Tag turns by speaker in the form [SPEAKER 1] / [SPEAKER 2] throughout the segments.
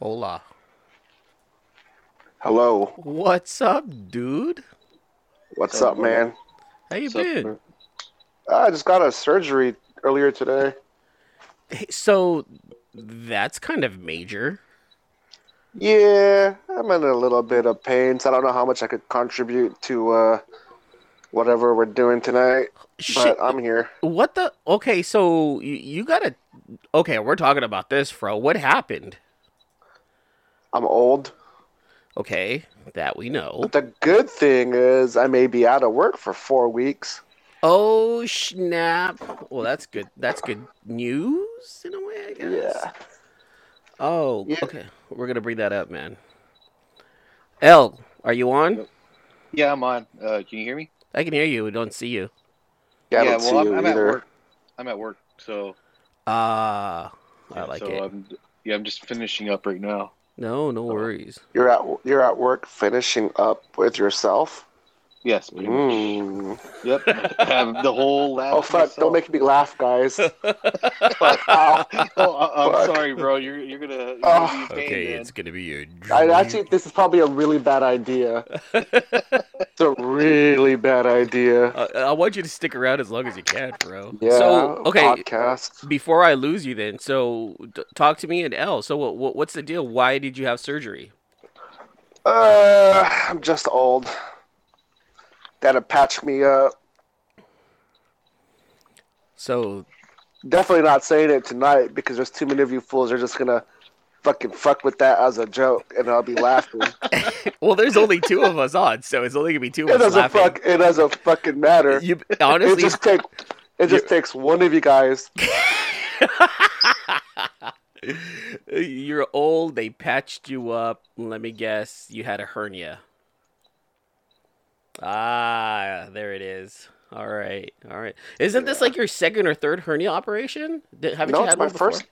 [SPEAKER 1] Hola.
[SPEAKER 2] Hello.
[SPEAKER 1] What's up, dude?
[SPEAKER 2] What's
[SPEAKER 3] So
[SPEAKER 2] up, man?
[SPEAKER 1] How you
[SPEAKER 3] What's up,
[SPEAKER 1] been?
[SPEAKER 3] man?
[SPEAKER 2] I just got a surgery earlier today.
[SPEAKER 1] Hey, so that's kind of major.
[SPEAKER 2] Yeah, I'm in a little bit of pain, so I don't know how much I could contribute to uh, whatever we're doing tonight.
[SPEAKER 1] Shit.
[SPEAKER 2] But I'm here.
[SPEAKER 1] What the? Okay, so you, you gotta. Okay, we're talking about this, bro. What happened?
[SPEAKER 2] I'm old.
[SPEAKER 1] Okay, that we know.
[SPEAKER 2] But the good thing is I may be out of work for four weeks.
[SPEAKER 1] Oh snap! Well, that's good. That's good news in a way, I guess.
[SPEAKER 2] Yeah.
[SPEAKER 1] Oh,
[SPEAKER 2] Yeah.
[SPEAKER 1] okay. We're gonna bring that up, man. L, are you on?
[SPEAKER 3] Yeah, I'm on. Uh, can you hear me?
[SPEAKER 1] I can hear you. We don't see you.
[SPEAKER 2] Yeah, I don't
[SPEAKER 3] well,
[SPEAKER 2] see
[SPEAKER 3] I'm,
[SPEAKER 2] you
[SPEAKER 3] I'm at
[SPEAKER 2] either.
[SPEAKER 3] work. I'm at work, so
[SPEAKER 1] Ah, I like
[SPEAKER 3] so uh,
[SPEAKER 1] it.
[SPEAKER 3] I'm, yeah, I'm just finishing up right now.
[SPEAKER 1] No, no
[SPEAKER 3] uh,
[SPEAKER 1] worries.
[SPEAKER 2] You're at you're at work finishing up with yourself.
[SPEAKER 3] Yes. pretty much.
[SPEAKER 2] Mm.
[SPEAKER 3] Yep. I have the whole last.
[SPEAKER 2] Oh fuck! Don't make me laugh, guys. uh, Fuck, ow.
[SPEAKER 3] Oh, I, I'm
[SPEAKER 2] Fuck.
[SPEAKER 3] sorry, bro. You're you're gonna. You're
[SPEAKER 2] Oh.
[SPEAKER 3] gonna be in pain, man.
[SPEAKER 1] gonna be a
[SPEAKER 2] I actually, this is probably a really bad idea. it's a really bad idea.
[SPEAKER 1] I, Uh, I want you to stick around as long as you can, bro.
[SPEAKER 2] Yeah.
[SPEAKER 1] So, okay,
[SPEAKER 2] Podcast.
[SPEAKER 1] before I lose you, then, so d- talk to me and L. So, what, what, what's the deal? Why did you have surgery?
[SPEAKER 2] Uh, I'm just old. That'll patch me up.
[SPEAKER 1] So,
[SPEAKER 2] Definitely not saying it tonight because there's too many of you fools. They're just gonna fucking fuck with that as a joke, and I'll be laughing.
[SPEAKER 1] well, there's only two of us on, so it's only gonna be two
[SPEAKER 2] it
[SPEAKER 1] of us
[SPEAKER 2] doesn't
[SPEAKER 1] laughing.
[SPEAKER 2] fuck. It doesn't fucking matter.
[SPEAKER 1] You honestly,
[SPEAKER 2] it just take. It just takes one of you guys.
[SPEAKER 1] you're old. They patched you up. Let me guess, you had a hernia. Ah, there it is. All right, all right. Isn't this like your second or third hernia operation? Did, haven't
[SPEAKER 2] No,
[SPEAKER 1] you had
[SPEAKER 2] it's my
[SPEAKER 1] one before?
[SPEAKER 2] first.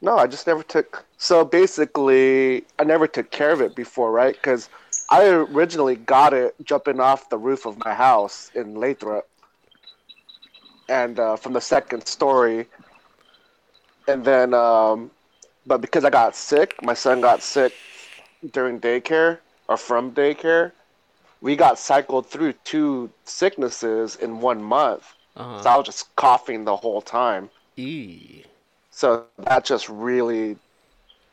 [SPEAKER 2] No, I just never took. So basically, I never took care of it before, right? Because I originally got it jumping off the roof of my house in Lathrop, and uh, from the second story. And then, um, but because I got sick, my son got sick during daycare or from daycare. We got cycled through two sicknesses in one month, so
[SPEAKER 1] Uh-huh.
[SPEAKER 2] I was just coughing the whole time.
[SPEAKER 1] E.
[SPEAKER 2] So that just really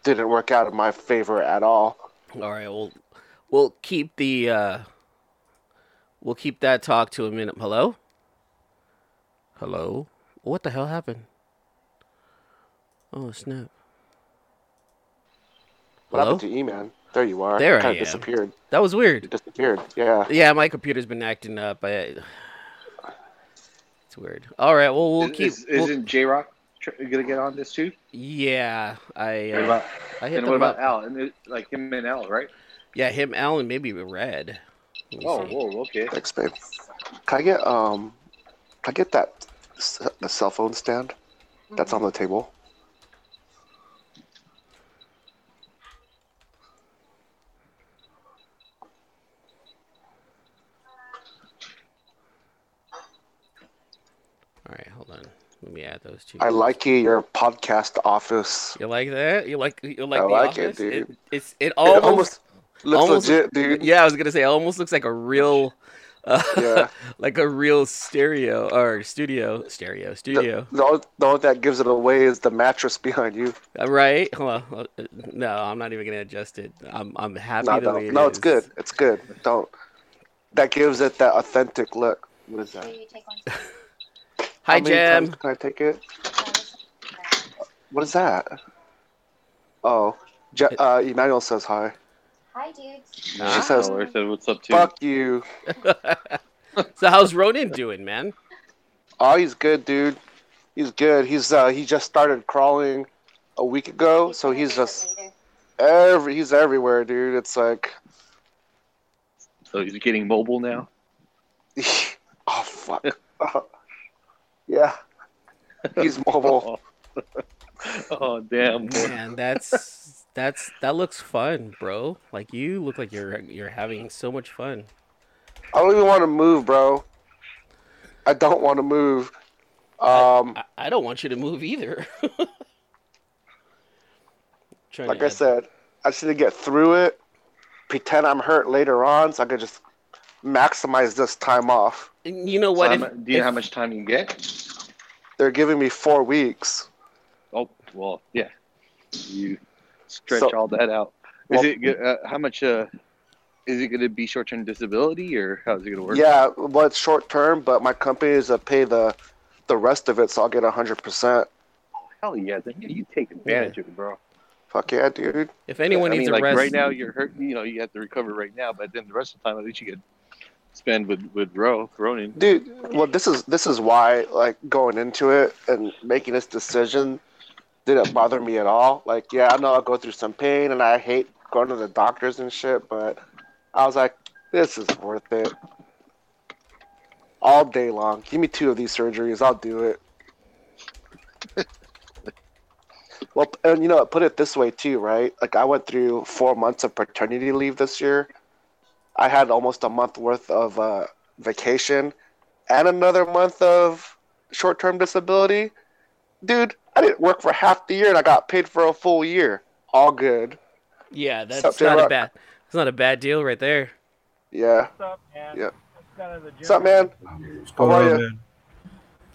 [SPEAKER 2] didn't work out in my favor at all.
[SPEAKER 1] All right, well, we'll keep the uh, we'll keep that talk to a minute. Hello, hello. What the hell happened? Oh snap!
[SPEAKER 2] What
[SPEAKER 1] Hello.
[SPEAKER 2] happened to E Man? There you are.
[SPEAKER 1] There I
[SPEAKER 2] Kinda
[SPEAKER 1] am.
[SPEAKER 2] disappeared.
[SPEAKER 1] That was weird.
[SPEAKER 2] You disappeared. Yeah.
[SPEAKER 1] Yeah, my computer's been acting up. I, it's weird. All right, well, we'll
[SPEAKER 3] Is-
[SPEAKER 1] keep.
[SPEAKER 3] Is,
[SPEAKER 1] we'll-
[SPEAKER 3] isn't J Rock tr- gonna get on this too?
[SPEAKER 1] yeah, I.
[SPEAKER 3] What
[SPEAKER 1] Uh,
[SPEAKER 3] about,
[SPEAKER 1] I hit
[SPEAKER 3] and
[SPEAKER 1] them
[SPEAKER 3] what about
[SPEAKER 1] up.
[SPEAKER 3] Al? And it, like him and Al, right?
[SPEAKER 1] Yeah, him, Alan, maybe Red. Let me
[SPEAKER 3] Oh,
[SPEAKER 1] see.
[SPEAKER 3] whoa, okay.
[SPEAKER 2] Thanks, babe. Can I get um, can I get that s- the cell phone stand that's on the table?
[SPEAKER 1] All right, hold on. Let me add those two.
[SPEAKER 2] I like you, your podcast office.
[SPEAKER 1] You like that? You like you like
[SPEAKER 2] I
[SPEAKER 1] the
[SPEAKER 2] like it,
[SPEAKER 1] office?
[SPEAKER 2] dude.
[SPEAKER 1] it's it
[SPEAKER 2] It
[SPEAKER 1] almost,
[SPEAKER 2] almost looks
[SPEAKER 1] Oh, almost-
[SPEAKER 2] legit, dude.
[SPEAKER 1] yeah. I was gonna say it almost looks like a real, uh,
[SPEAKER 2] Yeah.
[SPEAKER 1] like a real stereo or studio stereo studio.
[SPEAKER 2] The, only, the only thing that gives it away is the mattress behind you.
[SPEAKER 1] Uh, right? Hold on. Uh, No, I'm not even gonna adjust it. I'm I'm happy.
[SPEAKER 2] No,
[SPEAKER 1] the
[SPEAKER 2] no,
[SPEAKER 1] way it
[SPEAKER 2] no, it's
[SPEAKER 1] is.
[SPEAKER 2] good. It's good. Don't. That gives it that authentic look. What is that?
[SPEAKER 1] Hi,
[SPEAKER 2] How many
[SPEAKER 1] Jam.
[SPEAKER 2] times Can I take it? What is that? Oh, Je- uh, Emmanuel says hi.
[SPEAKER 4] Hi, dudes. Um,
[SPEAKER 1] Ah.
[SPEAKER 2] She says,
[SPEAKER 3] Tyler "Oh, said, "What's up, too?"
[SPEAKER 2] "Fuck you."
[SPEAKER 1] So how's Ronan doing, man?
[SPEAKER 2] Oh, he's good, dude. He's good. He's uh, he just started crawling a week ago, so he's just every he's everywhere, dude. It's like,
[SPEAKER 3] So Oh, he's getting mobile now.
[SPEAKER 2] oh fuck. yeah, he's mobile.
[SPEAKER 3] Oh damn!
[SPEAKER 1] Man, that's that's that looks fun, bro. Like you look like you're you're having so much fun.
[SPEAKER 2] I don't even want to move, bro. I don't want to move. Um,
[SPEAKER 1] I, I don't want you to move either. Trying
[SPEAKER 2] like
[SPEAKER 1] to
[SPEAKER 2] I
[SPEAKER 1] add-
[SPEAKER 2] said, I just need to get through it, pretend I'm hurt later on, so I could just maximize this time off.
[SPEAKER 1] And you know
[SPEAKER 3] So
[SPEAKER 1] what?
[SPEAKER 3] how
[SPEAKER 1] if-
[SPEAKER 3] mu- do you know
[SPEAKER 1] if-
[SPEAKER 3] how much time you get?
[SPEAKER 2] They're giving me four weeks.
[SPEAKER 3] Oh, well, yeah. You stretch
[SPEAKER 2] So-
[SPEAKER 3] all that out. Is
[SPEAKER 2] Well-
[SPEAKER 3] it go- uh, how much? Uh, is it going to be short-term disability, or how's it going to work?
[SPEAKER 2] Yeah, well, it's short term, but my company is to pay the the rest of it, so I'll get hundred percent.
[SPEAKER 3] Hell yeah! Then you you take advantage of it, bro.
[SPEAKER 2] Fuck yeah, dude.
[SPEAKER 1] If anyone
[SPEAKER 3] I
[SPEAKER 1] needs
[SPEAKER 3] mean,
[SPEAKER 1] a
[SPEAKER 3] like
[SPEAKER 1] rest,
[SPEAKER 3] right now you're hurt. You know, you have to recover right now, but then the rest of the time, at least you could spend with with Ro Ronin.
[SPEAKER 2] dude well this is this is why like going into it and making this decision didn't bother me at all like yeah i know i'll go through some pain and i hate going to the doctors and shit but i was like this is worth it all day long give me two of these surgeries i'll do it well and you know put it this way too right like i went through four months of paternity leave this year i had almost a month worth of uh vacation and another month of short term disability. Dude, I didn't work for half the year and I got paid for a full year. All good.
[SPEAKER 1] yeah, that's
[SPEAKER 2] Sup,
[SPEAKER 1] not a
[SPEAKER 2] J-Rock?
[SPEAKER 1] bad. It's not a bad deal right there.
[SPEAKER 2] Yeah.
[SPEAKER 5] What's up, man?
[SPEAKER 2] Yep.
[SPEAKER 5] It's kind of the
[SPEAKER 2] What's up, man?
[SPEAKER 6] What's
[SPEAKER 2] How
[SPEAKER 6] going
[SPEAKER 2] are
[SPEAKER 6] on,
[SPEAKER 2] ya?
[SPEAKER 6] man?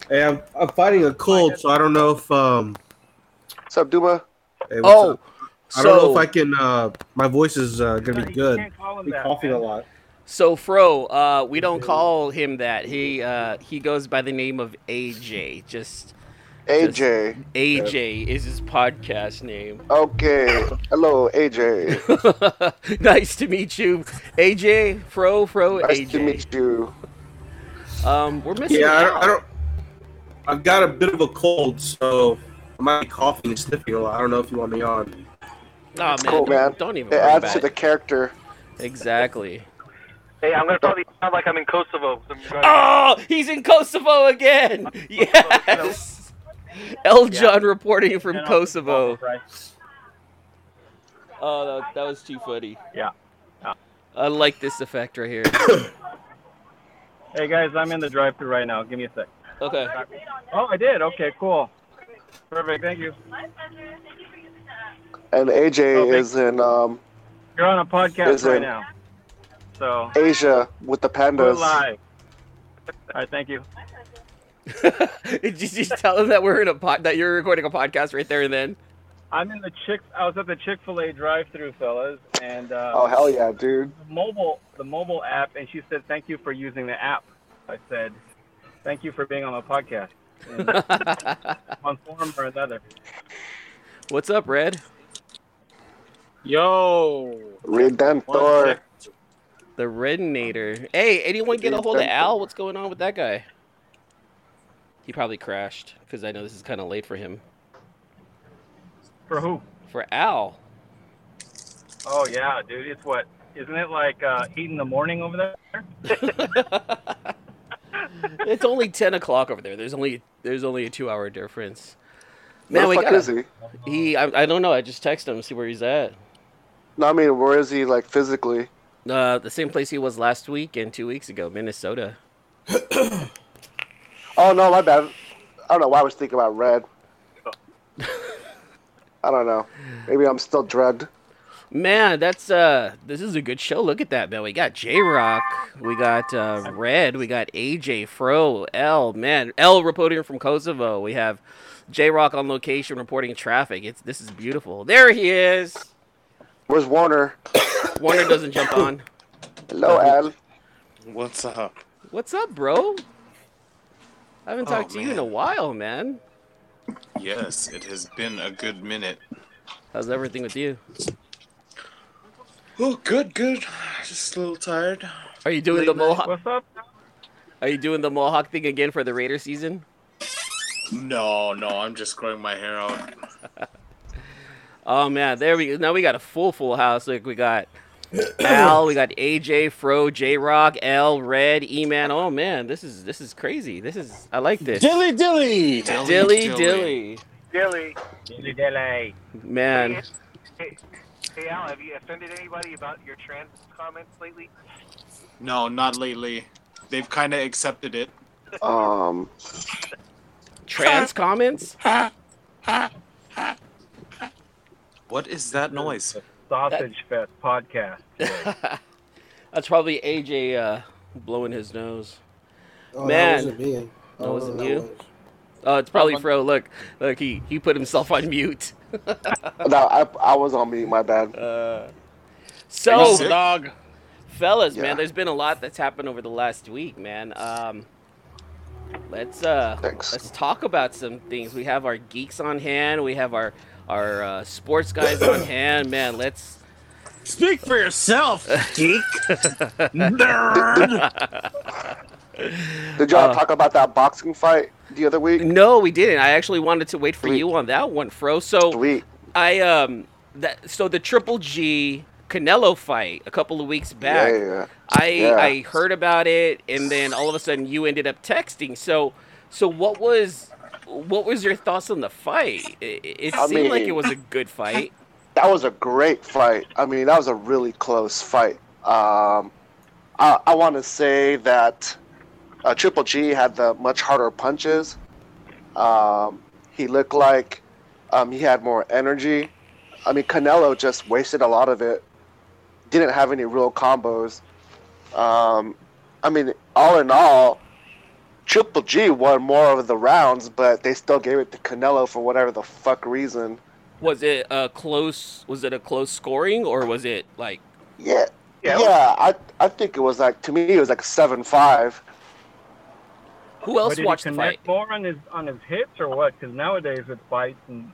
[SPEAKER 6] Hey, I'm, I'm fighting a cold, so I don't know if um.
[SPEAKER 2] What's up, Duma?
[SPEAKER 6] Hey, what's
[SPEAKER 1] Oh,
[SPEAKER 6] up? I don't know
[SPEAKER 1] so
[SPEAKER 6] if I can. Uh, my voice is uh,
[SPEAKER 5] You
[SPEAKER 6] gonna
[SPEAKER 5] can't
[SPEAKER 6] be good.
[SPEAKER 5] call him
[SPEAKER 6] Be
[SPEAKER 5] that,
[SPEAKER 6] coughing a
[SPEAKER 5] man.
[SPEAKER 6] lot.
[SPEAKER 1] so Fro, uh, we don't call him that. He uh, he goes by the name of AJ. Just
[SPEAKER 2] AJ.
[SPEAKER 1] AJ is his podcast name.
[SPEAKER 2] Okay. Hello, AJ.
[SPEAKER 1] nice to meet you, AJ. Fro, Fro,
[SPEAKER 2] Nice
[SPEAKER 1] AJ.
[SPEAKER 2] to meet you.
[SPEAKER 1] Um, we're missing.
[SPEAKER 6] Yeah, I don't,
[SPEAKER 1] out.
[SPEAKER 6] I don't. I've got a bit of a cold, so I might be coughing and sniffing a lot. I don't know if you want me on.
[SPEAKER 1] Aw, man,
[SPEAKER 2] Cool,
[SPEAKER 1] don't,
[SPEAKER 2] man.
[SPEAKER 1] don't even
[SPEAKER 2] It
[SPEAKER 1] worry
[SPEAKER 2] adds
[SPEAKER 1] about
[SPEAKER 2] to the
[SPEAKER 1] it.
[SPEAKER 2] character.
[SPEAKER 1] Exactly.
[SPEAKER 7] Hey, I'm gonna probably sound like I'm in Kosovo. So I'm gonna-
[SPEAKER 1] Oh, he's in Kosovo again. Yes. El
[SPEAKER 7] Yeah.
[SPEAKER 1] John reporting from
[SPEAKER 5] You know,
[SPEAKER 1] Kosovo.
[SPEAKER 5] Right.
[SPEAKER 1] Oh, that, that was too funny.
[SPEAKER 5] Yeah. Yeah.
[SPEAKER 1] I like this effect right here.
[SPEAKER 5] Hey guys, I'm in the drive-through right now. Give me a sec.
[SPEAKER 1] Okay.
[SPEAKER 5] Oh, I did. Okay, cool. Perfect. Thank you.
[SPEAKER 2] And AJ
[SPEAKER 5] Oh, thank-
[SPEAKER 2] is in um,
[SPEAKER 5] You're on a podcast
[SPEAKER 2] Listen.
[SPEAKER 5] right now, so
[SPEAKER 2] Asia with the
[SPEAKER 5] we're
[SPEAKER 2] pandas.
[SPEAKER 5] live. All right, thank you.
[SPEAKER 1] Did you just tell him that we're in a pod that you're recording a podcast right there and then?
[SPEAKER 5] I'm in the Chick. I was at the Chick-fil-A drive-through, fellas, and uh,
[SPEAKER 2] Oh, hell yeah, dude.
[SPEAKER 5] the mobile the mobile app, and she said, "Thank you for using the app." I said, "Thank you for being on the podcast." In one form or another.
[SPEAKER 1] What's up, Red?
[SPEAKER 8] Yo. one
[SPEAKER 2] Redentor.
[SPEAKER 8] sec.
[SPEAKER 1] The Redinator. Hey, anyone get a hold of Al? What's going on with that guy? He probably crashed because I know this is kind of late for him.
[SPEAKER 5] For who?
[SPEAKER 1] For Al,
[SPEAKER 5] Oh yeah, dude. It's what? Isn't it like uh, eight in the morning over there?
[SPEAKER 1] it's only ten o'clock over there. There's only there's only a two hour difference.
[SPEAKER 2] Where
[SPEAKER 1] Man,
[SPEAKER 2] the
[SPEAKER 1] we
[SPEAKER 2] fuck
[SPEAKER 1] got
[SPEAKER 2] is he?
[SPEAKER 1] he. I, I don't know. I just texted him see where he's at.
[SPEAKER 2] No, I mean, where is he, like, physically?
[SPEAKER 1] Uh, the same place he was last week and two weeks ago, Minnesota.
[SPEAKER 2] Oh no, my bad. I don't know why I was thinking about red. I don't know. Maybe I'm still drugged.
[SPEAKER 1] Man, that's uh, this is a good show. Look at that, man. We got J Rock, we got uh, Red, we got AJ Fro, L. Man, L reporting from Kosovo. We have J Rock on location reporting traffic. It's this is beautiful. There he is.
[SPEAKER 2] Where's Warner?
[SPEAKER 1] Warner doesn't jump on.
[SPEAKER 2] Hello, Al.
[SPEAKER 9] What's up?
[SPEAKER 1] What's up, bro? I haven't
[SPEAKER 9] Oh,
[SPEAKER 1] talked to you in a
[SPEAKER 9] man.
[SPEAKER 1] while, man.
[SPEAKER 9] Yes, it has been a good minute.
[SPEAKER 1] How's everything with you?
[SPEAKER 9] Oh, good, good. Just a little tired.
[SPEAKER 1] Are you doing the mohawk?
[SPEAKER 5] What's up?
[SPEAKER 1] Are you doing the mohawk thing again for the Raider season?
[SPEAKER 9] No, no, I'm just growing my hair out.
[SPEAKER 1] Oh man, there we go. Now we got a full full house. Like we got Al, we got AJ, Fro, J Rock, L, Red, E Man. Oh man, this is this is crazy. This is I like this.
[SPEAKER 8] Dilly dilly.
[SPEAKER 1] dilly, dilly.
[SPEAKER 7] Dilly.
[SPEAKER 5] Dilly dilly.
[SPEAKER 1] Man.
[SPEAKER 7] Hey, hey, Al, have you offended anybody about your trans comments lately?
[SPEAKER 9] No, not lately. They've kind of accepted it.
[SPEAKER 2] Um,
[SPEAKER 1] Trans comments?
[SPEAKER 9] What is that noise?
[SPEAKER 5] Sausage Fest podcast.
[SPEAKER 1] That's probably AJ uh, blowing his nose.
[SPEAKER 10] Oh, that
[SPEAKER 1] Man,
[SPEAKER 10] wasn't me.
[SPEAKER 1] That
[SPEAKER 10] Oh,
[SPEAKER 1] wasn't
[SPEAKER 10] that
[SPEAKER 1] you.
[SPEAKER 10] was-
[SPEAKER 1] Oh, it's probably Fro. Look, look, he he put himself on mute.
[SPEAKER 2] no, I, I was on mute. My bad.
[SPEAKER 10] Uh,
[SPEAKER 1] So,
[SPEAKER 2] sick?
[SPEAKER 1] dog, fellas,
[SPEAKER 2] Yeah.
[SPEAKER 1] man, there's been a lot that's happened over the last week, man. Um, let's uh, let's talk about some things. We have our geeks on hand. We have our our uh, sports guys on hand, man. Let's
[SPEAKER 9] Speak for yourself, geek.
[SPEAKER 2] Did y'all
[SPEAKER 1] Uh,
[SPEAKER 2] talk about that boxing fight the other week?
[SPEAKER 1] No, we didn't. I actually wanted to wait for you on that one, Fro. So I um that so the Triple G Canelo fight a couple of weeks back.
[SPEAKER 2] Yeah.
[SPEAKER 1] I
[SPEAKER 2] Yeah.
[SPEAKER 1] I heard about it, and then all of a sudden you ended up texting. So so what was what was your thoughts on the fight? It, it
[SPEAKER 2] I
[SPEAKER 1] seemed like it
[SPEAKER 2] mean-
[SPEAKER 1] was a good fight.
[SPEAKER 2] That was a great fight. I mean, that was a really close fight. Um, I, I want to say that uh, Triple G had the much harder punches. Um, he looked like um, he had more energy. I mean, Canelo just wasted a lot of it. Didn't have any real combos. Um, I mean, all in all, Triple G won more of the rounds, but they still gave it to Canelo for whatever the fuck reason.
[SPEAKER 1] Was it a close? Was it a close scoring, or was it like
[SPEAKER 2] Yeah.
[SPEAKER 1] Yeah,
[SPEAKER 2] Yeah,
[SPEAKER 1] it
[SPEAKER 2] I I think it was like to me it was like a seven five.
[SPEAKER 1] who
[SPEAKER 5] But
[SPEAKER 1] else
[SPEAKER 5] did
[SPEAKER 1] watched
[SPEAKER 5] he
[SPEAKER 1] the
[SPEAKER 5] connect
[SPEAKER 1] fight?
[SPEAKER 5] more on his on his hits or what? Because nowadays with fights and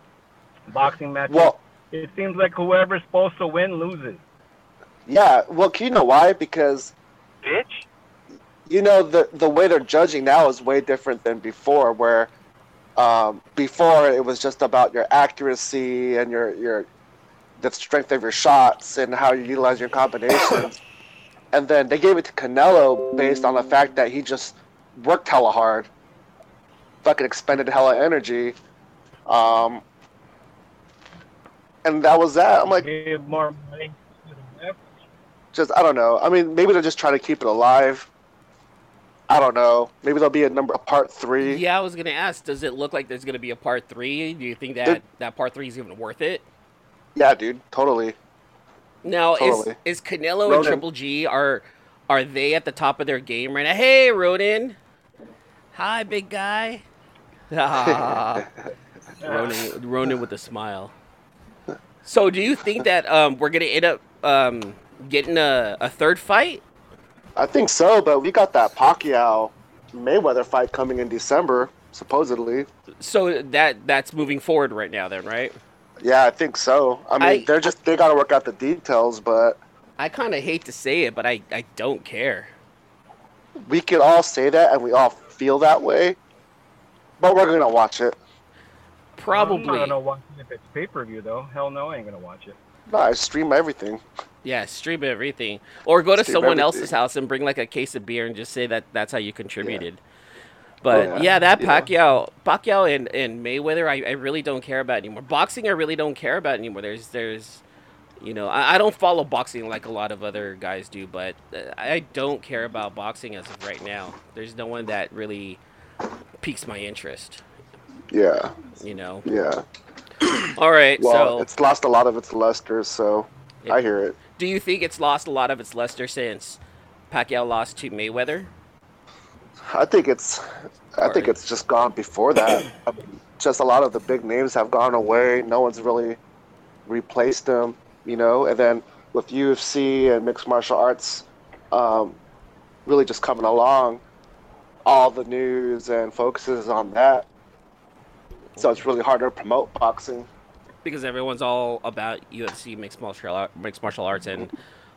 [SPEAKER 5] boxing matches,
[SPEAKER 2] Well-
[SPEAKER 5] it seems like whoever's supposed to win loses.
[SPEAKER 2] Yeah, well, you know why? Because
[SPEAKER 5] Bitch.
[SPEAKER 2] you know the the way they're judging now is way different than before. Where um, before it was just about your accuracy and your your the strength of your shots and how you utilize your combinations, and then they gave it to Canelo based on the fact that he just worked hella hard, fucking expended hella energy, um, and that was that. I'm like.
[SPEAKER 5] Give more money.
[SPEAKER 2] just I don't know. I mean, maybe they're just trying to keep it alive. I don't know. Maybe there'll be a number a part three.
[SPEAKER 1] Yeah, I was gonna ask. Does it look like there's gonna be a part three? Do you think that
[SPEAKER 2] There-
[SPEAKER 1] that part three is even worth it?
[SPEAKER 2] Yeah, dude, totally.
[SPEAKER 1] Now
[SPEAKER 2] Totally.
[SPEAKER 1] is is Canelo and
[SPEAKER 2] Ronan.
[SPEAKER 1] Triple G are are they at the top of their game right now? Hey, Ronan. Hi, big guy. Ah, Ronan, Ronan with a smile. So, do you think that um, we're gonna end up um, getting a, a third fight?
[SPEAKER 2] I think so, but we got that Pacquiao Mayweather fight coming in December, supposedly.
[SPEAKER 1] So that that's moving forward right now, then, right?
[SPEAKER 2] Yeah, I think so. I mean,
[SPEAKER 1] I-
[SPEAKER 2] they're just they got to work out the details, but
[SPEAKER 1] I kind of hate to say it, but I, I don't care.
[SPEAKER 2] we can all say that and we all feel that way. But we're gonna watch it.
[SPEAKER 5] I'm not
[SPEAKER 1] Probably.
[SPEAKER 5] gonna watch it if it's pay per view though. Hell no, I ain't gonna watch it.
[SPEAKER 2] No, I stream everything.
[SPEAKER 1] Yeah, stream everything, or go to
[SPEAKER 2] Stream
[SPEAKER 1] someone
[SPEAKER 2] everything.
[SPEAKER 1] else's house and bring like a case of beer and just say that that's how you contributed. But
[SPEAKER 2] Yeah.
[SPEAKER 1] yeah. that
[SPEAKER 2] Yeah.
[SPEAKER 1] Pacquiao, Pacquiao and, and Mayweather, I, I really don't care about anymore. Boxing, I really don't care about anymore. There's there's, you know, I, I don't follow boxing like a lot of other guys do, but uh, I don't care about boxing as of right now. There's no one that really piques my interest.
[SPEAKER 2] Yeah,
[SPEAKER 1] You know.
[SPEAKER 2] yeah.
[SPEAKER 1] All right,
[SPEAKER 2] Well,
[SPEAKER 1] so
[SPEAKER 2] it's lost a lot of its luster, so I hear it.
[SPEAKER 1] Do you think it's lost a lot of its luster since Pacquiao lost to Mayweather?
[SPEAKER 2] I think it's, I think it's just gone before that. I mean, just a lot of the big names have gone away. No one's really replaced them, you know. And then with UFC and mixed martial arts, um, really just coming along, all the news and focuses on that. So it's really hard to promote boxing.
[SPEAKER 1] Because everyone's all about UFC, mixed martial art, mixed martial arts, and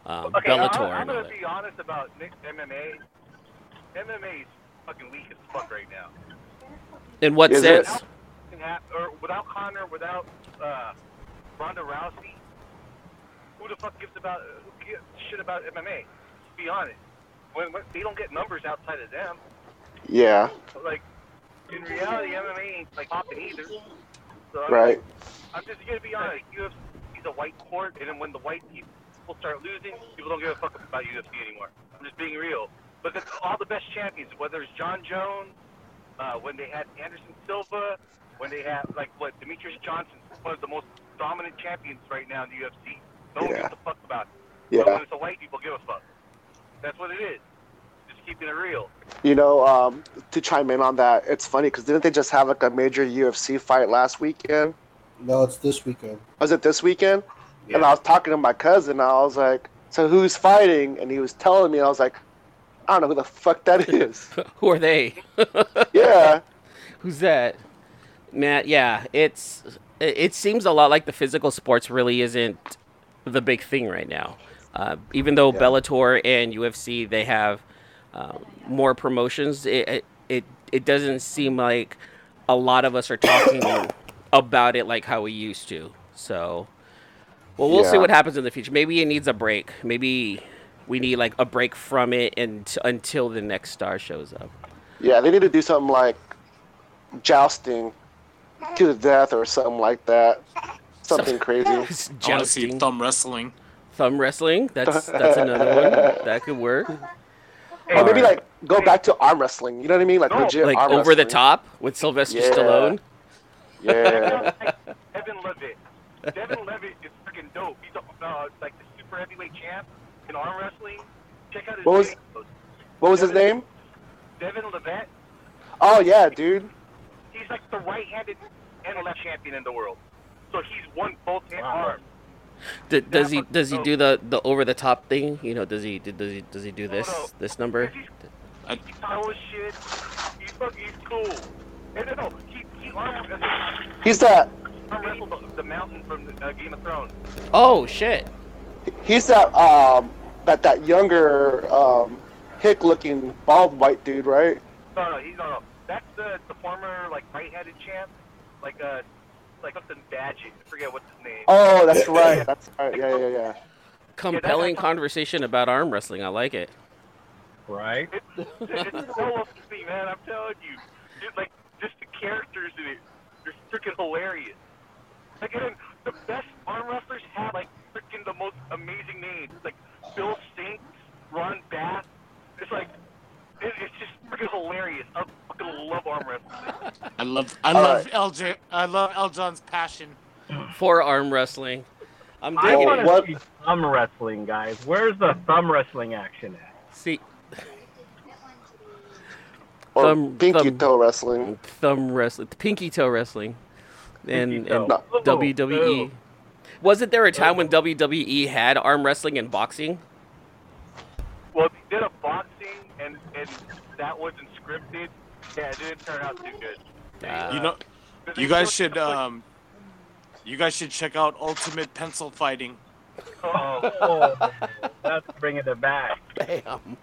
[SPEAKER 1] um,
[SPEAKER 7] Okay,
[SPEAKER 1] Bellator
[SPEAKER 7] I, I'm
[SPEAKER 1] and all
[SPEAKER 7] gonna
[SPEAKER 1] that.
[SPEAKER 7] be honest about Nick MMA. MMA is fucking weak as fuck right now.
[SPEAKER 1] In what
[SPEAKER 2] Is it-
[SPEAKER 1] sense?
[SPEAKER 7] Can hap- Or without Connor, without uh, Ronda Rousey, who the fuck gives about who gives a shit about MMA? To be honest, when, when they don't get numbers outside of them,
[SPEAKER 2] Yeah,
[SPEAKER 7] but, like in reality, MMA ain't like popping either. So I'm
[SPEAKER 2] right.
[SPEAKER 7] I'm just gonna be honest. UFC's a white court, and then when the white people start losing, people don't give a fuck about UFC anymore. I'm just being real. But the, all the best champions, whether it's John Jones, uh, when they had Anderson Silva, when they had like what Demetrius Johnson, one of the most dominant champions right now in the UFC. No one
[SPEAKER 2] Yeah.
[SPEAKER 7] gives a fuck about it. But
[SPEAKER 2] Yeah.
[SPEAKER 7] when it's the white people, give a fuck. That's what it is. Just keeping it real.
[SPEAKER 2] You know, um, to chime in on that, it's funny because didn't they just have like a major UFC fight last weekend?
[SPEAKER 10] No, it's this weekend.
[SPEAKER 2] Was it this weekend? And I was talking to my cousin. I was like, "So who's fighting?" And he was telling me. And I was like, "I don't know who the fuck that is."
[SPEAKER 1] Who are they?
[SPEAKER 2] yeah.
[SPEAKER 1] Who's that? Matt, yeah, it's it it seems a lot like the physical sports really isn't the big thing right now. Uh, even though
[SPEAKER 10] Yeah.
[SPEAKER 1] Bellator and UFC they have um, more promotions, it, it it it doesn't seem like a lot of us are talking about it like how we used to. So, well, we'll see
[SPEAKER 2] Yeah.
[SPEAKER 1] what happens in the future. Maybe it needs a break. Maybe we need like a break from it and until the next star shows up.
[SPEAKER 2] Yeah, they need to do something like jousting to the death or something like that. Something crazy.
[SPEAKER 9] I want to see thumb wrestling.
[SPEAKER 1] Thumb wrestling. That's that's another one that could work.
[SPEAKER 2] Or maybe
[SPEAKER 1] Or-
[SPEAKER 2] like go back to arm wrestling. You know what I mean? Like legit
[SPEAKER 1] like
[SPEAKER 2] arm
[SPEAKER 1] over the
[SPEAKER 2] wrestling.
[SPEAKER 1] top with Sylvester
[SPEAKER 2] Yeah.
[SPEAKER 1] Stallone.
[SPEAKER 2] Yeah.
[SPEAKER 7] Devin Levitt. Devin Levitt is freaking dope. He's a, uh, like the super heavyweight champ in arm wrestling. Check out his
[SPEAKER 2] What was-
[SPEAKER 7] videos.
[SPEAKER 2] What was his name?
[SPEAKER 7] Devin Levitt.
[SPEAKER 2] Oh yeah, dude.
[SPEAKER 7] He's like the right-handed and left champion in the world. So he's won both arms.
[SPEAKER 1] D- does he does he do the the over the top thing? You know, does he d- does he does he do
[SPEAKER 5] Oh,
[SPEAKER 1] this this number?
[SPEAKER 7] He's tall as shit. He's fucking he's cool. And no, no, he he arm wrestled,
[SPEAKER 2] He's that.
[SPEAKER 7] arm wrestled the, the mountain from the, uh, Game of Thrones.
[SPEAKER 1] Oh shit.
[SPEAKER 2] He's that. Um, that that younger, um, hick-looking bald white dude, right?
[SPEAKER 7] No, no, he's no, no. That's the the former like right-handed champ, like uh, like something Badgett. I forget what's his name.
[SPEAKER 2] Oh, that's right. That's right. Yeah, yeah, yeah.
[SPEAKER 1] Compelling conversation about arm wrestling. I like it.
[SPEAKER 5] Right.
[SPEAKER 7] it's so funny, man. I'm telling you, Dude, like just the characters in it, they're freaking hilarious. Like, and the best arm wrestlers have like freaking the most amazing names, like Bill Stinks, Ron Bass. It's like it, it's just freaking hilarious. I fucking love arm wrestling.
[SPEAKER 9] I love I
[SPEAKER 2] All
[SPEAKER 9] love LJ I love Eljon's passion.
[SPEAKER 1] For arm wrestling. I'm
[SPEAKER 5] I
[SPEAKER 1] digging
[SPEAKER 5] want
[SPEAKER 1] it.
[SPEAKER 5] to see thumb wrestling, guys. Where's the thumb wrestling action at?
[SPEAKER 1] See
[SPEAKER 2] Or
[SPEAKER 1] Thumb-
[SPEAKER 2] pinky
[SPEAKER 1] thumb-
[SPEAKER 2] toe wrestling.
[SPEAKER 1] thumb wrestling, pinky toe wrestling, and,
[SPEAKER 5] Pinky
[SPEAKER 1] and
[SPEAKER 5] toe. No. Oh.
[SPEAKER 1] WWE.
[SPEAKER 5] No.
[SPEAKER 1] Wasn't there a time when WWE had arm wrestling and boxing?
[SPEAKER 7] Well, they did a boxing, and and that wasn't scripted. Yeah, it didn't turn out too good.
[SPEAKER 1] Uh,
[SPEAKER 9] You know
[SPEAKER 7] But they
[SPEAKER 9] Uh, you guys
[SPEAKER 7] still-
[SPEAKER 9] should um you guys should check out Ultimate Pencil Fighting.
[SPEAKER 7] Oh,
[SPEAKER 5] Oh, that's bringing it back.
[SPEAKER 1] Bam.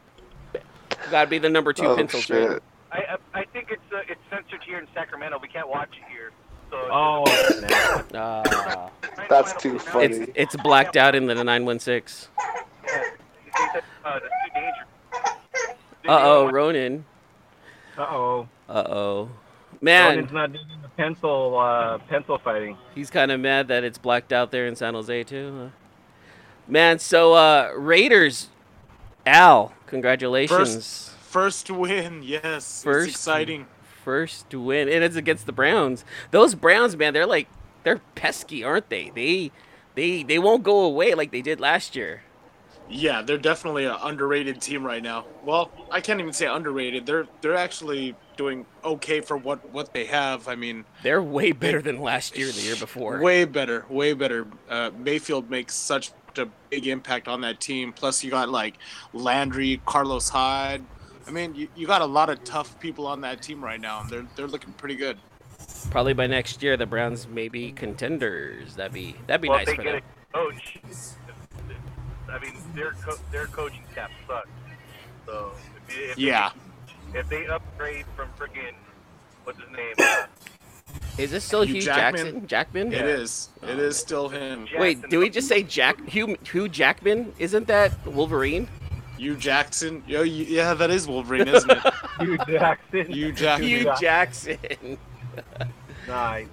[SPEAKER 1] Gotta be the number two
[SPEAKER 2] Oh
[SPEAKER 1] pencil
[SPEAKER 2] shit.
[SPEAKER 1] right?
[SPEAKER 7] I, I I think it's uh, it's censored here in Sacramento. We can't watch it here. So it's
[SPEAKER 5] Oh, man.
[SPEAKER 1] Ah.
[SPEAKER 2] That's too funny.
[SPEAKER 1] it's it's blacked out in the 916.
[SPEAKER 7] Yeah, he said, uh, that's too dangerous.
[SPEAKER 1] Uh oh, Ronan.
[SPEAKER 5] Uh-oh.
[SPEAKER 1] Uh oh.
[SPEAKER 5] Ronan's
[SPEAKER 1] Man,
[SPEAKER 5] not doing the pencil, uh, pencil fighting.
[SPEAKER 1] he's kind of mad that it's blacked out there in San Jose too. huh? Man, so uh Raiders, Al, congratulations.
[SPEAKER 9] First win, yes.
[SPEAKER 1] First-
[SPEAKER 9] It's exciting.
[SPEAKER 1] First win, and it's against the Browns. Those Browns, man, they're like they're pesky, aren't they? They they they won't go away like they did last year.
[SPEAKER 9] Yeah, they're definitely an underrated team right now. Well, I can't even say underrated. They're they're actually doing okay for what what they have. I mean,
[SPEAKER 1] They're way better than last year, the year before.
[SPEAKER 9] way better, way better. Uh, Mayfield makes such a big impact on that team. Plus, you got like Landry, Carlos Hyde. I mean, you, you got a lot of tough people on that team right now, and they're they're looking pretty good.
[SPEAKER 1] Probably by next year, the Browns may be contenders. That'd be that'd be
[SPEAKER 7] well,
[SPEAKER 1] nice
[SPEAKER 7] they
[SPEAKER 1] for
[SPEAKER 7] get
[SPEAKER 1] them.
[SPEAKER 7] a coach. I mean, their co- their coaching staff sucks. So if, you- if
[SPEAKER 9] Yeah,
[SPEAKER 7] if they upgrade from freaking what's his name, uh,
[SPEAKER 1] Is this still
[SPEAKER 9] Hugh
[SPEAKER 1] Hugh Jackson?
[SPEAKER 9] Jackman?
[SPEAKER 1] Jackman?
[SPEAKER 9] it is. It is still him.
[SPEAKER 7] Jackson,
[SPEAKER 1] Wait, do we just say Jack Hugh Hugh Jackman? Isn't that Wolverine?
[SPEAKER 9] You Jackson. Yo, you, yeah, that is Wolverine, isn't it?
[SPEAKER 5] Hugh Jackson.
[SPEAKER 9] You Jackman.
[SPEAKER 1] Hugh Jackson.
[SPEAKER 5] Nice.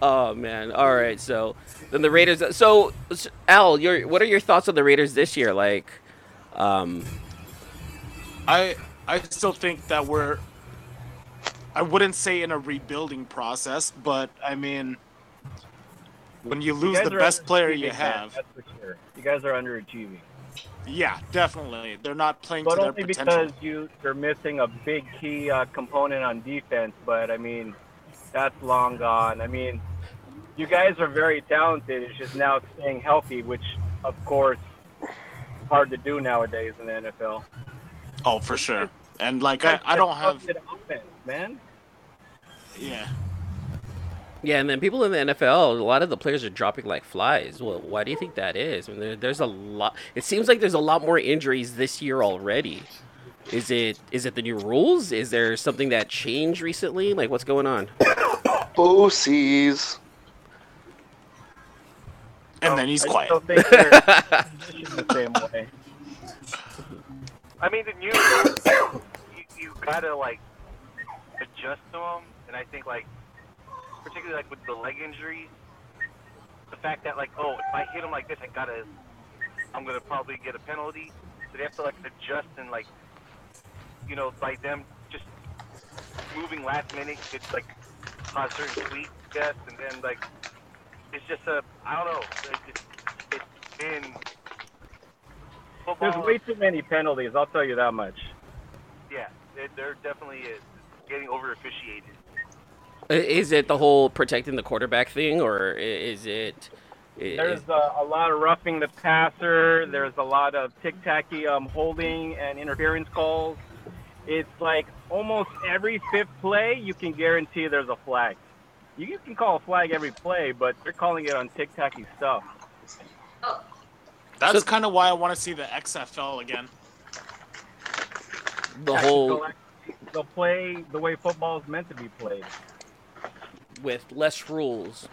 [SPEAKER 1] Oh man. All right. So then the Raiders. So s- Al, your what are your thoughts on the Raiders this year? Like, um,
[SPEAKER 9] I I still think that we're I wouldn't say in a rebuilding process, but I mean When you
[SPEAKER 11] You
[SPEAKER 9] lose
[SPEAKER 11] guys
[SPEAKER 9] the
[SPEAKER 11] are
[SPEAKER 9] best player
[SPEAKER 11] underachieving,
[SPEAKER 9] you
[SPEAKER 11] man,
[SPEAKER 9] have,
[SPEAKER 11] That's for sure. You guys are underachieving.
[SPEAKER 9] yeah, definitely, they're not playing
[SPEAKER 11] But
[SPEAKER 9] to their
[SPEAKER 11] only
[SPEAKER 9] potential.
[SPEAKER 11] because you they're missing a big key uh, component on defense. But I mean, that's long gone. I mean, you guys are very talented. It's just now staying healthy, which of course hard to do nowadays in the NFL.
[SPEAKER 9] Oh, for sure. And like I, I don't have
[SPEAKER 11] Good offense, man.
[SPEAKER 9] yeah.
[SPEAKER 1] Yeah, and then people in the NFL, a lot of the players are dropping like flies. Well, why do you think that is? I mean, there, there's a lot. It seems like there's a lot more injuries this year already. Is it is it the new rules? Is there something that changed recently? Like, what's going on?
[SPEAKER 2] Boosies.
[SPEAKER 9] And then he's
[SPEAKER 11] I
[SPEAKER 9] quiet.
[SPEAKER 11] still think they're positioned the same way.
[SPEAKER 7] I mean, the new rules, you, you gotta like adjust to them, and I think like particularly like with the leg injuries, the fact that like oh, if I hit him like this, I gotta, I'm gonna probably get a penalty. So they have to like adjust and like, you know, by them just moving last minute, it's like cause certain tweaks, yes, and then like it's just a I don't know, it's, it's, it's been
[SPEAKER 11] There's
[SPEAKER 7] football.
[SPEAKER 11] way too many penalties. I'll tell you that much.
[SPEAKER 7] Yeah, it, there definitely is. It's getting over officiated.
[SPEAKER 1] I- Is it the whole protecting the quarterback thing, or i- is it? i-
[SPEAKER 11] There's uh,
[SPEAKER 1] Is,
[SPEAKER 11] a, a lot of roughing the passer. There's a lot of tic tacky um, holding and interference calls. It's like almost every fifth play, you can guarantee there's a flag. You guys can call a flag every play, but they're calling it on tic tacky stuff.
[SPEAKER 9] That's kind of why I want to see the XFL again.
[SPEAKER 1] the whole
[SPEAKER 11] They'll play the way football is meant to be played.
[SPEAKER 1] with less rules.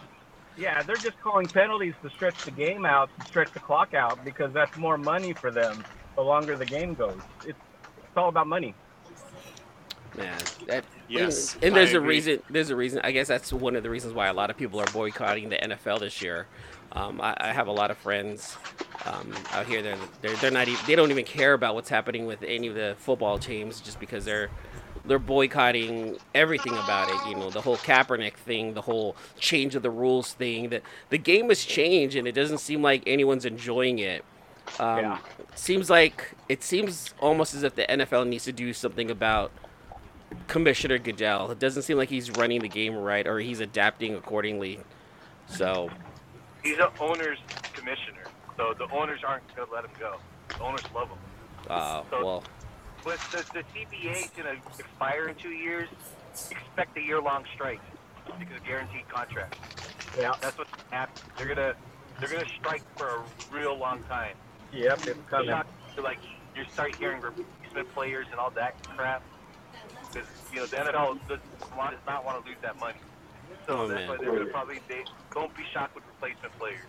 [SPEAKER 11] Yeah, they're just calling penalties to stretch the game out, to stretch the clock out, because that's more money for them the longer the game goes. It's, it's all about money.
[SPEAKER 1] Man, that
[SPEAKER 9] Yes,
[SPEAKER 1] Mm. and
[SPEAKER 9] I
[SPEAKER 1] there's a
[SPEAKER 9] agree.
[SPEAKER 1] reason. There's a reason. I guess that's one of the reasons why a lot of people are boycotting the NFL this year. Um, I, I have a lot of friends um, out here. They're, they're they're not even. They don't even care about what's happening with any of the football teams just because they're they're boycotting everything about it. You know, the whole Kaepernick thing, the whole change of the rules thing. That the game has changed, and it doesn't seem like anyone's enjoying it. Um,
[SPEAKER 11] Yeah.
[SPEAKER 1] Seems like it seems almost as if the NFL needs to do something about Commissioner Goodell. It doesn't seem like he's running the game right, or he's adapting accordingly. So
[SPEAKER 7] He's the owner's commissioner, so the owners aren't going to let him go. The owners love him.
[SPEAKER 1] Uh, well,
[SPEAKER 7] With the, the CBA is going to expire in two years, expect a year-long strike because of guaranteed contract.
[SPEAKER 11] Yeah.
[SPEAKER 7] That's what's happening. They're going to they're going to strike for a real long time.
[SPEAKER 11] Yep, it's
[SPEAKER 7] You're
[SPEAKER 11] coming.
[SPEAKER 7] not- you're like you start hearing replacement players and all that crap because you know the NFL does, want- does not want to lose that money. So
[SPEAKER 1] Oh,
[SPEAKER 7] that's
[SPEAKER 1] man.
[SPEAKER 7] why they're gonna probably they don't be shocked with replacement players.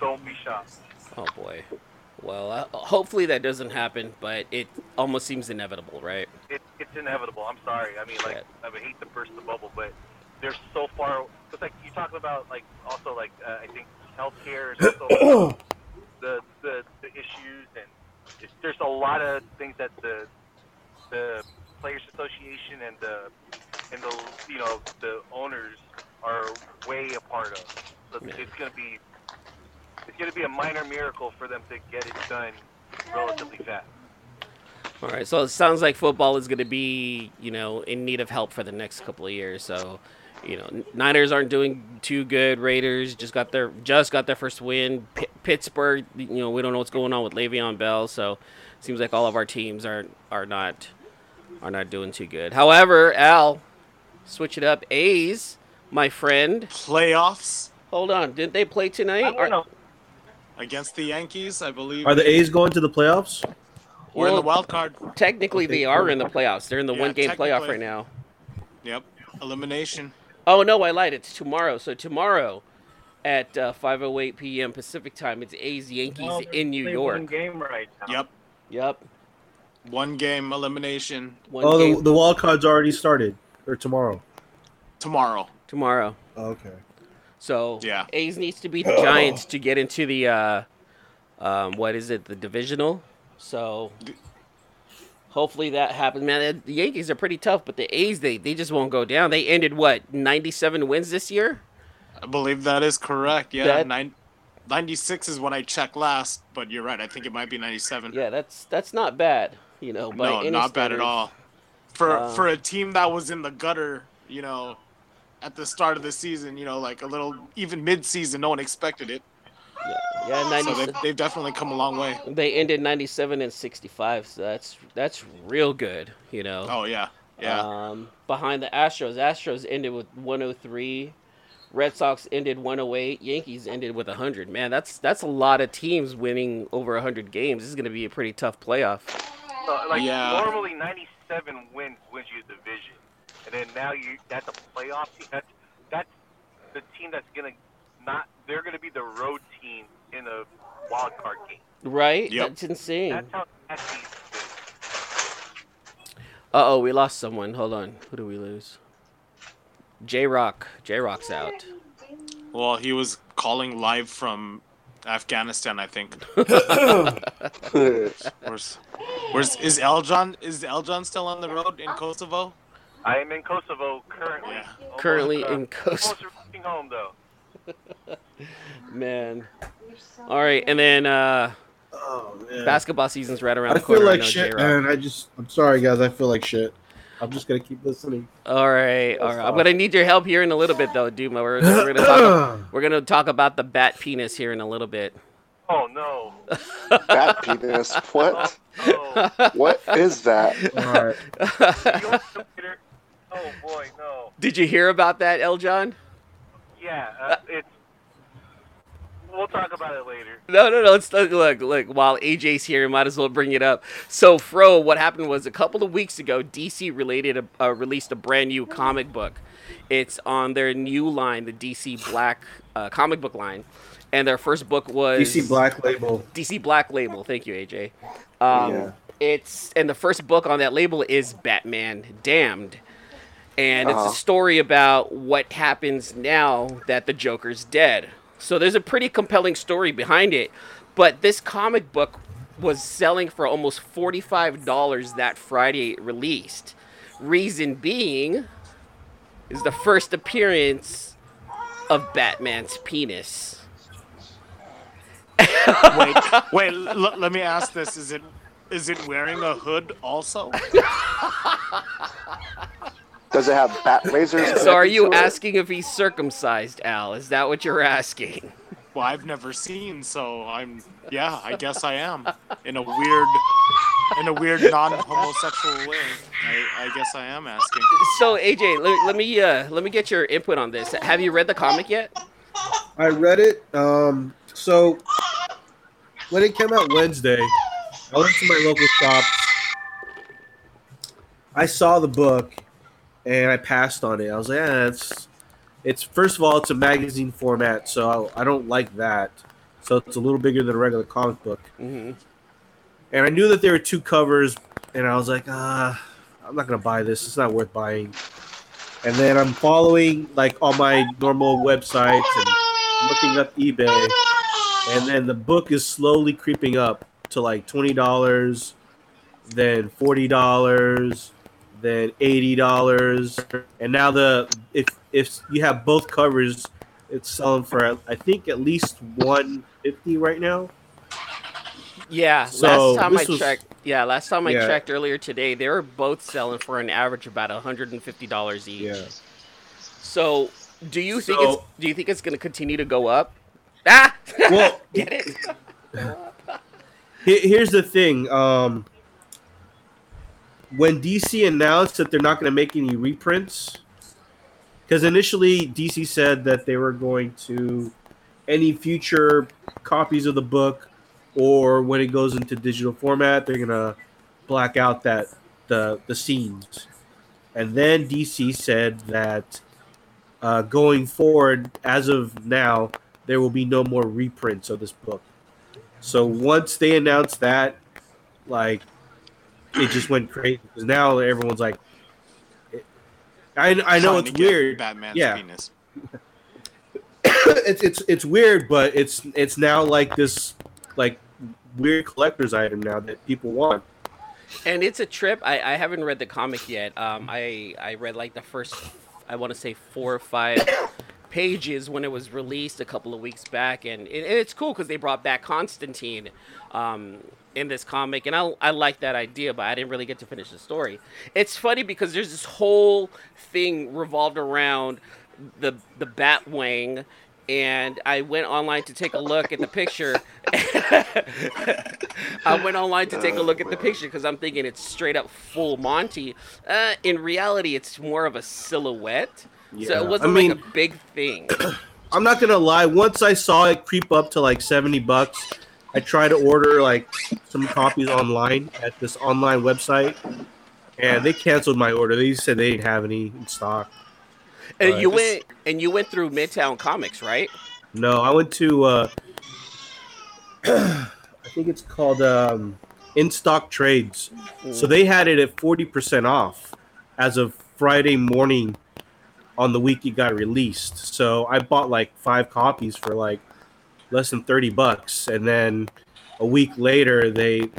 [SPEAKER 7] Don't be shocked.
[SPEAKER 1] oh boy. Well, uh, hopefully that doesn't happen, but it almost seems inevitable, right?
[SPEAKER 7] It, it's inevitable. I'm sorry. I mean, like I would hate to burst the bubble, but they're so far. It's like you talking about like also like uh, I think healthcare is also the, the the issues and it's, there's a lot of things that the the players association and the and the you know the owners are way a part of. So it's gonna be it's gonna be a minor miracle for them to get it done relatively fast.
[SPEAKER 1] All right. So it sounds like football is going to be, you know, in need of help for the next couple of years. So, you know, Niners aren't doing too good. Raiders just got their just got their first win. P- Pittsburgh, you know, we don't know what's going on with Le'Veon Bell. So, it seems like all of our teams are are not are not doing too good. However, Al, switch it up. A's, my friend.
[SPEAKER 9] Playoffs
[SPEAKER 1] Hold on. Did they play tonight? Or-
[SPEAKER 9] against the Yankees, I believe.
[SPEAKER 6] Are the A's going to the playoffs?
[SPEAKER 9] We're in the
[SPEAKER 1] Well,
[SPEAKER 9] wild card.
[SPEAKER 1] Technically, they are in the playoffs. They're in the
[SPEAKER 9] Yeah,
[SPEAKER 1] one game playoff
[SPEAKER 9] technically.
[SPEAKER 1] right now.
[SPEAKER 9] Yep. Elimination.
[SPEAKER 1] Oh no, I lied. It's tomorrow. So tomorrow, at uh, 5:08 p.m. Pacific time, it's A's Yankees
[SPEAKER 11] Well,
[SPEAKER 1] in New
[SPEAKER 11] there's One
[SPEAKER 1] York.
[SPEAKER 11] game right now.
[SPEAKER 9] Yep.
[SPEAKER 1] Yep.
[SPEAKER 9] One game elimination
[SPEAKER 1] One
[SPEAKER 6] Oh,
[SPEAKER 1] game
[SPEAKER 6] the, the wild card's already started or tomorrow.
[SPEAKER 9] tomorrow.
[SPEAKER 1] tomorrow.
[SPEAKER 6] Oh, okay.
[SPEAKER 1] So
[SPEAKER 9] Yeah.
[SPEAKER 1] A's needs to beat the Giants to get into the uh, um, what is it? The divisional. So hopefully that happens. Man, the Yankees are pretty tough, but the A's they they just won't go down. They ended what 97 wins this year.
[SPEAKER 9] I believe that is correct. Yeah,
[SPEAKER 1] That-
[SPEAKER 9] nine, 96 is when I checked last, but you're right. I think it might be 97.
[SPEAKER 1] Yeah, that's that's not bad. You know, by
[SPEAKER 9] no,
[SPEAKER 1] any
[SPEAKER 9] not bad at
[SPEAKER 1] standards.
[SPEAKER 9] all. For
[SPEAKER 1] Uh,
[SPEAKER 9] for a team that was in the gutter, you know, at the start of the season, you know, like a little even mid-season, no one expected it.
[SPEAKER 1] Yeah,
[SPEAKER 9] So
[SPEAKER 1] 90,
[SPEAKER 9] they've, they've definitely come a long way.
[SPEAKER 1] they ended 97 and 65 so that's that's real good you know
[SPEAKER 9] oh yeah yeah
[SPEAKER 1] um, behind the astros astros ended with 103 red sox ended 108 yankees ended with 100 man that's that's a lot of teams winning over 100 games this is going to be a pretty tough playoff
[SPEAKER 7] So, like
[SPEAKER 1] Yeah.
[SPEAKER 7] normally 97 wins wins you the division, and then now you that's a playoff team. That's that's the team that's gonna not they're gonna be the road team in a wild card game.
[SPEAKER 1] right that's insane
[SPEAKER 7] That's how that
[SPEAKER 1] uh-oh we lost someone hold on who do we lose j-rock j-rock's out
[SPEAKER 9] Well, he was calling live from Afghanistan, I think. where's, where's is Eljon? Is Eljon still on the road in Kosovo?
[SPEAKER 7] I am in Kosovo currently.
[SPEAKER 1] Currently in
[SPEAKER 7] Almost
[SPEAKER 1] Kosovo.
[SPEAKER 7] reaching home though.
[SPEAKER 1] man all right and then uh
[SPEAKER 6] Oh,
[SPEAKER 1] basketball season's right around
[SPEAKER 10] I
[SPEAKER 1] the
[SPEAKER 10] feel
[SPEAKER 1] corner
[SPEAKER 10] like
[SPEAKER 1] now,
[SPEAKER 10] shit,
[SPEAKER 1] J-Rock.
[SPEAKER 10] man. I just, I'm sorry, guys. I feel like shit. I'm just gonna keep listening.
[SPEAKER 1] All right, all right. I'm gonna need your help here in a little bit, though, Duma. We're, we're gonna talk. We're gonna talk about the bat penis here in a little bit.
[SPEAKER 7] Oh no.
[SPEAKER 2] Bat penis. What? What is that?
[SPEAKER 7] Oh boy, no.
[SPEAKER 1] Did you hear about that, Eljon?
[SPEAKER 7] Yeah, uh, it's. We'll talk about it later.
[SPEAKER 1] No, no, no. Let's look, look, look. While AJ's here, might as well bring it up. So, Fro, what happened was a couple of weeks ago, DC related uh, released a brand new comic book. It's on their new line, the DC Black uh, comic book line, and their first book was
[SPEAKER 6] DC Black Label.
[SPEAKER 1] DC Black Label. Thank you, AJ. Um,
[SPEAKER 6] Yeah.
[SPEAKER 1] It's and the first book on that label is Batman Damned, and
[SPEAKER 6] Uh-huh.
[SPEAKER 1] it's a story about what happens now that the Joker's dead. So there's a pretty compelling story behind it, but this comic book was selling for almost forty-five dollars that Friday it released. Reason being is the first appearance of Batman's penis.
[SPEAKER 9] Wait, wait. L- let me ask this: Is it is it wearing a hood also?
[SPEAKER 2] Does it have bat lasers?
[SPEAKER 1] So are
[SPEAKER 2] connected
[SPEAKER 1] you
[SPEAKER 2] to it?
[SPEAKER 1] asking if he's circumcised, Al? Is that what you're asking?
[SPEAKER 9] Well, I've never seen, so I'm yeah. I guess I am in a weird in a weird non-homosexual way. I, I guess I am asking.
[SPEAKER 1] So AJ, let, let me uh, let me get your input on this. Have you read the comic yet?
[SPEAKER 6] I read it. Um, so when it came out Wednesday, I went to my local shop. I saw the book, and I passed on it. I was like, eh, it's it's first of all, it's a magazine format, so I, I don't like that. So it's a little bigger than a regular comic book.
[SPEAKER 1] Mm-hmm.
[SPEAKER 6] And I knew that there were two covers, and I was like, ah, I'm not gonna buy this. It's not worth buying. And then I'm following like all my normal websites and looking up eBay, and then the book is slowly creeping up to like twenty dollars, then forty dollars, then eighty dollars, and now the if if you have both covers, it's selling for I think at least one fifty right now.
[SPEAKER 1] Yeah.
[SPEAKER 6] So,
[SPEAKER 1] last time I
[SPEAKER 6] this was-
[SPEAKER 1] checked, yeah, last time I
[SPEAKER 6] Yeah.
[SPEAKER 1] checked earlier today, they were both selling for an average about hundred and fifty dollars each. So do you think
[SPEAKER 6] So-
[SPEAKER 1] it's do you think it's gonna continue to go up? Ah,
[SPEAKER 6] Well,
[SPEAKER 1] get it?
[SPEAKER 6] Here- Here's the thing. Um, when DC announced that they're not going to make any reprints, because initially DC said that they were going to any future copies of the book, or when it goes into digital format, they're going to black out that the the scenes. And then DC said that uh, going forward, as of now, there will be no more reprints of this book. So once they announced that, like, it just went crazy because now everyone's like, I, I know
[SPEAKER 9] Trying
[SPEAKER 6] it's
[SPEAKER 9] to get
[SPEAKER 6] weird.
[SPEAKER 9] Batman's
[SPEAKER 6] yeah,
[SPEAKER 9] penis.
[SPEAKER 6] it's it's it's weird, but it's it's now like this like weird collector's item now that people want.
[SPEAKER 1] and it's a trip. I, I haven't read the comic yet. Um, I I read like the first, I want to say four or five pages when it was released a couple of weeks back, and, it, and it's cool because they brought back Constantine um, in this comic, and I I like that idea, but I didn't really get to finish the story. It's funny because there's this whole thing revolved around the the Batwing. And I went online to take a look at the picture. I went online to
[SPEAKER 6] Oh,
[SPEAKER 1] take a look at the picture because I'm thinking it's straight up full Monty. Uh, in reality, it's more of a silhouette.
[SPEAKER 6] Yeah.
[SPEAKER 1] So
[SPEAKER 6] I
[SPEAKER 1] it wasn't
[SPEAKER 6] mean-
[SPEAKER 1] like a big thing.
[SPEAKER 6] I'm not gonna lie. Once I saw it creep up to like seventy bucks, I tried to order like some copies online at this online website, and they canceled my order. They said they didn't have any in stock.
[SPEAKER 1] And
[SPEAKER 6] Right.
[SPEAKER 1] you went and you went through Midtown Comics, right?
[SPEAKER 6] No, I went to. Uh, I think it's called um, In Stock Trades. So they had it at forty percent off as of Friday morning on the week it got released. So I bought like five copies for like less than thirty bucks, and then a week later they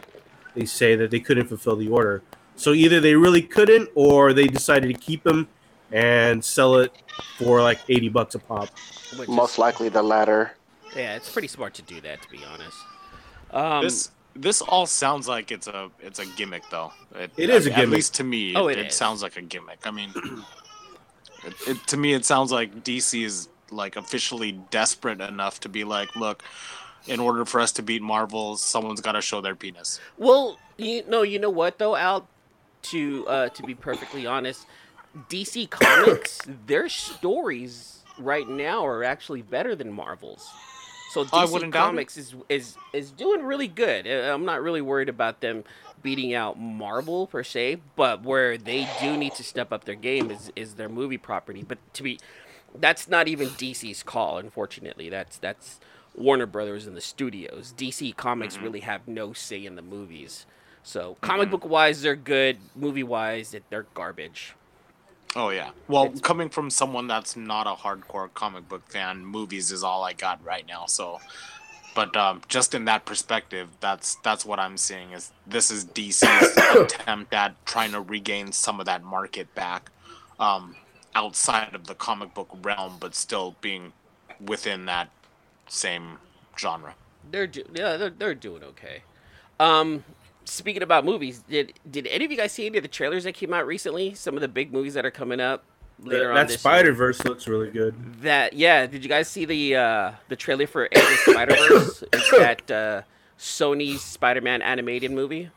[SPEAKER 6] they say that they couldn't fulfill the order. So either they really couldn't, or they decided to keep them and sell it for like eighty bucks a pop.
[SPEAKER 1] Which is-
[SPEAKER 2] Most likely the latter.
[SPEAKER 1] yeah, it's pretty smart to do that, to be honest. Um,
[SPEAKER 9] this this all sounds like it's a it's a gimmick though.
[SPEAKER 6] It is a
[SPEAKER 9] At
[SPEAKER 6] gimmick.
[SPEAKER 9] least to me,
[SPEAKER 1] Oh,
[SPEAKER 9] it,
[SPEAKER 1] it
[SPEAKER 9] it
[SPEAKER 1] is.
[SPEAKER 9] sounds like a gimmick. I mean, it, it, to me, it sounds like DC is like officially desperate enough to be like, look, in order for us to beat Marvel, someone's got to show their penis.
[SPEAKER 1] Well, you no, you know what though, Al. To uh, to be perfectly honest, DC Comics, their stories right now are actually better than Marvel's. So
[SPEAKER 9] I
[SPEAKER 1] DC
[SPEAKER 9] wouldn't doubt it.
[SPEAKER 1] Comics is is is doing really good. Uh, I'm not really worried about them beating out Marvel per se, but where they do need to step up their game is is their movie property. But to be, that's not even DC's call. Unfortunately, that's that's Warner Brothers and the studios. DC
[SPEAKER 6] Mm-hmm.
[SPEAKER 1] Comics really have no say in the movies. So comic book wise, they're good. Movie wise, they're garbage.
[SPEAKER 9] Oh yeah. Well, coming from someone that's not a hardcore comic book fan, movies is all I got right now. So, but um, just in that perspective, that's that's what I'm seeing is this is DC's attempt at trying to regain some of that market back, um, outside of the comic book realm, but still being within that same genre.
[SPEAKER 1] They're do- yeah, they're, they're doing okay. Um, speaking about movies, did did any of you guys see any of the trailers that came out recently? Some of the big movies that are coming up later on
[SPEAKER 6] that
[SPEAKER 1] this
[SPEAKER 6] Spider Verse looks really good.
[SPEAKER 1] year. That yeah, did you guys see the uh, the trailer for Age of Spider Verse? it's that uh, Sony Spider Man animated movie.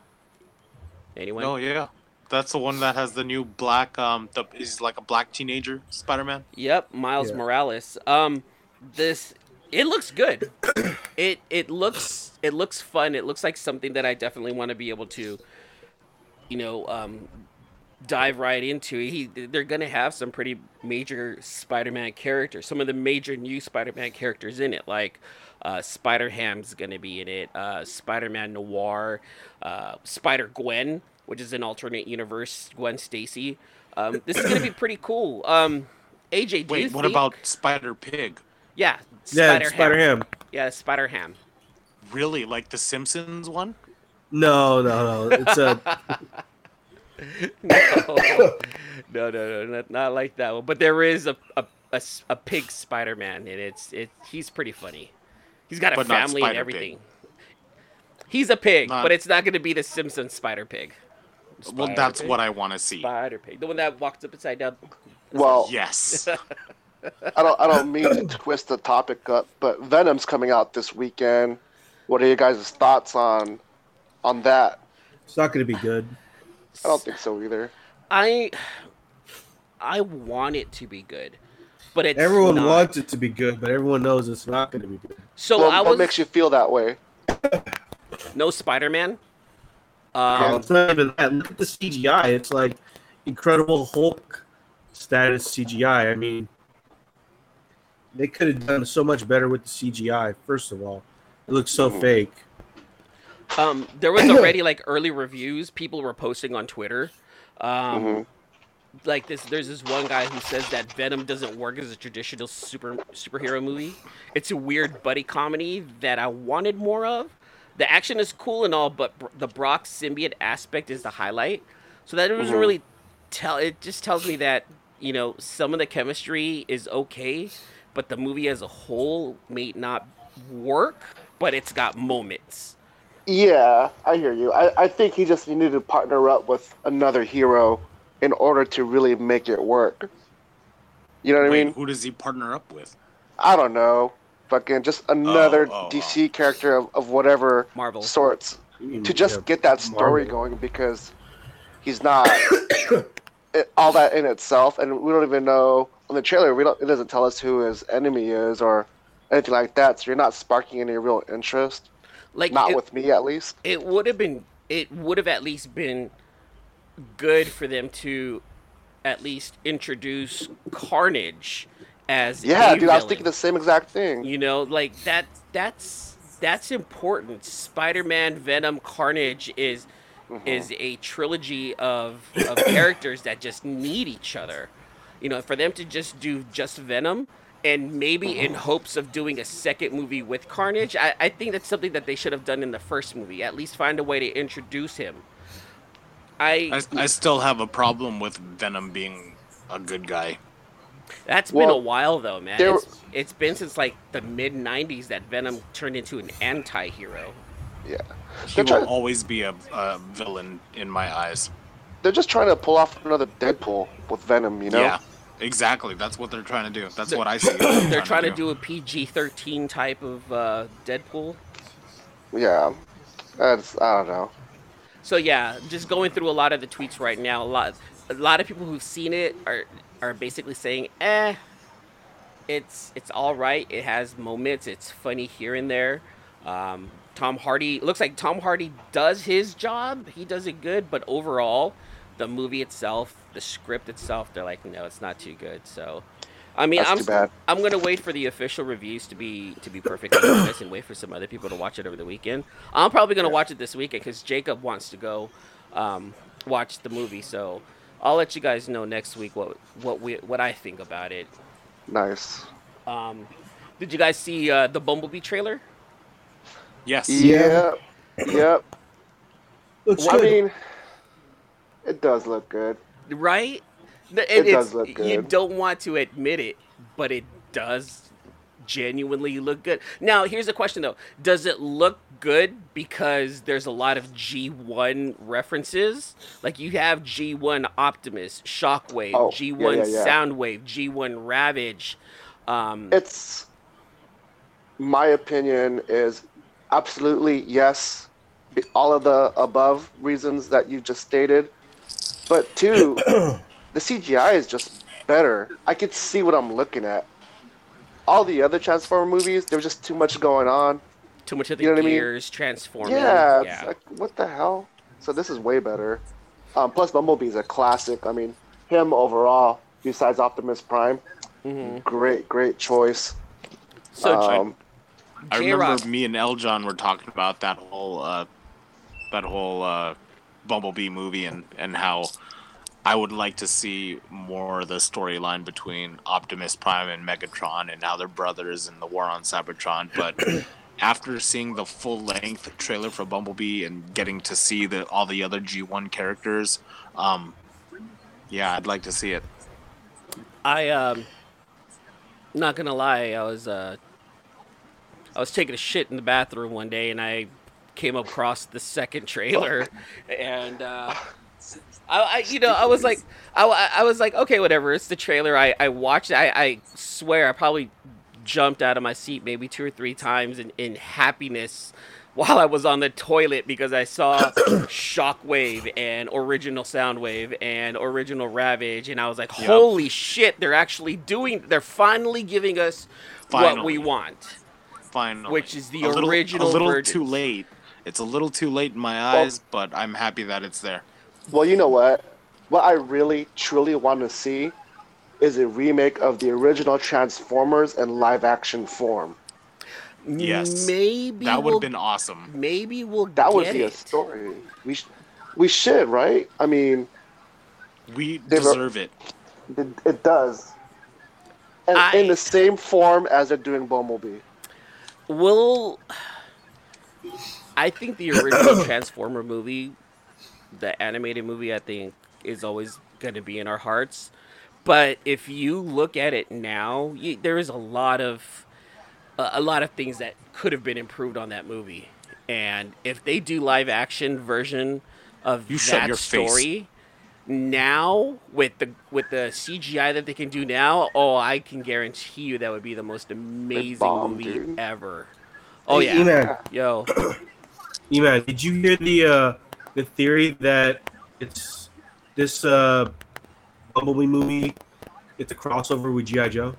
[SPEAKER 1] Anyone?
[SPEAKER 9] Oh yeah, that's the one that has the new black um, the, he's like a black teenager Spider-Man.
[SPEAKER 1] Yep, Miles
[SPEAKER 6] Yeah.
[SPEAKER 1] Morales. Um, this it looks good. it it looks it looks fun. It looks like something that I definitely want to be able to, you know, um, dive right into. He they're gonna have some pretty major Spider-Man characters. Some of the major new Spider-Man characters in it, like. Uh, Spider Ham's gonna be in it. Uh, Spider Man Noir, uh, Spider Gwen, which is an alternate universe Gwen Stacy. Um, this is gonna be pretty cool. Um, AJ, do you
[SPEAKER 9] Wait, what
[SPEAKER 1] think-
[SPEAKER 9] about Spider Pig?
[SPEAKER 1] yeah,
[SPEAKER 6] Yeah, Spider Ham.
[SPEAKER 1] Yeah, Spider Ham.
[SPEAKER 9] Really, like the Simpsons one?
[SPEAKER 6] No, no, no. It's a
[SPEAKER 1] no, no, no, no, not, not like that one. But there is a a, a s- a pig Spider Man, and it's it. He's pretty funny. He's got a
[SPEAKER 9] But not
[SPEAKER 1] family and
[SPEAKER 9] Spider Pig.
[SPEAKER 1] everything. He's a pig,
[SPEAKER 9] Not-
[SPEAKER 1] but it's not going to be the Simpsons Spider Pig.
[SPEAKER 9] well,
[SPEAKER 1] Spider
[SPEAKER 9] that's
[SPEAKER 1] Pig.
[SPEAKER 9] what I want to see.
[SPEAKER 1] Spider Pig, the one that walks up upside down.
[SPEAKER 2] Well,
[SPEAKER 9] Yes.
[SPEAKER 2] I don't I don't mean to twist the topic up, but Venom's coming out this weekend. What are you guys' thoughts on on that?
[SPEAKER 6] it's not going to be good.
[SPEAKER 2] I don't think so either.
[SPEAKER 1] I I want it to be good, but it's
[SPEAKER 6] Everyone
[SPEAKER 1] not.
[SPEAKER 6] wants it to be good, but everyone knows it's not going to be good.
[SPEAKER 1] So
[SPEAKER 2] what,
[SPEAKER 1] I
[SPEAKER 2] what
[SPEAKER 1] was
[SPEAKER 2] makes you feel that way?
[SPEAKER 1] no Spider Man.
[SPEAKER 6] Um,
[SPEAKER 1] Um,
[SPEAKER 6] it's not even that. Look at the CGI. It's like Incredible Hulk status CGI. I mean, they could have done so much better with the CGI. First of all, it looks so
[SPEAKER 2] Hmm.
[SPEAKER 6] fake.
[SPEAKER 1] um, there was already like early reviews people were posting on Twitter. Um,
[SPEAKER 2] Mm-hmm.
[SPEAKER 1] Like this, there's this one guy who says that Venom doesn't work as a traditional super superhero movie. It's a weird buddy comedy that I wanted more of. The action is cool and all, but br- the Brock symbiote aspect is the highlight. So that
[SPEAKER 2] Mm-hmm.
[SPEAKER 1] doesn't really tell. It just tells me that you know some of the chemistry is okay, but the movie as a whole may not work, but it's got moments.
[SPEAKER 2] Yeah, I hear you. I, I think he just needed to partner up with another hero in order to really make it work. You know what
[SPEAKER 9] Wait,
[SPEAKER 2] I mean?
[SPEAKER 9] Who does he partner up with?
[SPEAKER 2] I don't know. Fucking just another
[SPEAKER 1] Oh,
[SPEAKER 2] DC character of, of whatever
[SPEAKER 1] Marvel
[SPEAKER 2] sorts
[SPEAKER 6] Mm,
[SPEAKER 2] to just get that story going because he's not it, all that in itself, and we don't even know on the trailer. We don't. It doesn't tell us who his enemy is or anything like that. So you're not sparking any real interest.
[SPEAKER 1] Like
[SPEAKER 2] not
[SPEAKER 1] it-
[SPEAKER 2] with me at least.
[SPEAKER 1] It would have been it would have at least been good for them to at least introduce Carnage as
[SPEAKER 2] Yeah,
[SPEAKER 1] a
[SPEAKER 2] dude, I was
[SPEAKER 1] villain.
[SPEAKER 2] thinking the same exact thing.
[SPEAKER 1] You know, like that that's that's important. Spider-Man, Venom, Carnage is
[SPEAKER 9] Mm-hmm.
[SPEAKER 1] is a trilogy of of characters that just need each other. You know, for them to just do just Venom and maybe
[SPEAKER 9] Mm-hmm.
[SPEAKER 1] in hopes of doing a second movie with Carnage, I, I think that's something that they should have done in the first movie. At least find a way to introduce him. I,
[SPEAKER 9] I, I still have a problem with Venom being a good guy.
[SPEAKER 1] That's been
[SPEAKER 9] Well,
[SPEAKER 1] a while though, man.
[SPEAKER 9] there-
[SPEAKER 1] It's, it's been since like the mid '90s that Venom turned into an anti-hero.
[SPEAKER 2] Yeah,
[SPEAKER 9] He
[SPEAKER 2] They're
[SPEAKER 9] will
[SPEAKER 2] trying-
[SPEAKER 9] always be a, a villain in my eyes.
[SPEAKER 2] They're just trying to pull off another Deadpool with Venom. You know?
[SPEAKER 9] Yeah, exactly. That's what they're trying to do. That's what I see.
[SPEAKER 1] They're trying to do a PG-13 type of uh, Deadpool.
[SPEAKER 2] Yeah. That's I don't know.
[SPEAKER 1] So yeah, just going through a lot of the tweets right now. A lot, a lot of people who've seen it are are basically saying, "Eh, it's it's all right. It has moments. It's funny here and there." Um, Tom Hardy it looks like Tom Hardy does his job. He does it good, but overall, the movie itself, the script itself, they're like, "No, it's not too good." So. I mean,
[SPEAKER 2] That's
[SPEAKER 1] I'm
[SPEAKER 2] too bad.
[SPEAKER 1] I'm gonna wait for the official reviews to be to be perfectly honest, and wait for some other people to watch it over the weekend. I'm probably gonna watch it this weekend because Jacob wants to go um, watch the movie. So I'll let you guys know next week what what we what I think about it.
[SPEAKER 2] Nice.
[SPEAKER 1] Um, did you guys see uh, the Bumblebee trailer?
[SPEAKER 9] Yes.
[SPEAKER 2] Yeah. Yep.
[SPEAKER 1] Looks
[SPEAKER 2] I
[SPEAKER 1] good.
[SPEAKER 2] mean, it does look good.
[SPEAKER 1] Right? The-
[SPEAKER 2] It
[SPEAKER 1] it's-
[SPEAKER 2] does look
[SPEAKER 1] You
[SPEAKER 2] good.
[SPEAKER 1] don't want to admit it, but it does genuinely look good. Now, here's a question though: Does it look good because there's a lot of G1 references? Like you have G1 Optimus, Shockwave,
[SPEAKER 2] Oh, yeah,
[SPEAKER 1] G1
[SPEAKER 2] yeah, yeah.
[SPEAKER 1] Soundwave, G1 Ravage. Um,
[SPEAKER 2] It's my opinion is absolutely yes. All of the above reasons that you just stated, but two, the CGI is just better. I could see what I'm looking at. All the other Transformer movies, there was just too much going on.
[SPEAKER 1] too much of the
[SPEAKER 2] you know what I mean?
[SPEAKER 1] gears transforming.
[SPEAKER 2] Yeah, it's like what the hell? So this is way better. Um, plus, Bumblebee's a classic. I mean, him overall, besides Optimus Prime, great, great choice.
[SPEAKER 1] Mm-hmm. So,
[SPEAKER 2] um,
[SPEAKER 9] I
[SPEAKER 2] J-Rock.
[SPEAKER 9] remember me and Eljon were talking about that whole uh, that whole uh, Bumblebee movie and and how I would like to see more of the storyline between Optimus Prime and Megatron and how they're brothers and the war on Cybertron, but. After seeing the full length trailer for Bumblebee and getting to see the all the other G1 characters, um, yeah, I'd like to see it.
[SPEAKER 1] I um not gonna lie, I was uh I was taking a shit in the bathroom one day and I came across the second trailer and uh I, I you know I was like I, I- I was like okay whatever it's the trailer I I watched it. I I swear I probably jumped out of my seat maybe two or three times in, in happiness while I was on the toilet because I saw Shockwave and Original Soundwave and Original Ravage and I was like
[SPEAKER 9] Yep.
[SPEAKER 1] holy shit they're actually doing they're finally giving us what we
[SPEAKER 9] Finally.
[SPEAKER 1] want
[SPEAKER 9] Finally.
[SPEAKER 1] which is the
[SPEAKER 9] a little,
[SPEAKER 1] original
[SPEAKER 9] a little
[SPEAKER 1] version.
[SPEAKER 9] too late. It's a little too late in my
[SPEAKER 2] Well-
[SPEAKER 9] eyes, but I'm happy that it's there.
[SPEAKER 2] Well, you know what? What I really, truly want to see is a remake of the original Transformers in live action form.
[SPEAKER 9] Yes.
[SPEAKER 1] Maybe
[SPEAKER 9] that would
[SPEAKER 1] we'll-
[SPEAKER 9] have been awesome.
[SPEAKER 1] maybe we'll
[SPEAKER 2] That would
[SPEAKER 1] get
[SPEAKER 2] be a
[SPEAKER 1] it.
[SPEAKER 2] story. We, sh- we should, right? I mean,
[SPEAKER 9] We
[SPEAKER 2] They've al-
[SPEAKER 9] deserve it.
[SPEAKER 2] it, it does. And in the same form as they're doing Bumblebee.
[SPEAKER 1] Will I think the original Transformer movie, the animated movie, I think is always going to be in our hearts. But if you look at it now, you, there is a lot of a a lot of things that could have been improved on that movie. And if they do live action version of
[SPEAKER 9] You shut
[SPEAKER 1] that
[SPEAKER 9] your face.
[SPEAKER 1] story now with the with the CGI that they can do now, oh, I can guarantee you that would be the most amazing
[SPEAKER 2] bomb,
[SPEAKER 1] movie
[SPEAKER 2] dude.
[SPEAKER 1] ever. Oh
[SPEAKER 6] Hey,
[SPEAKER 1] yeah,
[SPEAKER 6] Eman.
[SPEAKER 1] yo,
[SPEAKER 6] Eman, did you hear the uh, the theory that it's this uh, Bumblebee movie? It's a crossover with GI Joe.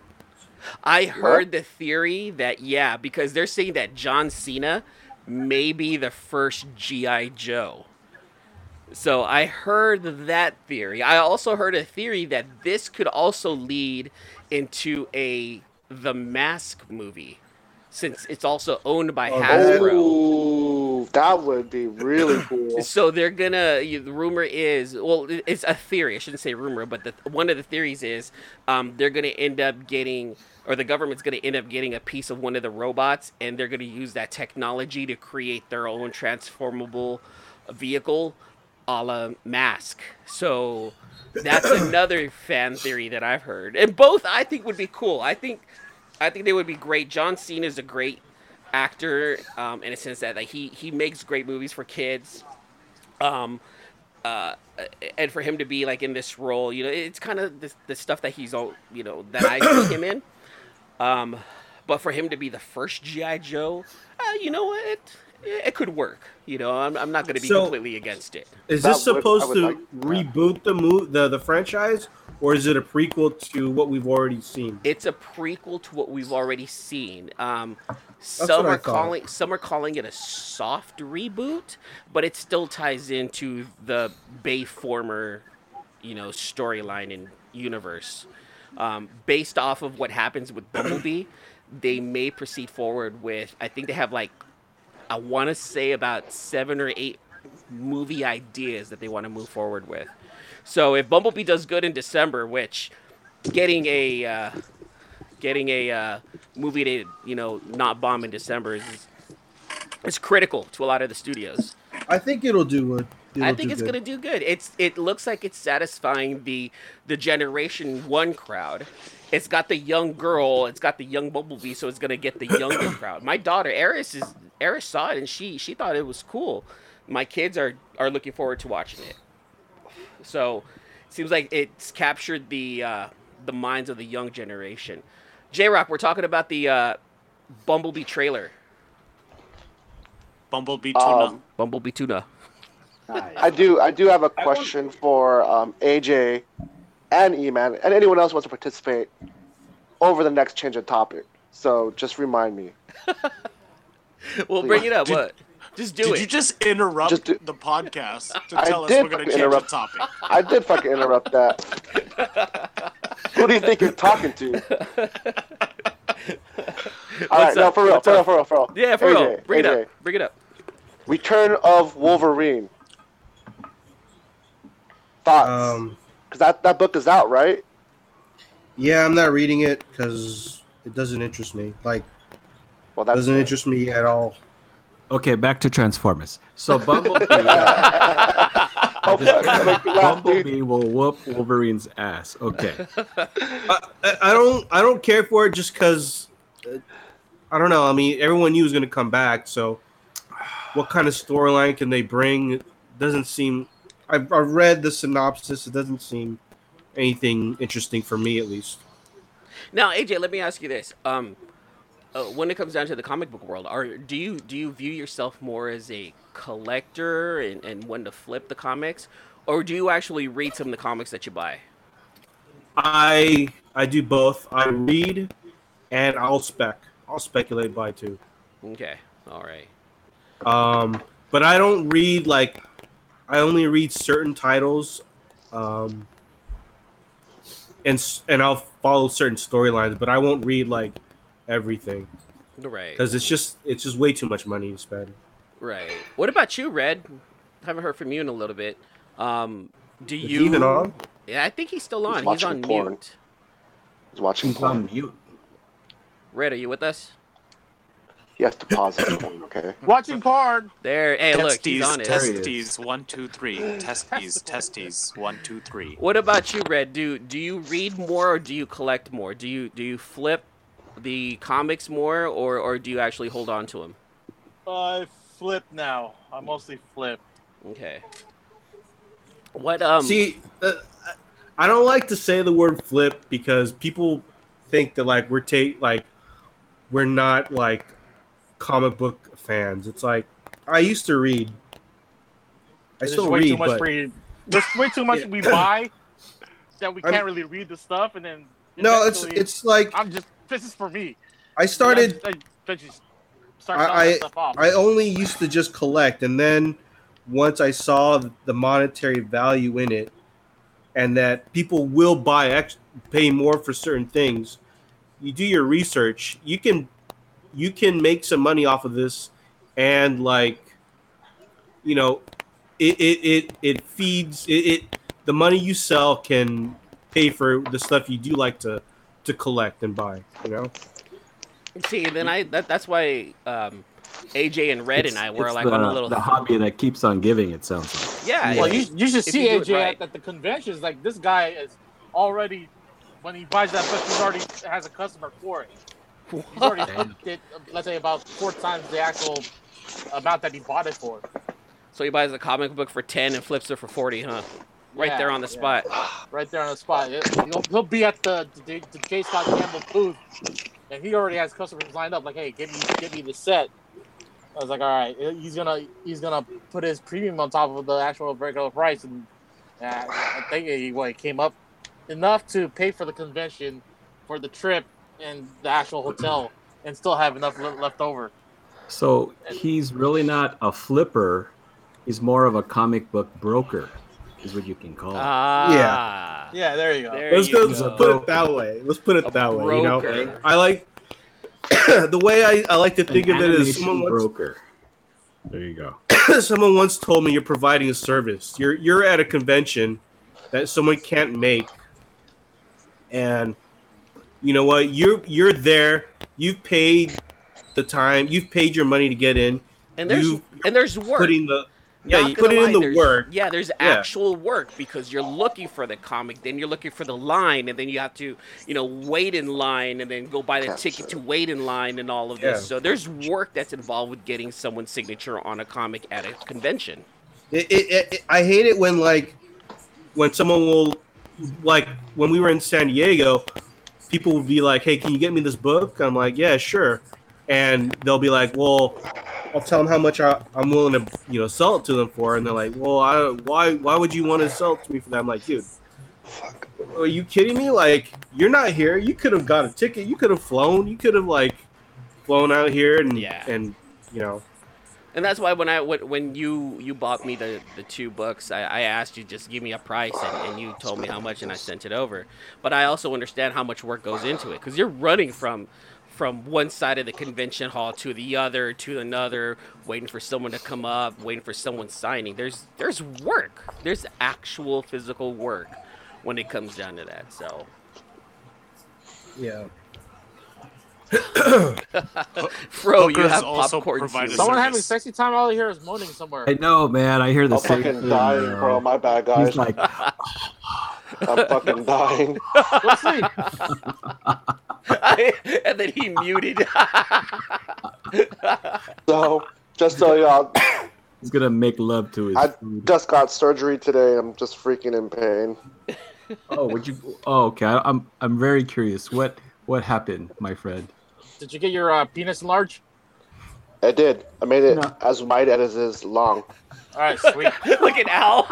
[SPEAKER 1] I heard the theory that yeah, because they're saying that John Cena may be the first GI Joe. So I heard that theory. I also heard a theory that this could also lead into a The Mask movie, since it's also owned by Hasbro.
[SPEAKER 2] Oh, that would be really cool.
[SPEAKER 1] So they're gonna. you- The rumor is, well, it- it's a theory. I shouldn't say rumor, but the, one of the theories is um, they're gonna end up getting, or the government's gonna end up getting a piece of one of the robots, and they're gonna use that technology to create their own transformable vehicle, a la Mask. So that's another fan theory that I've heard, and both I think would be cool. I think, I think they would be great. John Cena is a great actor um, in a sense that like he he makes great movies for kids um uh and for him to be like in this role you know it's kind of the, the stuff that he's all you know that i see him in um but for him to be the first gi joe uh, you know what it, it could work you know i'm, I'm not going to be
[SPEAKER 6] So-
[SPEAKER 1] completely against it
[SPEAKER 6] Is
[SPEAKER 2] That
[SPEAKER 6] this
[SPEAKER 2] would- I
[SPEAKER 6] supposed
[SPEAKER 2] would
[SPEAKER 6] to
[SPEAKER 2] like that.
[SPEAKER 6] reboot the mo- the the franchise, or is it a prequel to what we've already seen?
[SPEAKER 1] it's a prequel to what we've already seen. Um,
[SPEAKER 6] what
[SPEAKER 1] some
[SPEAKER 6] I
[SPEAKER 1] are
[SPEAKER 6] thought.
[SPEAKER 1] calling some are calling it a soft reboot, but it still ties into the Bay former, you know, storyline and universe. Um, based off of what happens with Bumblebee, they may proceed forward with. I think they have like, I want to say about seven or eight movie ideas that they want to move forward with. So if Bumblebee does good in December, which getting a uh, getting a uh, movie to you know not bomb in December is is critical to a lot of the studios.
[SPEAKER 10] I think it'll do what.
[SPEAKER 1] I think it's gonna do good. It's it looks like it's satisfying the the generation one crowd. It's got the young girl. It's got the young bumblebee. So it's gonna get the younger crowd. My daughter Eris is Eris saw it and she she thought it was cool. My kids are are looking forward to watching it. So seems like it's captured the uh, the minds of the young generation. J Rock, we're talking about the uh, Bumblebee trailer.
[SPEAKER 9] Bumblebee tuna.
[SPEAKER 2] Um,
[SPEAKER 1] Bumblebee tuna.
[SPEAKER 2] I do. I do have a question for um, AJ and Eman and anyone else who wants to participate over the next change of topic. So just remind me.
[SPEAKER 1] We'll bring it up.
[SPEAKER 9] Did-
[SPEAKER 1] what? Just do
[SPEAKER 9] Did
[SPEAKER 1] it.
[SPEAKER 9] you just interrupt
[SPEAKER 2] Just do-
[SPEAKER 9] the podcast to
[SPEAKER 2] I
[SPEAKER 9] tell us
[SPEAKER 2] did
[SPEAKER 9] we're going to
[SPEAKER 2] fucking
[SPEAKER 9] change
[SPEAKER 2] interrupt.
[SPEAKER 9] the topic?
[SPEAKER 2] I did fucking interrupt that. Who do you think you're talking to? All right,
[SPEAKER 1] What's
[SPEAKER 2] no,
[SPEAKER 1] up?
[SPEAKER 2] for real,
[SPEAKER 1] What's
[SPEAKER 2] for real,
[SPEAKER 1] up?
[SPEAKER 2] for real, for real.
[SPEAKER 1] Yeah, for
[SPEAKER 2] AJ,
[SPEAKER 1] real. Bring
[SPEAKER 2] AJ,
[SPEAKER 1] it up. Bring it up.
[SPEAKER 2] Return of Wolverine. Thoughts?
[SPEAKER 10] Um,
[SPEAKER 2] Because that, that book is out, right?
[SPEAKER 10] yeah, I'm not reading it because it doesn't interest me. Like,
[SPEAKER 2] Well, that's
[SPEAKER 10] doesn't interest me at all.
[SPEAKER 11] Okay, back to Transformers. So Bumblebee,
[SPEAKER 2] Hopefully, that makes you laugh, dude.
[SPEAKER 11] Bumblebee will whoop Wolverine's ass. Okay.
[SPEAKER 6] I, I don't I don't care for it just because I don't know. I mean, everyone knew was going to come back, so what kind of storyline can they bring? It doesn't seem. I've, I've read the synopsis. It doesn't seem anything interesting for me, at least.
[SPEAKER 1] Now, AJ, let me ask you this. Um, uh, when it comes down to the comic book world, are do you do you view yourself more as a collector and, and when to flip the comics, or do you actually read some of the comics that you buy?
[SPEAKER 6] I I do both. I read and I'll spec. I'll speculate by too.
[SPEAKER 1] Okay, all right.
[SPEAKER 6] Um, but I don't read like I only read certain titles, um, and s- and I'll follow certain storylines, but I won't read like everything
[SPEAKER 1] Right,
[SPEAKER 6] because it's just it's just way too much money to spend.
[SPEAKER 1] right. What about you, Red? Haven't heard from you in a little bit. Um, do
[SPEAKER 6] Is
[SPEAKER 1] you?
[SPEAKER 6] he even on?
[SPEAKER 1] Yeah, I think he's still on.
[SPEAKER 2] He's
[SPEAKER 1] He's,
[SPEAKER 2] watching
[SPEAKER 1] on
[SPEAKER 2] porn.
[SPEAKER 1] mute.
[SPEAKER 2] He's watching
[SPEAKER 11] He's
[SPEAKER 2] porn.
[SPEAKER 11] on mute.
[SPEAKER 1] Red, are you with us?
[SPEAKER 2] You have to pause it. Okay.
[SPEAKER 9] Watching porn.
[SPEAKER 1] There, hey, look, he's
[SPEAKER 9] testes,
[SPEAKER 1] on it.
[SPEAKER 9] testes, one, two, three. Testes, testes, one, two, three.
[SPEAKER 1] What about you, Red? Do do you read more or do you collect more? Do you do you flip the comics more or or do you actually hold on to them?
[SPEAKER 12] I flip now. I mostly flip.
[SPEAKER 1] Okay. What um?
[SPEAKER 6] See, uh, I don't like to say the word flip because people think that like we're take like we're not like comic book fans. It's like I used to read. I
[SPEAKER 12] There's
[SPEAKER 6] still
[SPEAKER 12] way
[SPEAKER 6] read,
[SPEAKER 12] too much
[SPEAKER 6] but
[SPEAKER 12] for- There's way too much we buy that we
[SPEAKER 6] I'm-
[SPEAKER 12] can't really read the stuff, and then
[SPEAKER 6] No, it's-
[SPEAKER 12] eventually
[SPEAKER 6] it's like-
[SPEAKER 12] I'm just this is for me.
[SPEAKER 6] I started-
[SPEAKER 12] I, I, I just start knocking
[SPEAKER 6] I,
[SPEAKER 12] stuff
[SPEAKER 6] I
[SPEAKER 12] off.
[SPEAKER 6] I only used to just collect, and then once I saw the monetary value in it, and that people will buy ex- pay more for certain things, you do your research. You can you can make some money off of this, and like you know, it it it, it feeds it, it. The money you sell can pay for the stuff you do like to to collect and buy. You know.
[SPEAKER 1] See, then I that, that's why um, AJ and Red
[SPEAKER 11] It's-
[SPEAKER 1] and I were
[SPEAKER 11] it's
[SPEAKER 1] like
[SPEAKER 11] the,
[SPEAKER 1] on a little
[SPEAKER 11] the hobby that keeps on giving. It sounds like.
[SPEAKER 1] Yeah,
[SPEAKER 12] Well,
[SPEAKER 1] if-
[SPEAKER 12] you, you should
[SPEAKER 1] if
[SPEAKER 12] see
[SPEAKER 1] you
[SPEAKER 12] AJ
[SPEAKER 1] do it right.
[SPEAKER 12] at, at the conventions. Like this guy is already when he buys that book, he's already has a customer for it. He's already upped it, let's say about four times the actual amount that he bought it for.
[SPEAKER 1] So he buys a comic book for ten and flips it for forty, huh? Right
[SPEAKER 12] Yeah,
[SPEAKER 1] there on the
[SPEAKER 12] yeah.
[SPEAKER 1] spot.
[SPEAKER 12] Right there on the spot. He'll, he'll- he'll be at the the, the J. Scott Campbell booth, and he already has customers lined up. Like, hey, give me give me the set. I was like, all right, he's gonna he's gonna put his premium on top of the actual regular price, and uh, I think he well, it came up enough to pay for the convention, for the trip, and the actual hotel, and still have enough le- left over.
[SPEAKER 11] So he's really not a flipper. He's more of a comic book broker, is what you can call.
[SPEAKER 12] Uh,
[SPEAKER 11] it.
[SPEAKER 1] Ah,
[SPEAKER 12] yeah, there you go.
[SPEAKER 6] Let's
[SPEAKER 1] you
[SPEAKER 6] go,
[SPEAKER 1] go.
[SPEAKER 6] put it that way. Let's put it that way. You know,
[SPEAKER 1] broker.
[SPEAKER 6] I like the way I, I like to think
[SPEAKER 11] An
[SPEAKER 6] of it is
[SPEAKER 11] animation
[SPEAKER 6] someone once,
[SPEAKER 11] broker. There you go.
[SPEAKER 6] someone once told me you're providing a service. You're you're at a convention that someone can't make, and you know what? You're you're there. You've paid the time. You've paid your money to get in.
[SPEAKER 1] And there's
[SPEAKER 6] You've
[SPEAKER 1] and there's work.
[SPEAKER 6] putting the yeah.
[SPEAKER 1] Not
[SPEAKER 6] You
[SPEAKER 1] gonna
[SPEAKER 6] put it
[SPEAKER 1] lie,
[SPEAKER 6] in the
[SPEAKER 1] there's-
[SPEAKER 6] work.
[SPEAKER 1] Yeah, there's actual work because you're looking for the comic, then you're looking for the line, and then you have to, you know, wait in line and then go buy the ticket to wait in line and all of
[SPEAKER 6] Yeah.
[SPEAKER 1] this. So there's work that's involved with getting someone's signature on a comic at a convention.
[SPEAKER 6] It, it, it, it- I hate it when like when someone will like when we were in San Diego, people would be like, "Hey, can you get me this book?" I'm like, "Yeah, sure," and they'll be like, "Well, I'll tell them how much I, I'm willing to you know sell it to them for," and they're like, "Well, I don't- why why would you want to sell it to me for that?" I'm like, "Dude." Are you kidding me? Like you're not here. You could have got a ticket. You could have flown. You could have like flown out here and yeah. and you know
[SPEAKER 1] And that's why when I when when you you bought me the the two books, I, I asked you just give me a price, and, and you told me how much, and I sent it over. But I also understand how much work goes into it because you're running from from one side of the convention hall to the other to another, waiting for someone to come up, waiting for someone signing. There's there's work. There's actual physical work when it comes down to that. So
[SPEAKER 6] yeah.
[SPEAKER 9] Oh,
[SPEAKER 1] Fro, you
[SPEAKER 11] Hookers
[SPEAKER 1] have
[SPEAKER 11] also
[SPEAKER 1] popcorn.
[SPEAKER 11] provide a
[SPEAKER 1] season.
[SPEAKER 12] Someone having sexy time out here is moaning somewhere.
[SPEAKER 11] I know, man. I hear the
[SPEAKER 12] I'm
[SPEAKER 11] same
[SPEAKER 12] fucking
[SPEAKER 11] thing,
[SPEAKER 12] dying,
[SPEAKER 11] man.
[SPEAKER 12] bro. My bad,
[SPEAKER 11] He's
[SPEAKER 12] guys.
[SPEAKER 11] like,
[SPEAKER 2] I'm fucking dying.
[SPEAKER 12] Go sleep.
[SPEAKER 1] and then he muted.
[SPEAKER 2] So just so y'all,
[SPEAKER 11] he's gonna make love to his.
[SPEAKER 2] I just got surgery today. I'm just freaking in pain.
[SPEAKER 11] Oh, would you? Oh, okay. I, I'm I'm very curious. What what happened, my friend?
[SPEAKER 12] Did you get your uh, penis enlarged?
[SPEAKER 2] I did. I made it as wide as it is long.
[SPEAKER 12] All right, sweet.
[SPEAKER 1] Look at Al.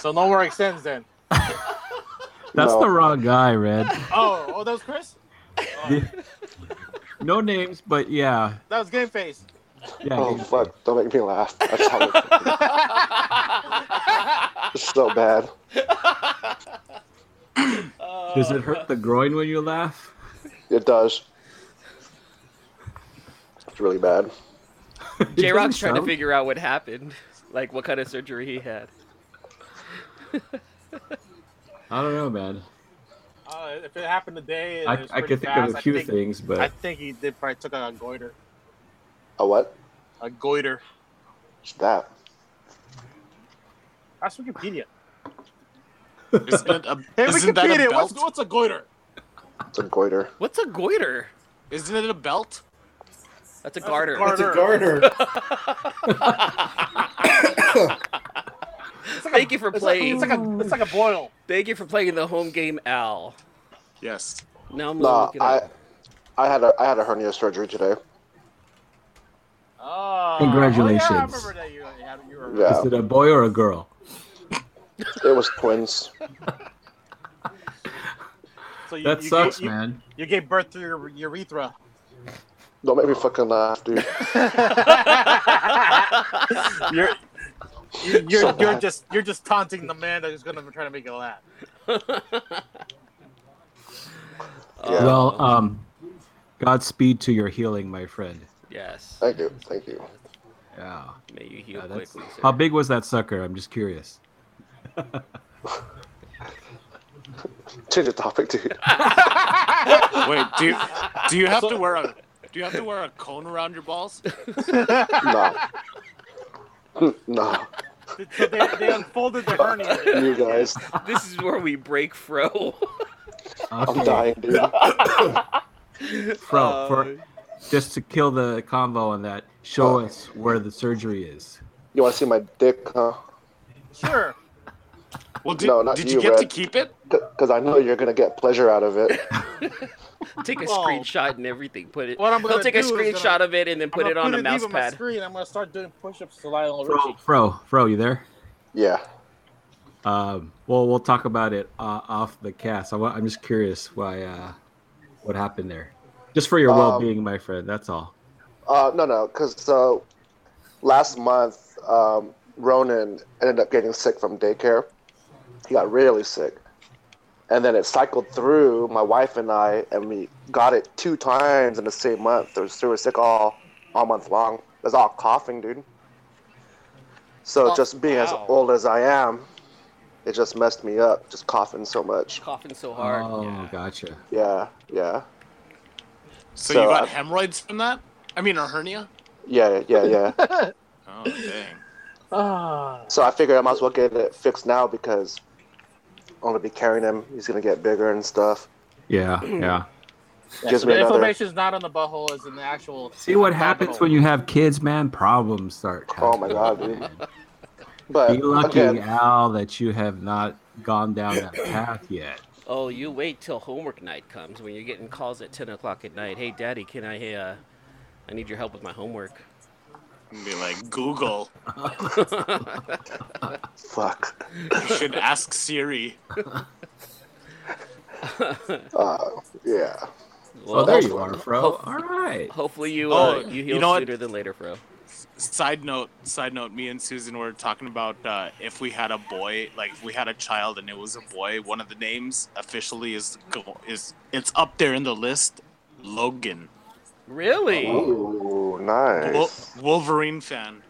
[SPEAKER 12] so no more extends then.
[SPEAKER 11] That's
[SPEAKER 12] No.
[SPEAKER 11] the wrong guy, Red.
[SPEAKER 12] Oh, oh, that was Chris.
[SPEAKER 11] no names, but yeah,
[SPEAKER 12] That was Game Face.
[SPEAKER 11] yeah.
[SPEAKER 2] oh fuck! Don't make me laugh. That's how it's so bad.
[SPEAKER 11] Does it hurt the groin when you laugh?
[SPEAKER 2] It does. It's really bad.
[SPEAKER 1] J Rock's trying to figure out what happened, like what kind of surgery he had.
[SPEAKER 11] I don't know, man.
[SPEAKER 12] Uh, if it happened today, and
[SPEAKER 11] I-
[SPEAKER 12] it was
[SPEAKER 11] I could
[SPEAKER 12] pretty
[SPEAKER 11] think of a
[SPEAKER 12] fast, I
[SPEAKER 11] few
[SPEAKER 12] think-
[SPEAKER 11] things, but-
[SPEAKER 12] I think he did probably took a goiter.
[SPEAKER 2] A what?
[SPEAKER 12] A goiter.
[SPEAKER 2] What's that?
[SPEAKER 12] That's Wikipedia.
[SPEAKER 9] Isn't it a,
[SPEAKER 12] Hey,
[SPEAKER 9] isn't that a
[SPEAKER 12] Wikipedia,
[SPEAKER 9] belt?
[SPEAKER 12] what's, what's a goiter?
[SPEAKER 2] It's a goiter.
[SPEAKER 1] What's a goiter?
[SPEAKER 9] Isn't it a belt?
[SPEAKER 1] That's a
[SPEAKER 9] garter.
[SPEAKER 1] That's a
[SPEAKER 9] garter.
[SPEAKER 1] Thank you for
[SPEAKER 12] it's like-
[SPEAKER 1] playing.
[SPEAKER 12] it's like a- it's like a boil.
[SPEAKER 1] Thank you for playing the home game, Al.
[SPEAKER 9] Yes.
[SPEAKER 1] Now I'm gonna
[SPEAKER 2] No,
[SPEAKER 1] look it
[SPEAKER 2] I,
[SPEAKER 1] up.
[SPEAKER 2] I had a I had a hernia surgery today.
[SPEAKER 12] Oh,
[SPEAKER 11] Congratulations.
[SPEAKER 12] Oh, yeah, I remember that you, you had, you were
[SPEAKER 2] Yeah.
[SPEAKER 11] Is it a boy or a girl?
[SPEAKER 2] It was twins.
[SPEAKER 12] So you,
[SPEAKER 11] That
[SPEAKER 12] you
[SPEAKER 11] sucks,
[SPEAKER 12] gave, you-
[SPEAKER 11] man.
[SPEAKER 12] You, gave birth to your urethra.
[SPEAKER 2] Don't make me fucking laugh, dude.
[SPEAKER 12] you're you're, you're,
[SPEAKER 2] So
[SPEAKER 12] you're
[SPEAKER 2] bad.
[SPEAKER 12] just you're just taunting the man that is going to try to make you laugh.
[SPEAKER 11] Well, um, Godspeed to your healing, my friend.
[SPEAKER 1] Yes.
[SPEAKER 2] Thank you. Thank you.
[SPEAKER 11] Yeah.
[SPEAKER 1] May you heal
[SPEAKER 11] Yeah, that's-
[SPEAKER 1] quickly, sir.
[SPEAKER 11] How big was that sucker? I'm just curious.
[SPEAKER 2] Change the topic, dude.
[SPEAKER 9] Wait, do you, do you have to wear a do you have to wear a cone around your balls?
[SPEAKER 2] no. no.
[SPEAKER 12] So they, they unfolded the hernia.
[SPEAKER 2] You guys.
[SPEAKER 1] this is where we break Fro.
[SPEAKER 2] I'm dying, dude.
[SPEAKER 11] Fro, for, just to kill the convo on that, show us where the surgery is.
[SPEAKER 2] You want to see my dick, huh?
[SPEAKER 12] Sure.
[SPEAKER 9] Well,
[SPEAKER 11] did-
[SPEAKER 2] no, not
[SPEAKER 11] did you get to
[SPEAKER 9] keep it?
[SPEAKER 2] Because I know you're gonna get pleasure out of it.
[SPEAKER 1] Take a
[SPEAKER 12] Oh.
[SPEAKER 1] screenshot and everything. Put it.
[SPEAKER 12] What I'm
[SPEAKER 1] He'll
[SPEAKER 12] gonna
[SPEAKER 1] take a
[SPEAKER 12] do is gonna-
[SPEAKER 1] screenshot of it and then put
[SPEAKER 12] I'm
[SPEAKER 1] it
[SPEAKER 12] gonna
[SPEAKER 1] on a
[SPEAKER 12] leave
[SPEAKER 1] mouse
[SPEAKER 12] on my
[SPEAKER 1] pad.
[SPEAKER 12] screen. I'm going to start doing push-ups to Lionel
[SPEAKER 11] Fro,
[SPEAKER 12] Richie.
[SPEAKER 11] Fro, Fro, you there?
[SPEAKER 2] Yeah.
[SPEAKER 11] Um, well, we'll talk about it uh, off the cast. I wa- I'm just curious why uh, what happened there, just for your
[SPEAKER 2] Um,
[SPEAKER 11] well-being, my friend. That's all.
[SPEAKER 2] Uh, no, no, because uh, last month um, Ronan ended up getting sick from daycare. He got really sick, and then it cycled through my wife and I, and we got it two times in the same month. There was, we were sick all all month long. It was all coughing, dude. So
[SPEAKER 1] Oh,
[SPEAKER 2] just being as
[SPEAKER 1] wow.
[SPEAKER 2] old as I am, it just messed me up. Just coughing so much.
[SPEAKER 1] Coughing so hard.
[SPEAKER 11] Oh, gotcha.
[SPEAKER 2] Yeah, yeah,
[SPEAKER 9] So,
[SPEAKER 2] So
[SPEAKER 9] you
[SPEAKER 11] uh,
[SPEAKER 9] got
[SPEAKER 2] I-
[SPEAKER 9] hemorrhoids from that? I mean, a hernia?
[SPEAKER 2] yeah, yeah, yeah.
[SPEAKER 9] Oh dang.
[SPEAKER 12] Ah.
[SPEAKER 2] So I figured I might as well get it fixed now because I'm gonna be carrying him. He's gonna get bigger and stuff.
[SPEAKER 11] Yeah, yeah.
[SPEAKER 12] Yeah,
[SPEAKER 2] Gives
[SPEAKER 12] so
[SPEAKER 2] me
[SPEAKER 12] the
[SPEAKER 2] another-
[SPEAKER 12] inflammation is not on the butthole; it's in the actual.
[SPEAKER 11] See what happens when you have kids, man. Problems start.
[SPEAKER 2] Oh my
[SPEAKER 11] happening.
[SPEAKER 2] god, dude. But
[SPEAKER 11] Be lucky,
[SPEAKER 2] again,
[SPEAKER 11] Al, that you have not gone down that path yet.
[SPEAKER 1] Oh, you wait till homework night comes when you're getting calls at ten o'clock at night. Hey, Daddy, can I? Uh, I need your help with my homework.
[SPEAKER 9] And be like Google.
[SPEAKER 2] Fuck.
[SPEAKER 9] You should ask Siri.
[SPEAKER 2] uh, yeah.
[SPEAKER 11] Oh, there you are, Fro. All right.
[SPEAKER 1] Hopefully you
[SPEAKER 9] Oh,
[SPEAKER 1] uh, you
[SPEAKER 9] you
[SPEAKER 1] heal
[SPEAKER 9] know what?
[SPEAKER 1] sooner than later, Fro.
[SPEAKER 9] Side note, side note. Me and Susan were talking about uh, if we had a boy, like if we had a child and it was a boy. One of the names officially is go- is it's up there in the list. Logan,
[SPEAKER 1] Really?
[SPEAKER 2] Oh, Ooh, nice,
[SPEAKER 9] Wol- Wolverine fan.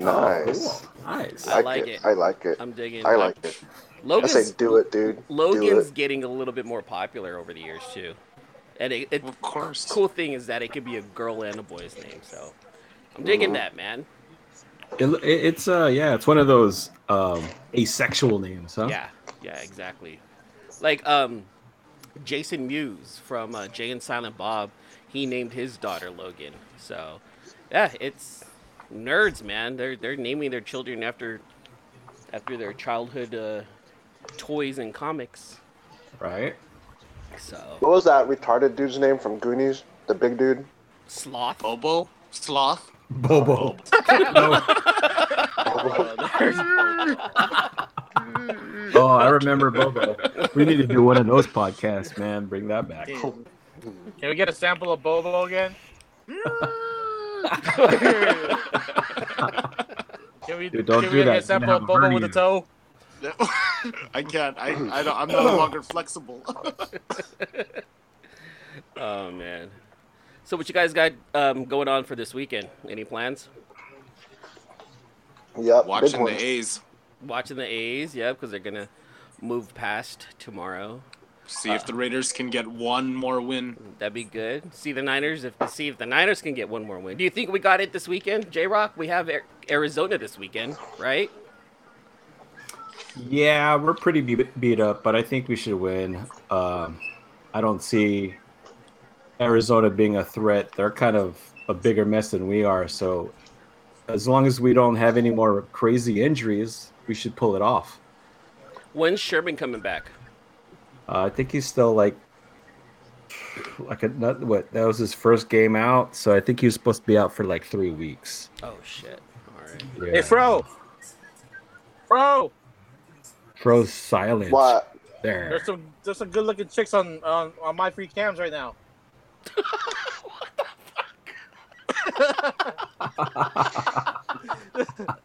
[SPEAKER 11] Oh,
[SPEAKER 2] nice.
[SPEAKER 11] Nice.
[SPEAKER 1] I like it.
[SPEAKER 2] I like it.
[SPEAKER 1] I'm digging.
[SPEAKER 2] I like it.
[SPEAKER 1] Logan's,
[SPEAKER 2] I say do it, dude.
[SPEAKER 1] Logan's getting a little bit more popular over the years too, and it, it,
[SPEAKER 9] of course.
[SPEAKER 1] Cool thing is that it could be a girl and a boy's name. So I'm digging
[SPEAKER 11] Mhm.
[SPEAKER 1] that, man.
[SPEAKER 11] It, it- it's uh yeah, it's one of those um asexual names, huh?
[SPEAKER 1] Yeah, yeah, exactly. Like um, Jason Mewes from uh, Jay and Silent Bob, he named his daughter Logan. So yeah, it's nerds, man. They're they're naming their children after after their childhood uh, toys and comics.
[SPEAKER 11] Right.
[SPEAKER 1] So
[SPEAKER 2] What was that retarded dude's name from Goonies? The big dude.
[SPEAKER 1] sloth.
[SPEAKER 9] Bobo, sloth.
[SPEAKER 11] Bobo. Oh, I remember Bobo. we need to do one of those podcasts, man. Bring that back.
[SPEAKER 12] Can we get a sample of Bobo again? can we,
[SPEAKER 11] Dude, don't
[SPEAKER 12] can
[SPEAKER 11] do
[SPEAKER 12] we get
[SPEAKER 11] that. You're
[SPEAKER 12] a sample
[SPEAKER 11] gonna
[SPEAKER 12] of
[SPEAKER 11] have a
[SPEAKER 12] Bobo with a
[SPEAKER 11] hernia.
[SPEAKER 12] toe?
[SPEAKER 9] I can't. I, I don't, I'm no longer flexible.
[SPEAKER 1] Oh man. So what you guys got um, going on for this weekend? Any plans?
[SPEAKER 2] Yep. big
[SPEAKER 9] Watching
[SPEAKER 2] one.
[SPEAKER 9] the A's.
[SPEAKER 1] Watching the A's, yeah, because they're gonna move past tomorrow.
[SPEAKER 9] See if the Raiders can get one more win.
[SPEAKER 1] That'd be good. See the Niners if see if the Niners can get one more win. Do you think we got it this weekend, J Rock? We have Ar- Arizona this weekend, right?
[SPEAKER 11] Yeah, we're pretty beat, beat up, but I think we should win. Um, I don't see Arizona being a threat. They're kind of a bigger mess than we are. So, as long as we don't have any more crazy injuries, we should pull it off.
[SPEAKER 1] When's Sherman coming back?
[SPEAKER 11] Uh, I think he's still like, like a, not what that was his first game out. So I think he was supposed to be out for like three weeks.
[SPEAKER 1] Oh shit! All right.
[SPEAKER 11] Yeah.
[SPEAKER 12] Hey, Fro. Fro.
[SPEAKER 11] Froze silence.
[SPEAKER 2] What?
[SPEAKER 11] There.
[SPEAKER 12] There's some there's some good looking chicks on, on on my free cams right now.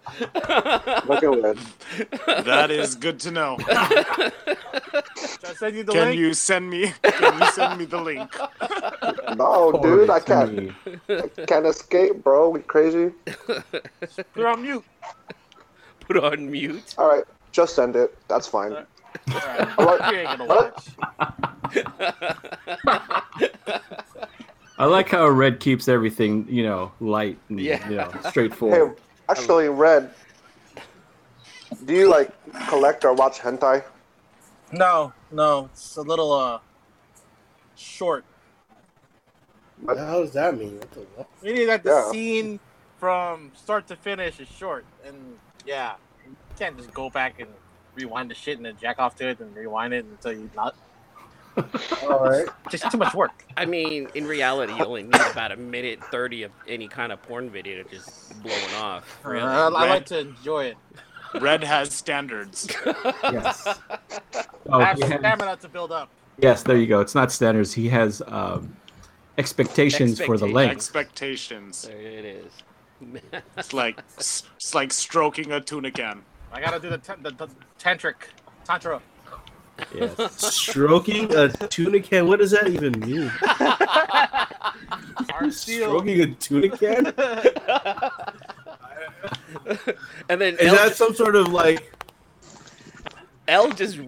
[SPEAKER 2] Look at that.
[SPEAKER 9] That is good to know.
[SPEAKER 12] I send you the
[SPEAKER 9] can
[SPEAKER 12] link?
[SPEAKER 9] you send me? Can you send me the link?
[SPEAKER 2] No,
[SPEAKER 9] Forward
[SPEAKER 2] dude, I
[SPEAKER 9] to
[SPEAKER 2] can't. I can't escape, bro. We crazy.
[SPEAKER 12] Put her on mute.
[SPEAKER 1] Put on mute.
[SPEAKER 2] All right, just send it. That's fine.
[SPEAKER 12] You ain't gonna watch.
[SPEAKER 11] I like how Red keeps everything, you know, light and
[SPEAKER 2] Yeah.
[SPEAKER 11] you know,
[SPEAKER 2] Hey,
[SPEAKER 11] straightforward.
[SPEAKER 2] actually, Red, do you like collect or watch hentai?
[SPEAKER 12] No, no, it's a little uh short.
[SPEAKER 10] What the hell does that mean? What the what?
[SPEAKER 12] Meaning that the
[SPEAKER 10] Yeah.
[SPEAKER 12] scene from start to finish is short, and yeah, you can't just go back and rewind the shit and then jack off to it and rewind it until you not.
[SPEAKER 10] All right.
[SPEAKER 12] Just too much work.
[SPEAKER 1] I mean, in reality, you only need about a minute thirty of any kind of porn video to just blowing off. Really.
[SPEAKER 12] Uh, I like to enjoy it.
[SPEAKER 9] Red has standards.
[SPEAKER 11] yes.
[SPEAKER 12] I have
[SPEAKER 11] Oh, he has-
[SPEAKER 12] stamina to build up.
[SPEAKER 11] yes, there you go. It's not standards. He has um, expectations for the
[SPEAKER 9] Expecta-
[SPEAKER 11] length.
[SPEAKER 9] Expectations. There
[SPEAKER 1] it is.
[SPEAKER 9] it's like it's like stroking a tuna can.
[SPEAKER 12] I gotta do the, t- the, the tantric tantra.
[SPEAKER 6] Stroking a tuna can. What does that even mean? Stroking a tuna can?
[SPEAKER 1] and then
[SPEAKER 6] Is
[SPEAKER 1] El,
[SPEAKER 6] that some sort of like?
[SPEAKER 1] El just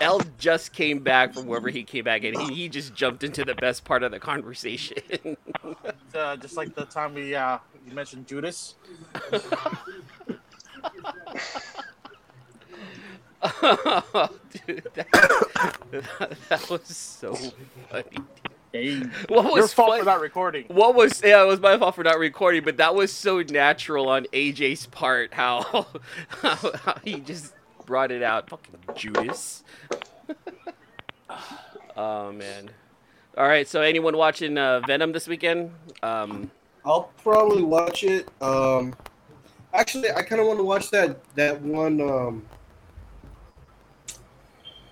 [SPEAKER 1] El just came back from wherever he came back, and he, he just jumped into the best part of the conversation.
[SPEAKER 12] Uh, just like the time we uh, you mentioned Judas.
[SPEAKER 1] Dude, that, that was so funny. What was
[SPEAKER 12] Your fault
[SPEAKER 1] fun-
[SPEAKER 12] for not recording.
[SPEAKER 1] What was yeah, it was my fault for not recording, but that was so natural on AJ's part how, how, how he just brought it out. Fucking Judas. oh man. All right, so anyone watching uh, Venom this weekend? Um,
[SPEAKER 10] I'll probably watch it. Um, actually, I kind of want to watch that that one um,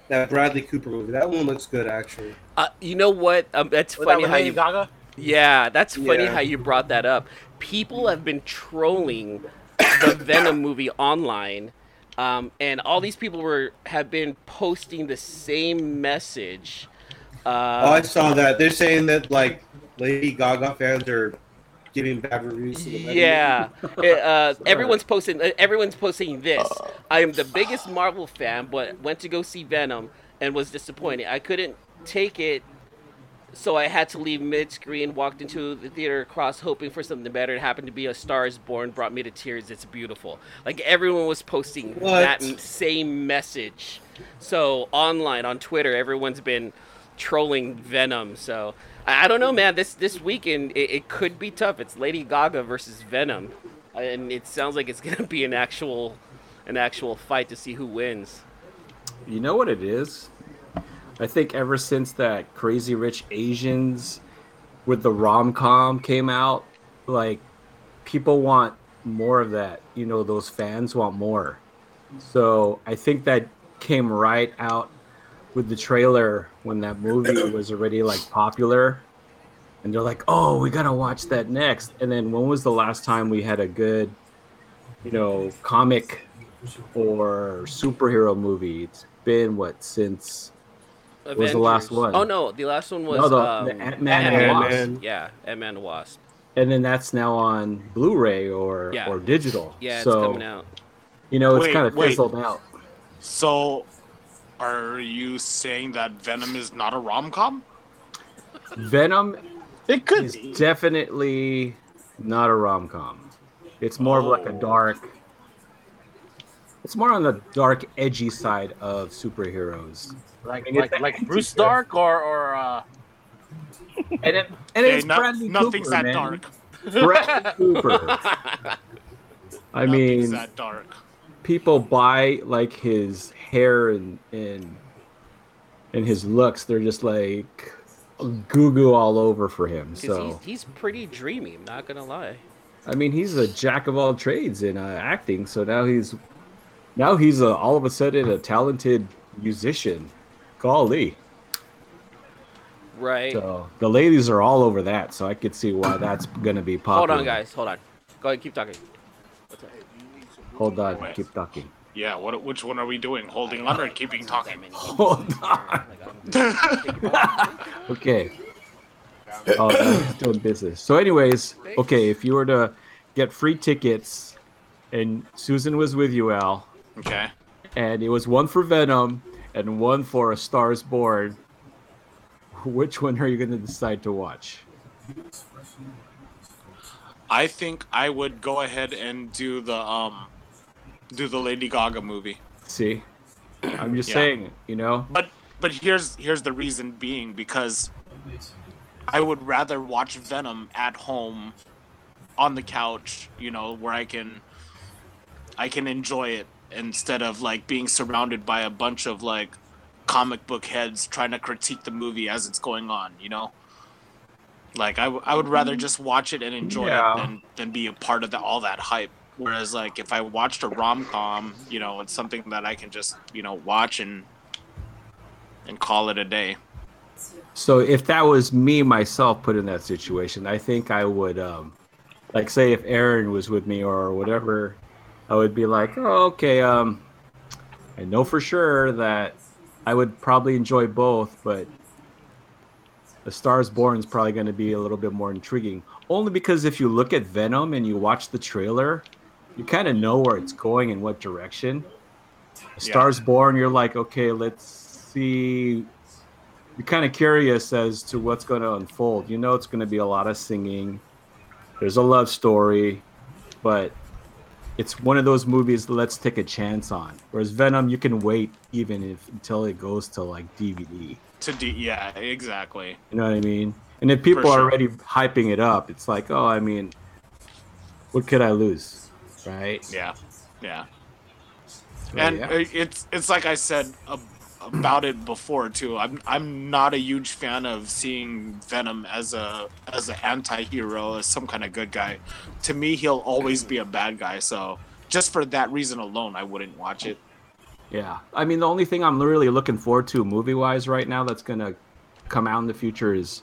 [SPEAKER 10] that Bradley Cooper movie. That one looks good, actually.
[SPEAKER 1] uh, you know what? Um, that's
[SPEAKER 10] Was that
[SPEAKER 1] funny
[SPEAKER 10] with
[SPEAKER 1] how
[SPEAKER 10] Lady
[SPEAKER 1] you.
[SPEAKER 12] Gaga?
[SPEAKER 1] Yeah, that's funny
[SPEAKER 10] Yeah.
[SPEAKER 1] how you brought that up. People have been trolling the Venom movie online, um, and all these people were have been posting the same message. Uh,
[SPEAKER 10] oh, I saw that. They're saying that like Lady Gaga fans are giving bad reviews. To the Venom
[SPEAKER 1] Yeah,
[SPEAKER 10] movie. Oh.
[SPEAKER 1] It, uh, everyone's posting. uh, Everyone's posting this. I am the biggest Marvel fan, but went to go see Venom and was disappointed. I couldn't take it, so I had to leave mid-screen. Walked into the theater across, hoping for something better. It happened to be A Star Is Born. Brought me to tears. It's beautiful. Like everyone was posting
[SPEAKER 10] What?
[SPEAKER 1] that m- same message. So online on Twitter, everyone's been trolling Venom. So I, I don't know, man. This this weekend it, it could be tough. It's Lady Gaga versus Venom, and it sounds like it's gonna be an actual an actual fight to see who wins.
[SPEAKER 11] You know what it is? I think ever since that Crazy Rich Asians with the rom com came out, like people want more of that. You know, those fans want more. So I think that came right out with the trailer when that movie was already like popular. And they're like, oh, we got to watch that next. And then when was the last time we had a good, you know, comic or superhero movie? It's been what since. What was the last
[SPEAKER 1] Avengers.
[SPEAKER 11] one?
[SPEAKER 1] Oh no, the last one was
[SPEAKER 11] No, the-
[SPEAKER 1] um,
[SPEAKER 11] the Ant-Man and
[SPEAKER 1] Ant-Man
[SPEAKER 11] Wasp.
[SPEAKER 1] Wasp. Yeah, Ant Man Wasp.
[SPEAKER 11] and then that's now on Blu-ray or
[SPEAKER 1] Yeah.
[SPEAKER 11] or digital.
[SPEAKER 1] Yeah, it's
[SPEAKER 11] so,
[SPEAKER 1] coming out.
[SPEAKER 11] You know, it's
[SPEAKER 9] Wait,
[SPEAKER 11] kind of
[SPEAKER 9] wait.
[SPEAKER 11] fizzled out.
[SPEAKER 9] So Are you saying that Venom is not a rom com?
[SPEAKER 11] Venom.
[SPEAKER 12] It could
[SPEAKER 11] is definitely not a rom com. It's more of like
[SPEAKER 12] Oh.
[SPEAKER 11] a dark. It's more on the dark, edgy side of superheroes.
[SPEAKER 12] Like
[SPEAKER 11] And it's
[SPEAKER 12] like, like Bruce Stark or or uh.
[SPEAKER 11] And it, and it's Bradley Cooper, man. Bradley Cooper. I mean,
[SPEAKER 9] that dark.
[SPEAKER 11] people buy like his hair and and and his looks. They're just like goo goo all over for him.
[SPEAKER 1] 'Cause
[SPEAKER 11] So
[SPEAKER 1] he's, he's pretty dreamy. I'm not gonna lie.
[SPEAKER 11] I mean, he's a jack of all trades in uh, acting. So now he's now he's uh all of a sudden a talented musician. Golly.
[SPEAKER 1] Right.
[SPEAKER 11] So the ladies are all over that, so I could see why that's gonna be popular.
[SPEAKER 1] Hold on, guys. Hold on. Go ahead. Keep talking. What's up?
[SPEAKER 11] Hold on. Keep talking.
[SPEAKER 9] Yeah, what, which one are we doing? Holding on or keeping talking?
[SPEAKER 11] Hold on. Okay. Oh, no, still in business. So, anyways, okay, if you were to get free tickets, and Susan was with you, Al,
[SPEAKER 9] okay.
[SPEAKER 11] and it was one for Venom and one for A Star's Born, which one are you going to decide to watch?
[SPEAKER 9] I think I would go ahead and do the um, do the Lady Gaga movie.
[SPEAKER 11] See, I'm just
[SPEAKER 9] Yeah.
[SPEAKER 11] saying, you know,
[SPEAKER 9] But but here's here's the reason being because I would rather watch Venom at home on the couch, you know, where I can I can enjoy it instead of like being surrounded by a bunch of like comic book heads trying to critique the movie as it's going on, you know? Like I, w- I would rather just watch it and enjoy
[SPEAKER 11] Yeah.
[SPEAKER 9] it than, than be a part of the, all that hype. Whereas like if I watched a rom com, you know, it's something that I can just you know watch and and call it a day.
[SPEAKER 11] So if that was me myself put in that situation, I think I would um like say if Aaron was with me or whatever, I would be like, oh, okay, um I know for sure that I would probably enjoy both, but The Stars Born is probably going to be a little bit more intriguing. Only because if you look at Venom and you watch the trailer, you kind of know where it's going and what direction. A Stars Born, you're like, okay, let's see you're kind of curious as to what's going to unfold. You know, it's going to be a lot of singing. There's a love story, but it's one of those movies that let's take a chance on. Whereas Venom, you can wait even if until it goes to like DVD.
[SPEAKER 9] To do, yeah, exactly.
[SPEAKER 11] You know what I mean? And if people are
[SPEAKER 9] sure.
[SPEAKER 11] already hyping it up, it's like, oh, I mean, what could I lose, right?
[SPEAKER 9] Yeah, yeah.
[SPEAKER 11] So,
[SPEAKER 9] and
[SPEAKER 11] yeah.
[SPEAKER 9] i it's it's like I said ab- about it before too. I'm I'm not a huge fan of seeing Venom as a as an anti-hero, as some kind of good guy. To me, he'll always be a bad guy. So just for that reason alone, I wouldn't watch it.
[SPEAKER 11] Yeah. I mean, the only thing I'm really looking forward to movie wise right now that's going to come out in the future is,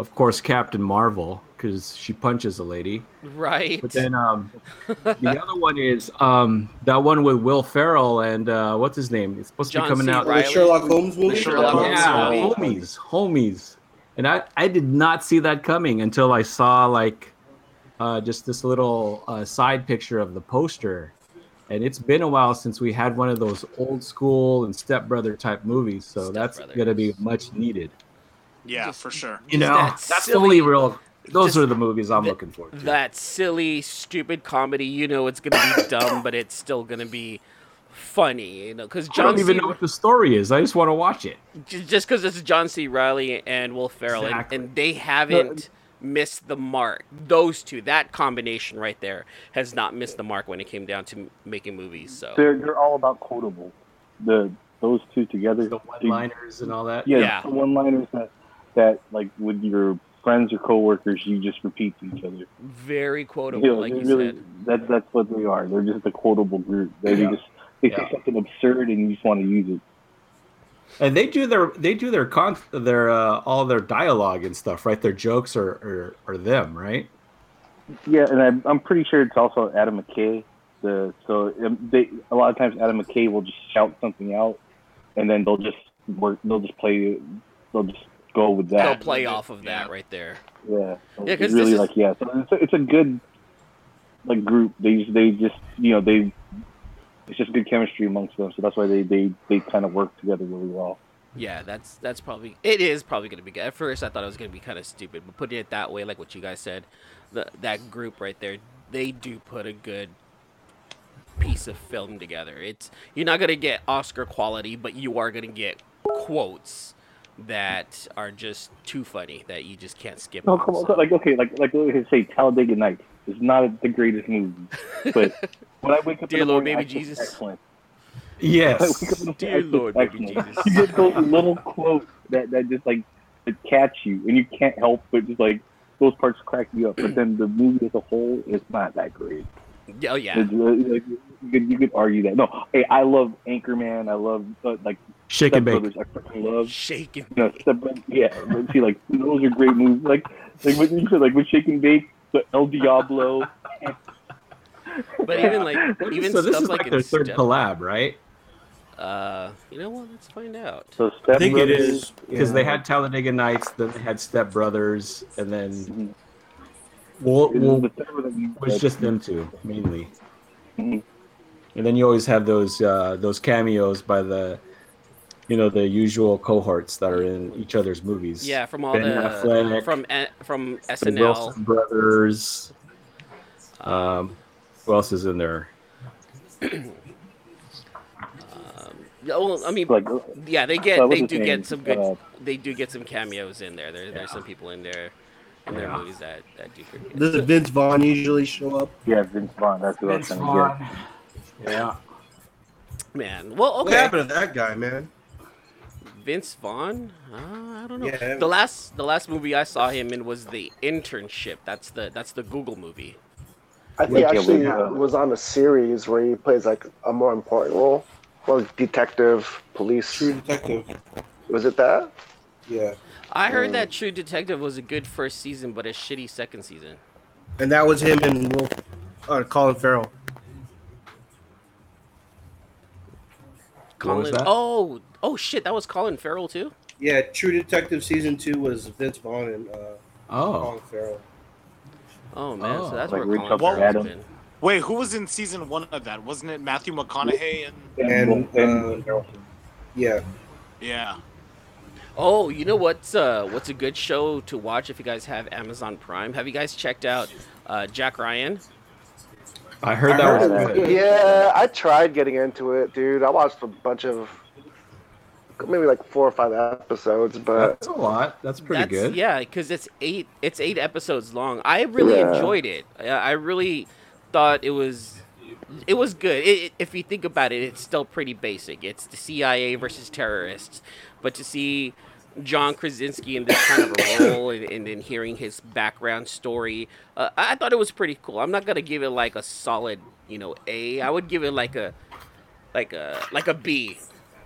[SPEAKER 11] of course, Captain Marvel, because she punches a lady.
[SPEAKER 1] Right.
[SPEAKER 11] But then um, the other one is um, that one with Will Ferrell and uh, what's his name? It's supposed to
[SPEAKER 10] John
[SPEAKER 11] be coming
[SPEAKER 10] C.
[SPEAKER 11] out.
[SPEAKER 10] Reilly. The Sherlock Holmes movie?
[SPEAKER 11] Yeah,
[SPEAKER 10] Sherlock Holmes movie.
[SPEAKER 11] homies, homies. And I, I did not see that coming until I saw like uh, just this little uh, side picture of the poster. And it's been a while since we had one of those old school and stepbrother type movies, so that's going to be much needed.
[SPEAKER 9] Yeah, for sure.
[SPEAKER 11] You know, that's, the only real. Those are the movies I'm looking for.
[SPEAKER 1] That silly, stupid comedy. You know it's gonna be dumb, but it's still gonna be funny. You know, because
[SPEAKER 11] I
[SPEAKER 1] John
[SPEAKER 11] don't even
[SPEAKER 1] C.
[SPEAKER 11] know what the story is. I just want to watch it.
[SPEAKER 1] J- just because it's John C. Riley and Will Ferrell, and-
[SPEAKER 11] Exactly.
[SPEAKER 1] and, they haven't missed the mark. Those two, that combination right there, has not missed the mark when it came down to m- making movies. So
[SPEAKER 13] They're they're all about quotable. The those two together. The
[SPEAKER 11] one-liners and all that.
[SPEAKER 13] Yeah,
[SPEAKER 1] Yeah.
[SPEAKER 13] the one-liners that that like with your friends or coworkers, you just repeat to each other.
[SPEAKER 1] very quotable,
[SPEAKER 13] Yeah,
[SPEAKER 1] like
[SPEAKER 13] they're
[SPEAKER 1] you
[SPEAKER 13] really,
[SPEAKER 1] said.
[SPEAKER 13] That, that's what they are. They're just a quotable group. They, they
[SPEAKER 11] Yeah.
[SPEAKER 13] just they
[SPEAKER 11] Yeah.
[SPEAKER 13] say something absurd and you just want to use it.
[SPEAKER 11] And they do their they do their con their uh, all their dialogue and stuff, right? Their jokes are are, are them, right?
[SPEAKER 13] Yeah, and I'm, I'm pretty sure it's also Adam McKay. The so um, they a lot of times Adam McKay will just shout something out, and then they'll just work. They'll just play. They'll just go with that.
[SPEAKER 1] They'll play off of that right there.
[SPEAKER 13] Yeah.
[SPEAKER 1] Yeah, 'cause
[SPEAKER 13] it's
[SPEAKER 1] this
[SPEAKER 13] really
[SPEAKER 1] is-
[SPEAKER 13] like yeah, so it's a, it's a good like group. They just- they just you know they it's just good chemistry amongst them. So that's why they they, they kind of work together really well.
[SPEAKER 1] Yeah, that's that's probably it is probably gonna be good. At first, I thought it was gonna be kind of stupid, but putting it that way, like what you guys said, the, that group right there, they do put a good piece of film together. It's you're not gonna get Oscar quality, but you are gonna get quotes that are just too funny that you just can't skip.
[SPEAKER 13] No, come on, like okay, like like we could say Talladega Nights is not the greatest movie, but when I wake up
[SPEAKER 1] Dear
[SPEAKER 13] in the
[SPEAKER 1] Lord,
[SPEAKER 13] morning,
[SPEAKER 1] baby
[SPEAKER 13] I think
[SPEAKER 1] Jesus.
[SPEAKER 13] it's excellent.
[SPEAKER 11] Yes.
[SPEAKER 13] When I wake up in the
[SPEAKER 1] Dear
[SPEAKER 13] morning, I think
[SPEAKER 1] Lord,
[SPEAKER 13] it's
[SPEAKER 1] baby
[SPEAKER 13] excellent.
[SPEAKER 1] Jesus.
[SPEAKER 13] You get those little quotes that that just like that catch you, and you can't help but just like those parts crack you up. But then the movie as a whole is not that great.
[SPEAKER 1] Yeah, Oh yeah,
[SPEAKER 13] It's, uh, like, you could you could argue that. No, hey, I love Anchorman. I love uh, like
[SPEAKER 11] Shake and
[SPEAKER 13] Step
[SPEAKER 11] Bake.
[SPEAKER 13] Brothers. I freaking love
[SPEAKER 1] Shake and
[SPEAKER 13] you know, Step Brothers. Yeah, but see, like those are great movies. Like like what you said, like with Shake and Bake, the El Diablo.
[SPEAKER 1] but even like even
[SPEAKER 11] so
[SPEAKER 1] stuff
[SPEAKER 11] this is
[SPEAKER 1] like,
[SPEAKER 11] like
[SPEAKER 1] in
[SPEAKER 11] their third
[SPEAKER 1] Step-
[SPEAKER 11] collab, right?
[SPEAKER 1] Uh, you know what? Let's find out.
[SPEAKER 13] So
[SPEAKER 11] I think it is because they
[SPEAKER 13] yeah.
[SPEAKER 11] had Talladega Nights, then they had Step Brothers, and
[SPEAKER 13] Mm-hmm.
[SPEAKER 11] then Wool, Wool was just them two mainly.
[SPEAKER 13] Mhm.
[SPEAKER 11] And then you always have those uh, those cameos by the you know the usual cohorts that are in each other's movies.
[SPEAKER 1] Yeah, from all
[SPEAKER 11] Ben
[SPEAKER 1] the
[SPEAKER 11] Affleck,
[SPEAKER 1] from eh, from
[SPEAKER 11] the
[SPEAKER 1] SNL.
[SPEAKER 11] Wilson brothers. Um, who else is in there?
[SPEAKER 1] um, Yeah, Well, I mean,
[SPEAKER 11] Like,
[SPEAKER 1] yeah, they
[SPEAKER 11] uh,
[SPEAKER 1] get
[SPEAKER 11] what's
[SPEAKER 1] they
[SPEAKER 11] his
[SPEAKER 1] do
[SPEAKER 11] name?
[SPEAKER 1] get some good.
[SPEAKER 11] Uh,
[SPEAKER 1] they do get some cameos in there. There, there's some people in there in their
[SPEAKER 6] Yeah.
[SPEAKER 1] movies that that do pretty good.
[SPEAKER 6] Does Vince Vaughn usually show up?
[SPEAKER 13] Yeah, Vince Vaughn. That's who
[SPEAKER 6] Vince
[SPEAKER 13] I was trying
[SPEAKER 6] Vaughn. Yeah.
[SPEAKER 1] Man, well,
[SPEAKER 6] What
[SPEAKER 1] okay.
[SPEAKER 6] happened to that guy, man?
[SPEAKER 1] Vince Vaughn? Uh, I don't know.
[SPEAKER 6] Yeah.
[SPEAKER 1] The last the last movie I saw him in was the internship. That's the that's the Google movie.
[SPEAKER 2] I think
[SPEAKER 1] Yeah,
[SPEAKER 2] he actually
[SPEAKER 1] yeah.
[SPEAKER 2] was on a series where he plays like a more important role, well, detective, police. True
[SPEAKER 10] detective.
[SPEAKER 2] Was it that?
[SPEAKER 10] Yeah.
[SPEAKER 1] I heard
[SPEAKER 2] Mm.
[SPEAKER 1] that True Detective was a good first season, but a shitty second season.
[SPEAKER 6] And that was him and Will, uh, Colin Farrell.
[SPEAKER 1] Colin, oh, oh shit, that was Colin Farrell too.
[SPEAKER 6] Yeah, True Detective season two was Vince Vaughn and uh,
[SPEAKER 11] Oh.
[SPEAKER 6] Colin Farrell.
[SPEAKER 1] Oh man, so that's
[SPEAKER 13] like
[SPEAKER 1] where
[SPEAKER 13] Rich
[SPEAKER 1] Colin
[SPEAKER 13] Upton
[SPEAKER 1] Farrell's
[SPEAKER 13] Adam.
[SPEAKER 1] been.
[SPEAKER 9] Wait, who was in season one of that? Wasn't it Matthew McConaughey
[SPEAKER 13] to
[SPEAKER 9] and
[SPEAKER 13] get.
[SPEAKER 6] And,
[SPEAKER 13] Ben
[SPEAKER 10] uh,
[SPEAKER 13] Harrelson.
[SPEAKER 6] Yeah.
[SPEAKER 9] yeah?
[SPEAKER 1] Oh, you know what's uh what's a good show to watch if you guys have Amazon Prime? Have you guys checked out uh, Jack Ryan?
[SPEAKER 11] I heard that was good.
[SPEAKER 2] Yeah, I tried getting into it, dude. I watched a bunch of maybe like four or five episodes, but
[SPEAKER 11] That's a lot. That's pretty
[SPEAKER 1] That's-
[SPEAKER 11] good.
[SPEAKER 1] Yeah, because it's eight it's eight episodes long. I really
[SPEAKER 2] Yeah.
[SPEAKER 1] enjoyed it. I, I really thought it was it was good. It, it- if you think about it, it's still pretty basic. It's the CIA versus terrorists, but to see John Krasinski in this kind of a role and, and then hearing his background story, uh, I I thought it was pretty cool. I'm not gonna give it like a solid, you know, A. I would give it like a like a like a B.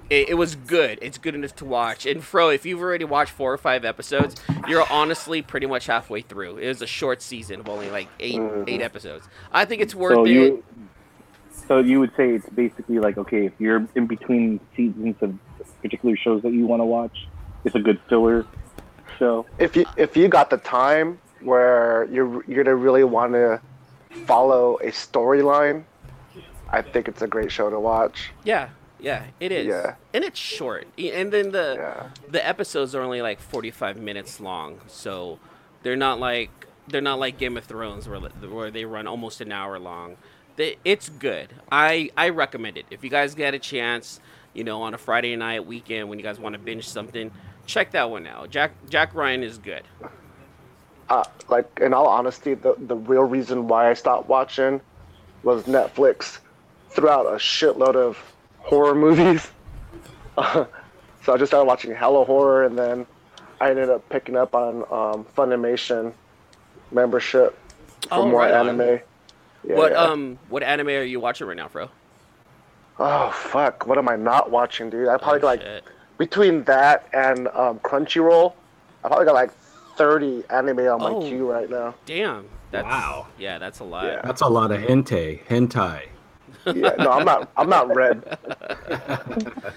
[SPEAKER 1] It, it was good. It's good enough to watch. And Fro, if you've already watched four or five episodes, you're honestly pretty much halfway through. It was a short season of only like 8
[SPEAKER 13] Mhm.
[SPEAKER 1] eight episodes. I think it's worth
[SPEAKER 13] So
[SPEAKER 1] it.
[SPEAKER 13] you, so you would say it's basically like okay, if you're in between seasons of particular shows that you want to watch, it's a good filler show.
[SPEAKER 2] if you if you got the time where you're you're gonna really want to follow a storyline, I think it's a great show to watch.
[SPEAKER 1] Yeah, yeah, it is.
[SPEAKER 2] Yeah.
[SPEAKER 1] And it's short. E- And then the the episodes are only like 45 minutes long. So they're not like they're not like Game of Thrones where li- where they run almost an hour long. They, it's good. I I recommend it. If you guys get a chance, you know, on a Friday night weekend when you guys want to binge something, check that one out. Jack Jack Ryan is good.
[SPEAKER 2] uh, like in all honesty, the, the real reason why I stopped watching was Netflix threw out a shitload of horror movies. so I just started watching Hello Horror, and then I ended up picking up on um, Funimation membership for
[SPEAKER 1] Oh,
[SPEAKER 2] more
[SPEAKER 1] right on.
[SPEAKER 2] anime. Yeah,
[SPEAKER 1] what
[SPEAKER 2] yeah.
[SPEAKER 1] um what anime are you watching right now, Fro?
[SPEAKER 2] Oh fuck! What am I not watching, dude? I
[SPEAKER 1] Oh,
[SPEAKER 2] probably got like between that and um, Crunchyroll, I probably got like thirty anime on my
[SPEAKER 1] Oh.
[SPEAKER 2] queue right now.
[SPEAKER 1] Damn. That's, wow. Yeah, that's a lot.
[SPEAKER 11] That's a lot of hentai. Hentai.
[SPEAKER 2] yeah, no, I'm not. I'm not red.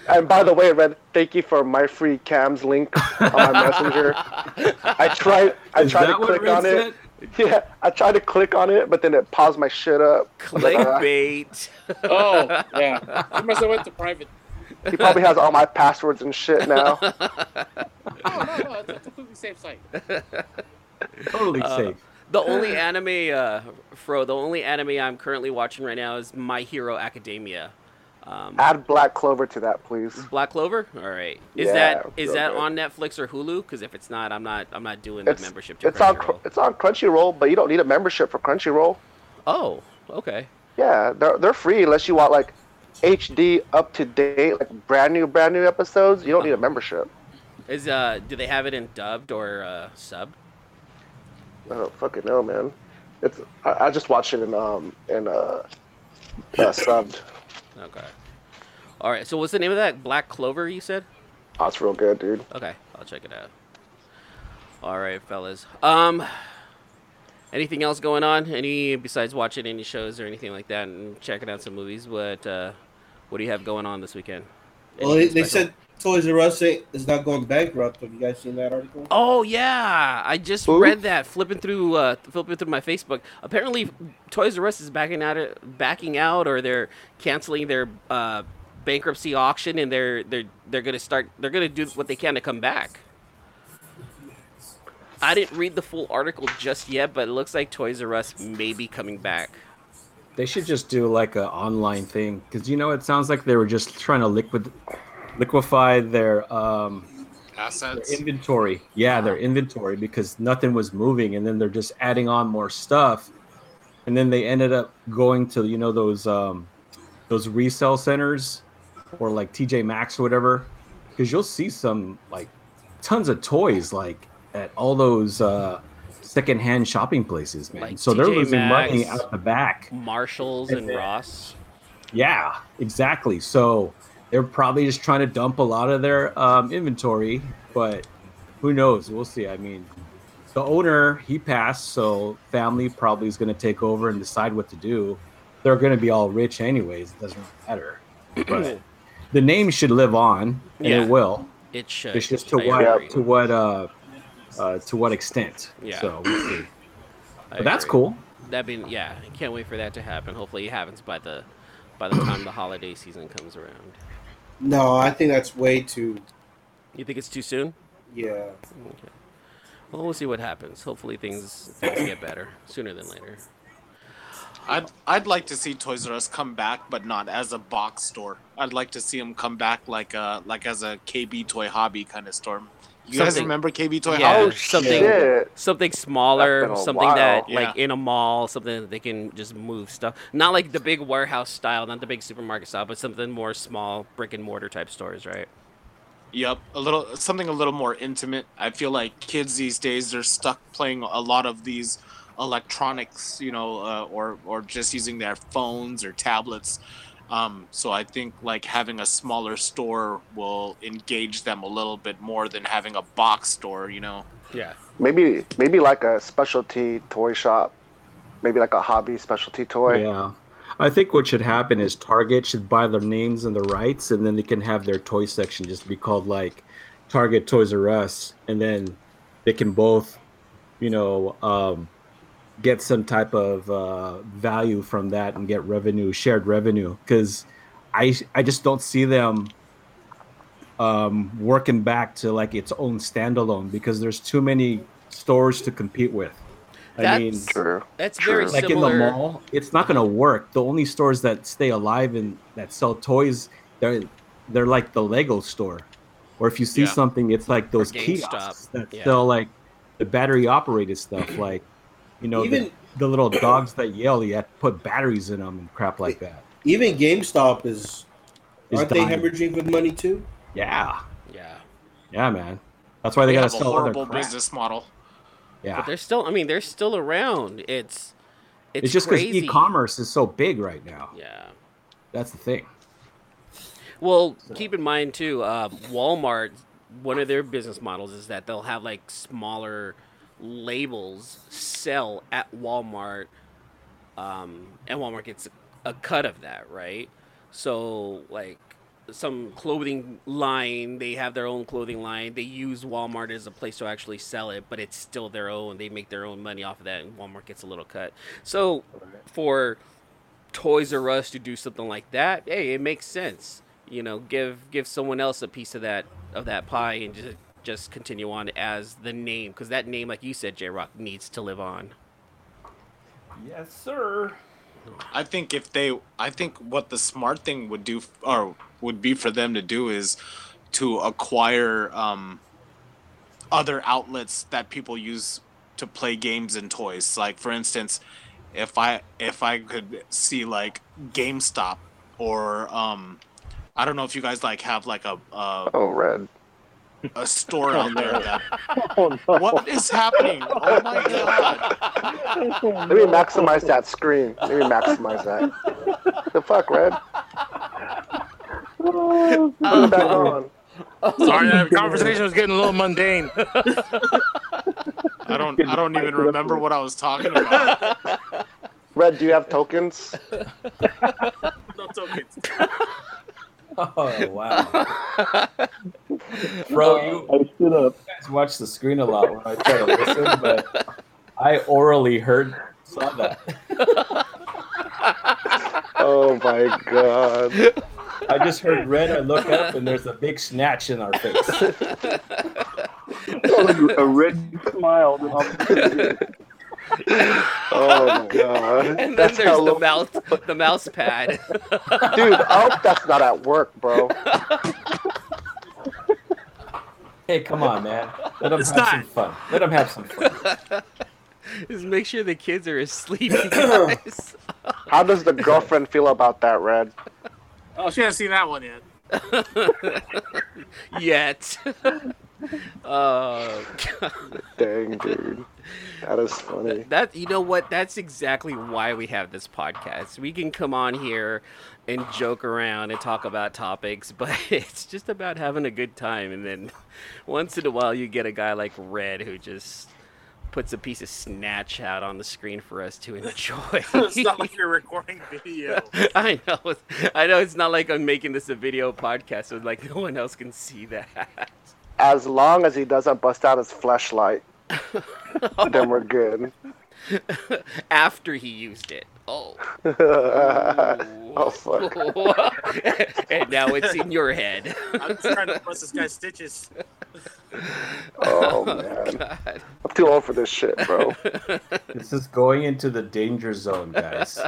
[SPEAKER 2] and by the way, red, thank you for my free cams link on my messenger. I tried. I
[SPEAKER 11] Is
[SPEAKER 2] tried to
[SPEAKER 11] that what
[SPEAKER 2] click
[SPEAKER 11] Red
[SPEAKER 2] on it.
[SPEAKER 11] said?
[SPEAKER 2] Yeah, I tried to click on it, but then it paused my shit up.
[SPEAKER 1] Clickbait.
[SPEAKER 12] oh, yeah. He must have went to private.
[SPEAKER 2] he probably has all my passwords and shit now.
[SPEAKER 12] No, no, it's a completely safe site.
[SPEAKER 11] Totally
[SPEAKER 1] Uh,
[SPEAKER 11] safe.
[SPEAKER 1] The only anime, uh, Fro, the only anime I'm currently watching right now is My Hero Academia. Um,
[SPEAKER 2] Add Black Clover to that, please.
[SPEAKER 1] Black Clover. All right. Is
[SPEAKER 2] Yeah,
[SPEAKER 1] that is
[SPEAKER 2] real
[SPEAKER 1] that
[SPEAKER 2] good.
[SPEAKER 1] on Netflix or Hulu? Because if it's not, I'm not I'm not doing the
[SPEAKER 2] It's,
[SPEAKER 1] membership to
[SPEAKER 2] it's on
[SPEAKER 1] Crunchyroll.
[SPEAKER 2] Cr- it's on Crunchyroll, but you don't need a membership for Crunchyroll.
[SPEAKER 1] Oh, okay.
[SPEAKER 2] Yeah, they're they're free unless you want like HD up to date, like brand new brand new episodes. You don't need a membership.
[SPEAKER 1] Is uh do they have it in dubbed or uh, subbed?
[SPEAKER 2] I don't fucking know, man. It's I, I just watched it in um in uh, uh subbed.
[SPEAKER 1] Okay. All right. So what's the name of that? Black Clover. You said.
[SPEAKER 2] Oh, it's real good, dude.
[SPEAKER 1] Okay, I'll check it out. All right, fellas. Um, anything else going on? Any besides watching any shows or anything like that and checking out some movies? What uh, what do you have going on this weekend?
[SPEAKER 10] Well, they,
[SPEAKER 1] Anything
[SPEAKER 10] they
[SPEAKER 1] special?
[SPEAKER 10] said Toys R Us is not going bankrupt. Have you guys seen that article?
[SPEAKER 1] Oh yeah, I just
[SPEAKER 10] Who?
[SPEAKER 1] read that flipping through uh, flipping through my Facebook. Apparently, Toys R Us is backing out, backing out, or they're canceling their uh, bankruptcy auction, and they're they're they're gonna start they're gonna do what they can to come back. I didn't read the full article just yet, but it looks like Toys R Us may be coming back.
[SPEAKER 11] They should just do like an online thing because you know it sounds like they were just trying to liquid liquefy their um
[SPEAKER 9] Assets.
[SPEAKER 11] inventory. Yeah, their inventory because nothing was moving, and then they're just adding on more stuff, and then they ended up going to you know those um those resale centers or like TJ Maxx or whatever because you'll see some like tons of toys like at all those uh secondhand shopping places, man.
[SPEAKER 1] Like
[SPEAKER 11] so they're
[SPEAKER 1] TJ
[SPEAKER 11] losing money
[SPEAKER 1] Maxx.
[SPEAKER 11] out the back.
[SPEAKER 1] Marshalls and Ross.
[SPEAKER 11] Yeah, exactly. So they're probably just trying to dump a lot of their um, inventory, but who knows? We'll see. I mean, the owner he passed, so family probably is going to take over and decide what to do. They're going to be all rich anyways. It doesn't matter. But the name should live on, and
[SPEAKER 1] Yeah.
[SPEAKER 11] it will.
[SPEAKER 1] It should.
[SPEAKER 11] It's just to
[SPEAKER 1] I
[SPEAKER 11] what
[SPEAKER 1] agree.
[SPEAKER 11] to what uh, uh, to what extent.
[SPEAKER 1] Yeah.
[SPEAKER 11] So we'll see.
[SPEAKER 1] I
[SPEAKER 11] But that's
[SPEAKER 1] agree.
[SPEAKER 11] cool.
[SPEAKER 1] That being yeah, I can't wait for that to happen. Hopefully, it happens by the by the time the holiday season comes around.
[SPEAKER 10] No, I think that's way too.
[SPEAKER 1] You think it's too soon?
[SPEAKER 10] Yeah.
[SPEAKER 1] Okay. Well, we'll see what happens. Hopefully, things things get better sooner than later.
[SPEAKER 9] I'd I'd like to see Toys R Us come back, but not as a box store. I'd like to see them come back like a like as a KB Toy Hobby kind of store. You guys
[SPEAKER 1] Something-
[SPEAKER 9] remember KB Toy
[SPEAKER 1] yeah, Oh,
[SPEAKER 9] Hobby?
[SPEAKER 1] something something
[SPEAKER 9] That's
[SPEAKER 1] smaller,
[SPEAKER 9] been a
[SPEAKER 1] something that
[SPEAKER 9] while.
[SPEAKER 1] like in a mall, something that they can just move stuff. Not like the big warehouse style, not the big supermarket style, but something more small, brick and mortar type stores, right?
[SPEAKER 9] Yep, a little something a little more intimate. I feel like kids these days they're stuck playing a lot of these electronics, you know, uh, or or just using their phones or tablets. Um, so I think like having a smaller store will engage them a little bit more than having a box store, you know.
[SPEAKER 1] Yeah.
[SPEAKER 2] Maybe maybe like a specialty toy shop, maybe like a hobby specialty toy.
[SPEAKER 11] Yeah. I think what should happen is Target should buy their names and the rights, and then they can have their toy section just be called like Target Toys R Us, and then they can both, you know, um, get some type of uh, value from that and get revenue, shared revenue. Because I I just don't see them um, working back to like its own standalone because there's too many stores to compete with. I mean,
[SPEAKER 1] That's- True. that's very
[SPEAKER 11] like in
[SPEAKER 1] similar-
[SPEAKER 11] the mall. It's not going to work. The only stores that stay alive and that sell toys, they're they're like the Lego store, or if you see
[SPEAKER 1] Yeah.
[SPEAKER 11] something, it's like those
[SPEAKER 1] GameStop,
[SPEAKER 11] kiosks that
[SPEAKER 1] yeah.
[SPEAKER 11] sell like the battery operated stuff, like you know the,
[SPEAKER 10] Even-
[SPEAKER 11] the little dogs that yell. You have to put batteries in them and crap like that.
[SPEAKER 10] Even GameStop is.
[SPEAKER 11] Is
[SPEAKER 10] aren't
[SPEAKER 11] dying.
[SPEAKER 10] they hemorrhaging with money too?
[SPEAKER 11] Yeah,
[SPEAKER 1] Yeah.
[SPEAKER 11] yeah, man. That's why they, got
[SPEAKER 9] have
[SPEAKER 11] to
[SPEAKER 9] a
[SPEAKER 11] sell other
[SPEAKER 9] horrible
[SPEAKER 11] crap.
[SPEAKER 9] business model.
[SPEAKER 11] Yeah,
[SPEAKER 1] But they're still. I mean, they're still around. It's it's,
[SPEAKER 11] it's, just because
[SPEAKER 1] crazy.
[SPEAKER 11] e-commerce is so big right now.
[SPEAKER 1] Yeah.
[SPEAKER 11] That's the thing.
[SPEAKER 1] Well, keep in mind too, uh, Walmart. One of their business models is that they'll have like smaller labels sell at Walmart, um, and Walmart gets a cut of that, right? So like some clothing line. They have their own clothing line. They use Walmart as a place to actually sell it, but it's still their own. They make their own money off of that, and Walmart gets a little cut. So for Toys R Us to do something like that, hey, it makes sense. You know, give give someone else a piece of that of that pie and just just continue on as the name because that name, like you said, J Rock needs to live on.
[SPEAKER 14] Yes, sir.
[SPEAKER 9] I think if they, I think what the smart thing would do or would be for them to do is to acquire um, other outlets that people use to play games and toys. Like for instance, if I if I could see like GameStop or um, I don't know if you guys like have like a, a
[SPEAKER 2] Oh, red.
[SPEAKER 9] a store out there that what is happening? Oh my
[SPEAKER 2] Let me maximize that screen. Let me maximize that. the fuck, Red?
[SPEAKER 1] Oh,
[SPEAKER 2] Put it back on.
[SPEAKER 12] Sorry, that conversation was getting a little mundane.
[SPEAKER 9] I don't I don't even remember what I was talking about.
[SPEAKER 2] Red, do you have tokens?
[SPEAKER 9] No tokens.
[SPEAKER 11] Oh wow, bro! You
[SPEAKER 13] I stood up.
[SPEAKER 11] guys watch the screen a lot when I try to listen, but I orally heard saw that.
[SPEAKER 2] oh my god!
[SPEAKER 11] I just heard red. I look up and there's a big snatch in our face.
[SPEAKER 13] a red smile.
[SPEAKER 2] Oh my god!
[SPEAKER 1] And then
[SPEAKER 2] That's
[SPEAKER 1] there's
[SPEAKER 2] how
[SPEAKER 1] the
[SPEAKER 2] low-
[SPEAKER 1] mouth the mouse pad.
[SPEAKER 2] dude. I hope that's not at work, bro.
[SPEAKER 11] Hey, come on, man! Let them
[SPEAKER 1] It's
[SPEAKER 11] have some fun. Let them have some fun.
[SPEAKER 1] Just make sure the kids are asleep. you guys.
[SPEAKER 2] How does the girlfriend feel about that, Red?
[SPEAKER 12] Oh, she hasn't seen that one yet.
[SPEAKER 1] Yet. Oh, God.
[SPEAKER 2] Dang, dude. That is funny.
[SPEAKER 1] that you know what that's exactly why we have this podcast we can come on here and joke around and talk about topics but it's just about having a good time and then once in a while you get a guy like red who just puts a piece of snatch out on the screen for us to enjoy
[SPEAKER 12] it's not like you're recording video.
[SPEAKER 1] i know i know it's not like i'm making this a video podcast so like no one else can see that
[SPEAKER 2] As long as he doesn't bust out his flashlight, then we're good.
[SPEAKER 1] after he used it oh
[SPEAKER 2] oh fuck!
[SPEAKER 1] and now it's in your head.
[SPEAKER 12] I'm trying to bust this guy's stitches.
[SPEAKER 2] Oh man, I'm too old for this shit, bro.
[SPEAKER 11] This is going into the danger zone, guys.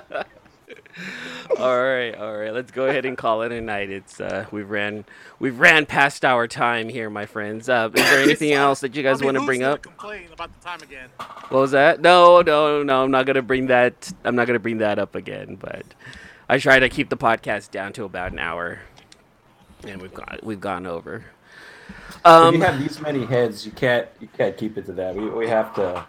[SPEAKER 1] all right, all right. Let's go ahead and call it a night. It's uh, we've ran we've ran past our time here, my friends. Uh, is there anything else that you guys want to bring up?
[SPEAKER 12] Complain about the time again.
[SPEAKER 1] What was that? No, no, no. I'm not gonna bring that. I'm not gonna bring that up again. But I try to keep the podcast down to about an hour, and we've got we've gone over.
[SPEAKER 11] When
[SPEAKER 1] Um,
[SPEAKER 11] you have these many heads, you can't you can't keep it to that. We, we have to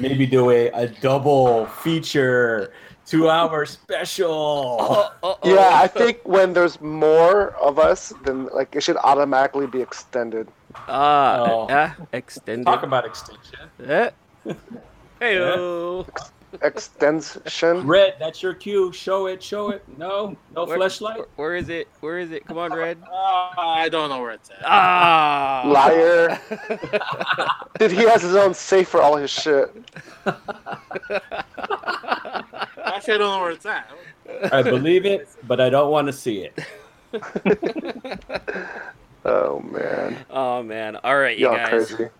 [SPEAKER 11] maybe do a, a double feature, two hour special.
[SPEAKER 1] Oh, uh,
[SPEAKER 2] Yeah, I think when there's more of us, then like it should automatically be extended.
[SPEAKER 1] Ah,
[SPEAKER 11] Oh.
[SPEAKER 1] uh, extended.
[SPEAKER 11] Talk about extension.
[SPEAKER 1] Eh. Hey,
[SPEAKER 11] Eh.
[SPEAKER 2] Extension.
[SPEAKER 11] Red, that's your cue. Show it, show it. No, no
[SPEAKER 1] Where-
[SPEAKER 11] flashlight.
[SPEAKER 1] where is it? Where is it? Come on, Red.
[SPEAKER 12] I don't know where it's at.
[SPEAKER 1] Ah,
[SPEAKER 2] Liar. Dude, he has his own safe for all his shit.
[SPEAKER 12] Actually, I don't know where it's at.
[SPEAKER 11] I believe it, but I don't want to see it.
[SPEAKER 2] Oh man,
[SPEAKER 1] Oh man! All right, you
[SPEAKER 2] y'all
[SPEAKER 1] guys.
[SPEAKER 2] crazy.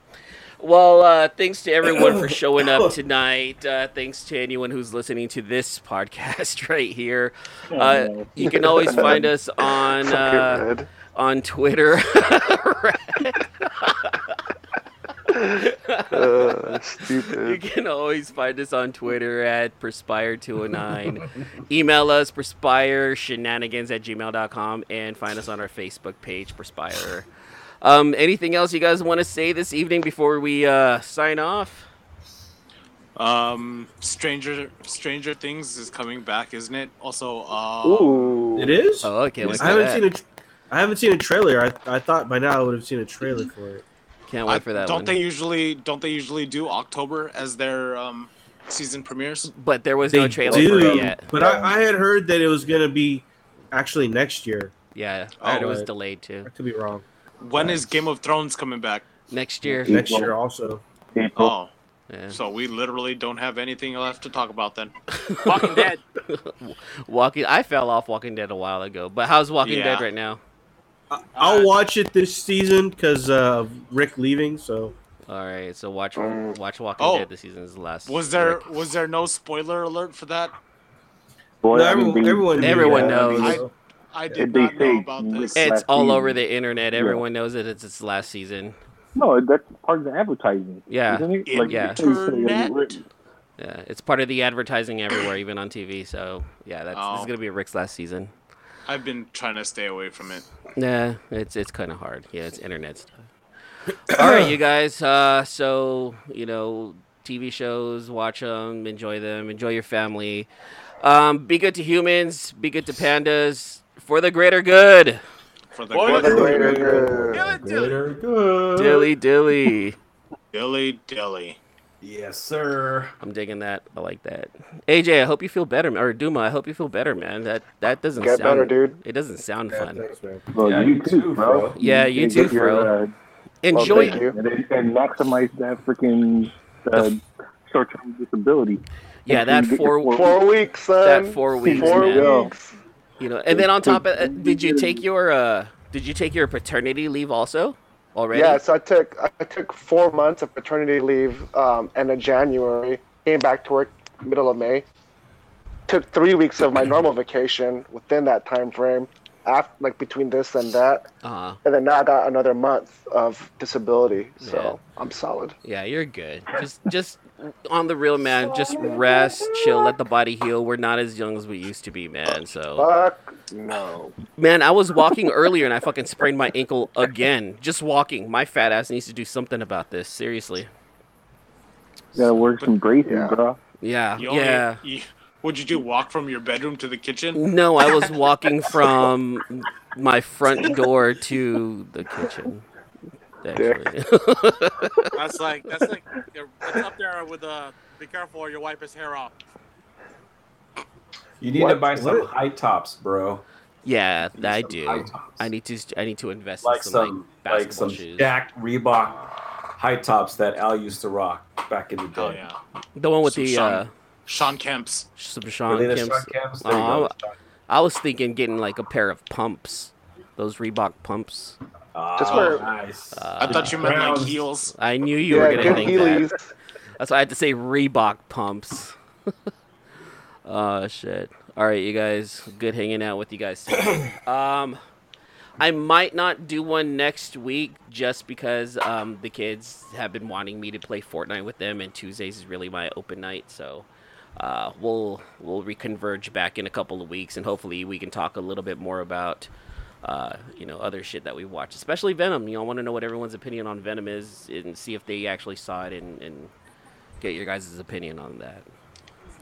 [SPEAKER 1] Well, uh, thanks to everyone for showing up tonight. Uh, thanks to anyone who's listening to this podcast right here. Uh,
[SPEAKER 13] Oh.
[SPEAKER 1] you can always find us on
[SPEAKER 13] Fucking
[SPEAKER 1] uh,
[SPEAKER 13] red.
[SPEAKER 1] on Twitter.
[SPEAKER 2] Uh,
[SPEAKER 1] you
[SPEAKER 2] stupid.
[SPEAKER 1] can always find us on Twitter at Perspire209. Email us Perspire shenanigans at gmail.com and find us on our Facebook page, Perspire. Um, anything else you guys want to say this evening before we uh, sign off?
[SPEAKER 9] Um, Stranger Stranger Things is coming back, isn't it? Also, uh,
[SPEAKER 2] Ooh,
[SPEAKER 6] It is.
[SPEAKER 1] Oh, okay.
[SPEAKER 9] Yes,
[SPEAKER 6] I haven't seen a. tr- I haven't seen a trailer. I, I thought by now I would have seen a trailer for it.
[SPEAKER 1] Can't wait for that
[SPEAKER 9] don't
[SPEAKER 1] one.
[SPEAKER 9] they usually don't they usually do October as their um, season premieres?
[SPEAKER 1] But there was
[SPEAKER 6] They
[SPEAKER 1] no trailer
[SPEAKER 6] do,
[SPEAKER 1] for it yet.
[SPEAKER 6] but I, I had heard that it was gonna be actually next year.
[SPEAKER 1] Yeah,
[SPEAKER 9] Oh,
[SPEAKER 1] and it was
[SPEAKER 9] right.
[SPEAKER 1] delayed too.
[SPEAKER 6] I could be wrong.
[SPEAKER 9] When is Game of Thrones coming back?
[SPEAKER 1] Next year.
[SPEAKER 6] Next year also.
[SPEAKER 9] Oh.
[SPEAKER 1] Yeah.
[SPEAKER 9] So we literally don't have anything left to talk about then.
[SPEAKER 1] Walking Dead. Walking. I fell off Walking Dead a while ago, but how's Walking Dead
[SPEAKER 9] Yeah.
[SPEAKER 1] right now?
[SPEAKER 6] I'll watch it this season because uh, of Rick leaving. So
[SPEAKER 1] all right, so watch watch Walking
[SPEAKER 9] Oh.
[SPEAKER 1] Dead. This season is the last.
[SPEAKER 9] Was there was there no spoiler alert for that?
[SPEAKER 13] Boy,
[SPEAKER 1] No,
[SPEAKER 13] I mean,
[SPEAKER 1] everyone-
[SPEAKER 13] they-
[SPEAKER 1] everyone
[SPEAKER 13] they-
[SPEAKER 1] Everyone
[SPEAKER 13] uh,
[SPEAKER 1] knows.
[SPEAKER 13] they-
[SPEAKER 9] I
[SPEAKER 13] did
[SPEAKER 9] not know
[SPEAKER 13] say
[SPEAKER 9] about
[SPEAKER 13] Rick
[SPEAKER 1] It's
[SPEAKER 13] last
[SPEAKER 1] all
[SPEAKER 13] season.
[SPEAKER 1] over the internet.
[SPEAKER 13] Yeah.
[SPEAKER 1] Everyone knows it. It's its last season.
[SPEAKER 13] No, that's part of the advertising.
[SPEAKER 1] Yeah.
[SPEAKER 13] Isn't it? Like,
[SPEAKER 1] yeah.
[SPEAKER 13] they say it's gonna be Rick.
[SPEAKER 1] Yeah, it's part of the advertising everywhere, even on TV. So yeah, that's this is
[SPEAKER 9] Oh.
[SPEAKER 1] gonna be Rick's last season.
[SPEAKER 9] I've been trying to stay away from it.
[SPEAKER 1] Nah, it's it's kind of hard. Yeah, it's internet stuff. All right, you guys. Uh, so you know, TV shows, watch them, enjoy them, enjoy your family. Um, be good to humans. Be good to pandas for the greater good.
[SPEAKER 9] For the For the greater greater good. good. Greater good.
[SPEAKER 1] Dilly dilly.
[SPEAKER 9] Dilly dilly.
[SPEAKER 1] Yes, sir. I'm digging that. I like that. AJ, I hope you feel better, or Duma, I hope you feel better, man. That that doesn't
[SPEAKER 2] Get
[SPEAKER 1] sound,
[SPEAKER 2] better, dude.
[SPEAKER 1] It doesn't sound fun.
[SPEAKER 13] Well, you, too, bro.
[SPEAKER 1] Yeah, you
[SPEAKER 13] And
[SPEAKER 1] too,
[SPEAKER 13] get your,
[SPEAKER 1] bro.
[SPEAKER 13] uh,
[SPEAKER 2] Oh,
[SPEAKER 1] Enjoy.
[SPEAKER 13] well, thank you. and, and maximize that freaking uh, short-term disability.
[SPEAKER 1] Yeah,
[SPEAKER 13] Make sure you
[SPEAKER 1] that
[SPEAKER 13] get your
[SPEAKER 1] four
[SPEAKER 13] four
[SPEAKER 1] That four weeks.
[SPEAKER 13] Four
[SPEAKER 1] man.
[SPEAKER 13] weeks.
[SPEAKER 1] You know, and then on top of, uh, did you take your uh, did you take your paternity leave also already?
[SPEAKER 2] Yeah, so I took I took four months of paternity leave, um, end of January. Came back to work middle of May. Took three weeks of my normal vacation within that time frame, after, like between this and that,
[SPEAKER 1] Uh-huh.
[SPEAKER 2] and then now I got another month of disability. So
[SPEAKER 1] Yeah.
[SPEAKER 2] I'm solid.
[SPEAKER 1] Yeah, you're good. Just just on the real man, just rest, chill, let the body heal. We're not as young as we used to be, man. So
[SPEAKER 2] Fuck no.
[SPEAKER 1] man, I was walking earlier and I fucking sprained my ankle again. Just walking. My fat ass needs to do something about this. Seriously.
[SPEAKER 13] You gotta work some bracing, bro.
[SPEAKER 1] Yeah.
[SPEAKER 9] You only-
[SPEAKER 1] yeah.
[SPEAKER 9] you- what'd you do? Walk from your bedroom to the kitchen?
[SPEAKER 1] No, I was walking from my front door to the kitchen. Actually.
[SPEAKER 12] That's like that's like it's up there with uh be careful or you wipe his hair off.
[SPEAKER 14] You need to
[SPEAKER 1] What?
[SPEAKER 14] buy some
[SPEAKER 1] What?
[SPEAKER 14] high tops, bro.
[SPEAKER 1] yeah,
[SPEAKER 14] Need
[SPEAKER 1] I
[SPEAKER 14] some high
[SPEAKER 1] do.
[SPEAKER 14] tops.
[SPEAKER 1] I need to. I need to invest
[SPEAKER 14] Like
[SPEAKER 1] in some,
[SPEAKER 14] some
[SPEAKER 1] like, basketball
[SPEAKER 14] like some
[SPEAKER 1] shoes.
[SPEAKER 14] jacked Reebok high tops that Al used to rock back in the day.
[SPEAKER 9] Oh yeah.
[SPEAKER 1] The one with
[SPEAKER 9] Some
[SPEAKER 1] the
[SPEAKER 9] Sean-
[SPEAKER 1] uh,
[SPEAKER 9] Sean Kemp's.
[SPEAKER 1] some Sean
[SPEAKER 14] Really, the
[SPEAKER 1] Kemp's.
[SPEAKER 14] Sean Kemp's? There you
[SPEAKER 1] Oh,
[SPEAKER 14] go,
[SPEAKER 1] I- I was thinking getting like a pair of pumps, those Reebok pumps.
[SPEAKER 14] Just
[SPEAKER 9] Oh, wear-
[SPEAKER 14] nice.
[SPEAKER 9] I thought you meant like heels.
[SPEAKER 1] I knew you were
[SPEAKER 9] Yeah,
[SPEAKER 1] gonna
[SPEAKER 9] good
[SPEAKER 1] think that. That's why I had to say Reebok pumps. oh shit! All right, you guys, good hanging out with you guys. today. um, I might not do one next week just because um the kids have been wanting me to play Fortnite with them, and Tuesdays is really my open night, so. Uh, we'll we'll reconverge back in a couple of weeks, and hopefully we can talk a little bit more about uh, you know, other shit that we watch, especially Venom. You know, I want to know what everyone's opinion on Venom is and see if they actually saw it and, and get your guys' opinion on that.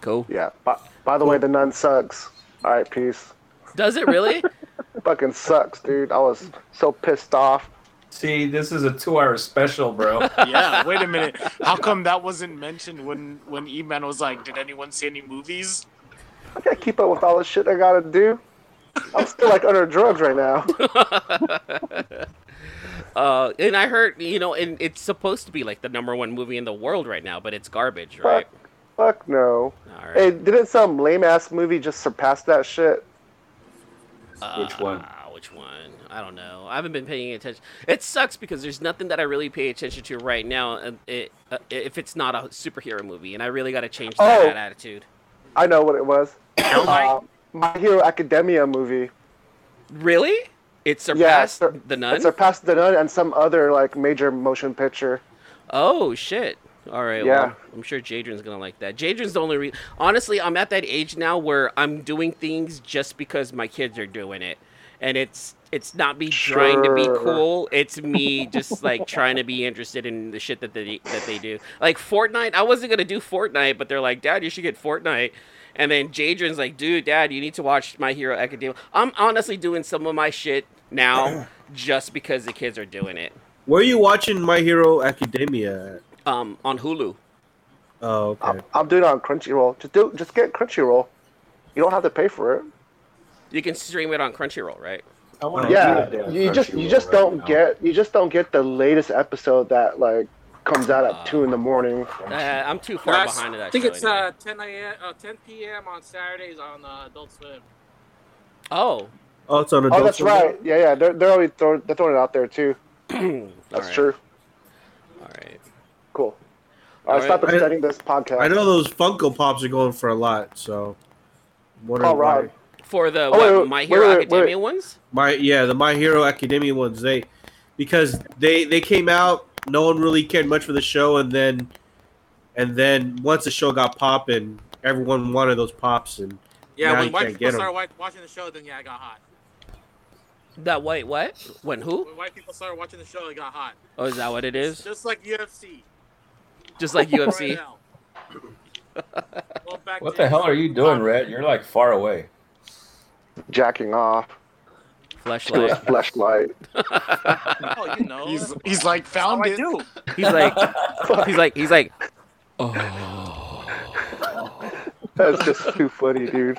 [SPEAKER 1] Cool.
[SPEAKER 2] Yeah. By, by the way, the nun sucks. All right, peace.
[SPEAKER 1] Does it really?
[SPEAKER 2] Fucking sucks, dude. I was so pissed off.
[SPEAKER 14] See, this is a two-hour special, bro.
[SPEAKER 9] yeah, wait a minute. How come that wasn't mentioned when when E Man was like, "Did anyone see any movies?"
[SPEAKER 2] I gotta keep up with all the shit I gotta do. I'm still like under drugs right now.
[SPEAKER 1] uh, and I heard, you know, and it's supposed to be like the number one movie in the world right now, but it's garbage, right?
[SPEAKER 2] Fuck no.
[SPEAKER 1] All right.
[SPEAKER 2] Hey, didn't some lame ass movie just surpass that shit?
[SPEAKER 14] Which one?
[SPEAKER 1] Ah, which one? I don't know. I haven't been paying attention. It sucks because there's nothing that I really pay attention to right now. uh, It, uh, if it's not a superhero movie, and I really got to change that,
[SPEAKER 2] Oh.
[SPEAKER 1] that attitude.
[SPEAKER 2] I know what it was. Uh, My Hero Academia movie.
[SPEAKER 1] Really? It surpassed the nun.
[SPEAKER 2] It surpassed The Nun and some other like major motion picture.
[SPEAKER 1] Oh shit! All right.
[SPEAKER 2] Yeah.
[SPEAKER 1] Well, I'm sure Jadron's gonna like that. Jadron's the only reason. Honestly, I'm at that age now where I'm doing things just because my kids are doing it, and it's it's not me trying to be
[SPEAKER 15] Sure.
[SPEAKER 1] cool. It's me just like trying to be interested in the shit that they that they do. Like Fortnite, I wasn't gonna do Fortnite, but they're like, Dad, you should get Fortnite. And then Jadron's like, Dude, Dad, you need to watch My Hero Academia. I'm honestly doing some of my shit now just because the kids are doing it.
[SPEAKER 6] where are you watching My Hero Academia? At?
[SPEAKER 1] Um, on Hulu.
[SPEAKER 6] Oh, okay.
[SPEAKER 2] I'm doing it on Crunchyroll. Just do, just get Crunchyroll. You don't have to pay for it.
[SPEAKER 1] You can stream it on Crunchyroll, right?
[SPEAKER 11] I
[SPEAKER 6] Oh,
[SPEAKER 11] wanna
[SPEAKER 2] yeah,
[SPEAKER 11] do that damn
[SPEAKER 2] you just
[SPEAKER 11] crunchy
[SPEAKER 2] you just
[SPEAKER 11] roll right
[SPEAKER 2] don't
[SPEAKER 11] now.
[SPEAKER 2] get you just don't get the latest episode that like comes out at two in the morning.
[SPEAKER 1] Uh, I'm too far
[SPEAKER 12] That's-
[SPEAKER 1] behind in that
[SPEAKER 12] I think
[SPEAKER 1] show
[SPEAKER 12] it's
[SPEAKER 1] anyway.
[SPEAKER 12] uh, 10 a.m. Uh, 10 p.m. on Saturdays on uh, Adult Swim.
[SPEAKER 1] Oh.
[SPEAKER 6] Oh, it's on
[SPEAKER 2] Oh,
[SPEAKER 6] Adult
[SPEAKER 2] that's
[SPEAKER 6] Swim.
[SPEAKER 2] right. Yeah, yeah. They're they're already throwing, they're throwing it out there too. that's
[SPEAKER 1] right.
[SPEAKER 2] true.
[SPEAKER 1] All right.
[SPEAKER 2] Cool.
[SPEAKER 6] All
[SPEAKER 2] All right,
[SPEAKER 6] right.
[SPEAKER 2] stop
[SPEAKER 6] I-
[SPEAKER 2] extending this podcast.
[SPEAKER 6] I know those Funko Pops are going for a lot, so. wondering
[SPEAKER 2] Call Rod.
[SPEAKER 6] why.
[SPEAKER 1] For the
[SPEAKER 6] Oh,
[SPEAKER 1] what,
[SPEAKER 6] wait, wait,
[SPEAKER 1] My
[SPEAKER 6] wait,
[SPEAKER 1] Hero
[SPEAKER 6] wait, wait.
[SPEAKER 1] Academia ones?
[SPEAKER 6] My yeah, the My Hero Academia ones. They because they they came out, no one really cared much for the show, and then and then once the show got popping, everyone wanted those pops, and
[SPEAKER 12] Yeah,
[SPEAKER 6] now
[SPEAKER 12] when
[SPEAKER 6] you
[SPEAKER 12] white
[SPEAKER 6] can't
[SPEAKER 12] people
[SPEAKER 6] get them.
[SPEAKER 12] started wa- watching the show, then yeah, it got hot.
[SPEAKER 1] That wait, what? When who?
[SPEAKER 12] When white people started watching the show, it got hot.
[SPEAKER 1] Oh, is that what it is?
[SPEAKER 12] Just like UFC.
[SPEAKER 1] Just like UFC.
[SPEAKER 12] Right now. well, back
[SPEAKER 15] What
[SPEAKER 12] then,
[SPEAKER 15] the hell are you doing, Red? You're like far away.
[SPEAKER 2] Jacking off.
[SPEAKER 1] Flashlight.
[SPEAKER 2] Flashlight.
[SPEAKER 12] oh, you know.
[SPEAKER 9] He's, he's like
[SPEAKER 12] Oh,
[SPEAKER 9] found it.
[SPEAKER 1] He's like, he's like, he's like,
[SPEAKER 2] That's just too funny, dude.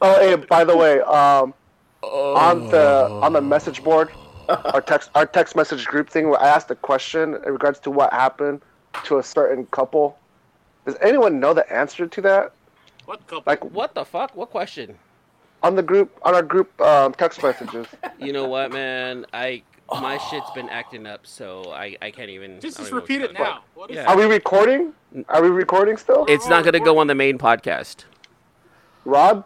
[SPEAKER 2] Oh, hey, by the way, um, on the on the message board, our text our text message group thing, where I asked a question in regards to what happened to a certain couple. Does anyone know the answer to that?
[SPEAKER 12] What couple?
[SPEAKER 2] Like
[SPEAKER 1] what the fuck? What question?
[SPEAKER 2] on the group on our group um, text messages.
[SPEAKER 1] You know what, man? I my shit's been acting up, so I I can't even.
[SPEAKER 12] Just-
[SPEAKER 1] I
[SPEAKER 12] just
[SPEAKER 1] don't even know what
[SPEAKER 12] repeat
[SPEAKER 1] you're
[SPEAKER 12] it
[SPEAKER 1] talking
[SPEAKER 12] now.
[SPEAKER 1] about.
[SPEAKER 12] What
[SPEAKER 1] Yeah.
[SPEAKER 2] Are we recording? Are we recording still?
[SPEAKER 1] It's
[SPEAKER 12] Oh,
[SPEAKER 1] not gonna go on the main podcast.
[SPEAKER 2] Rob.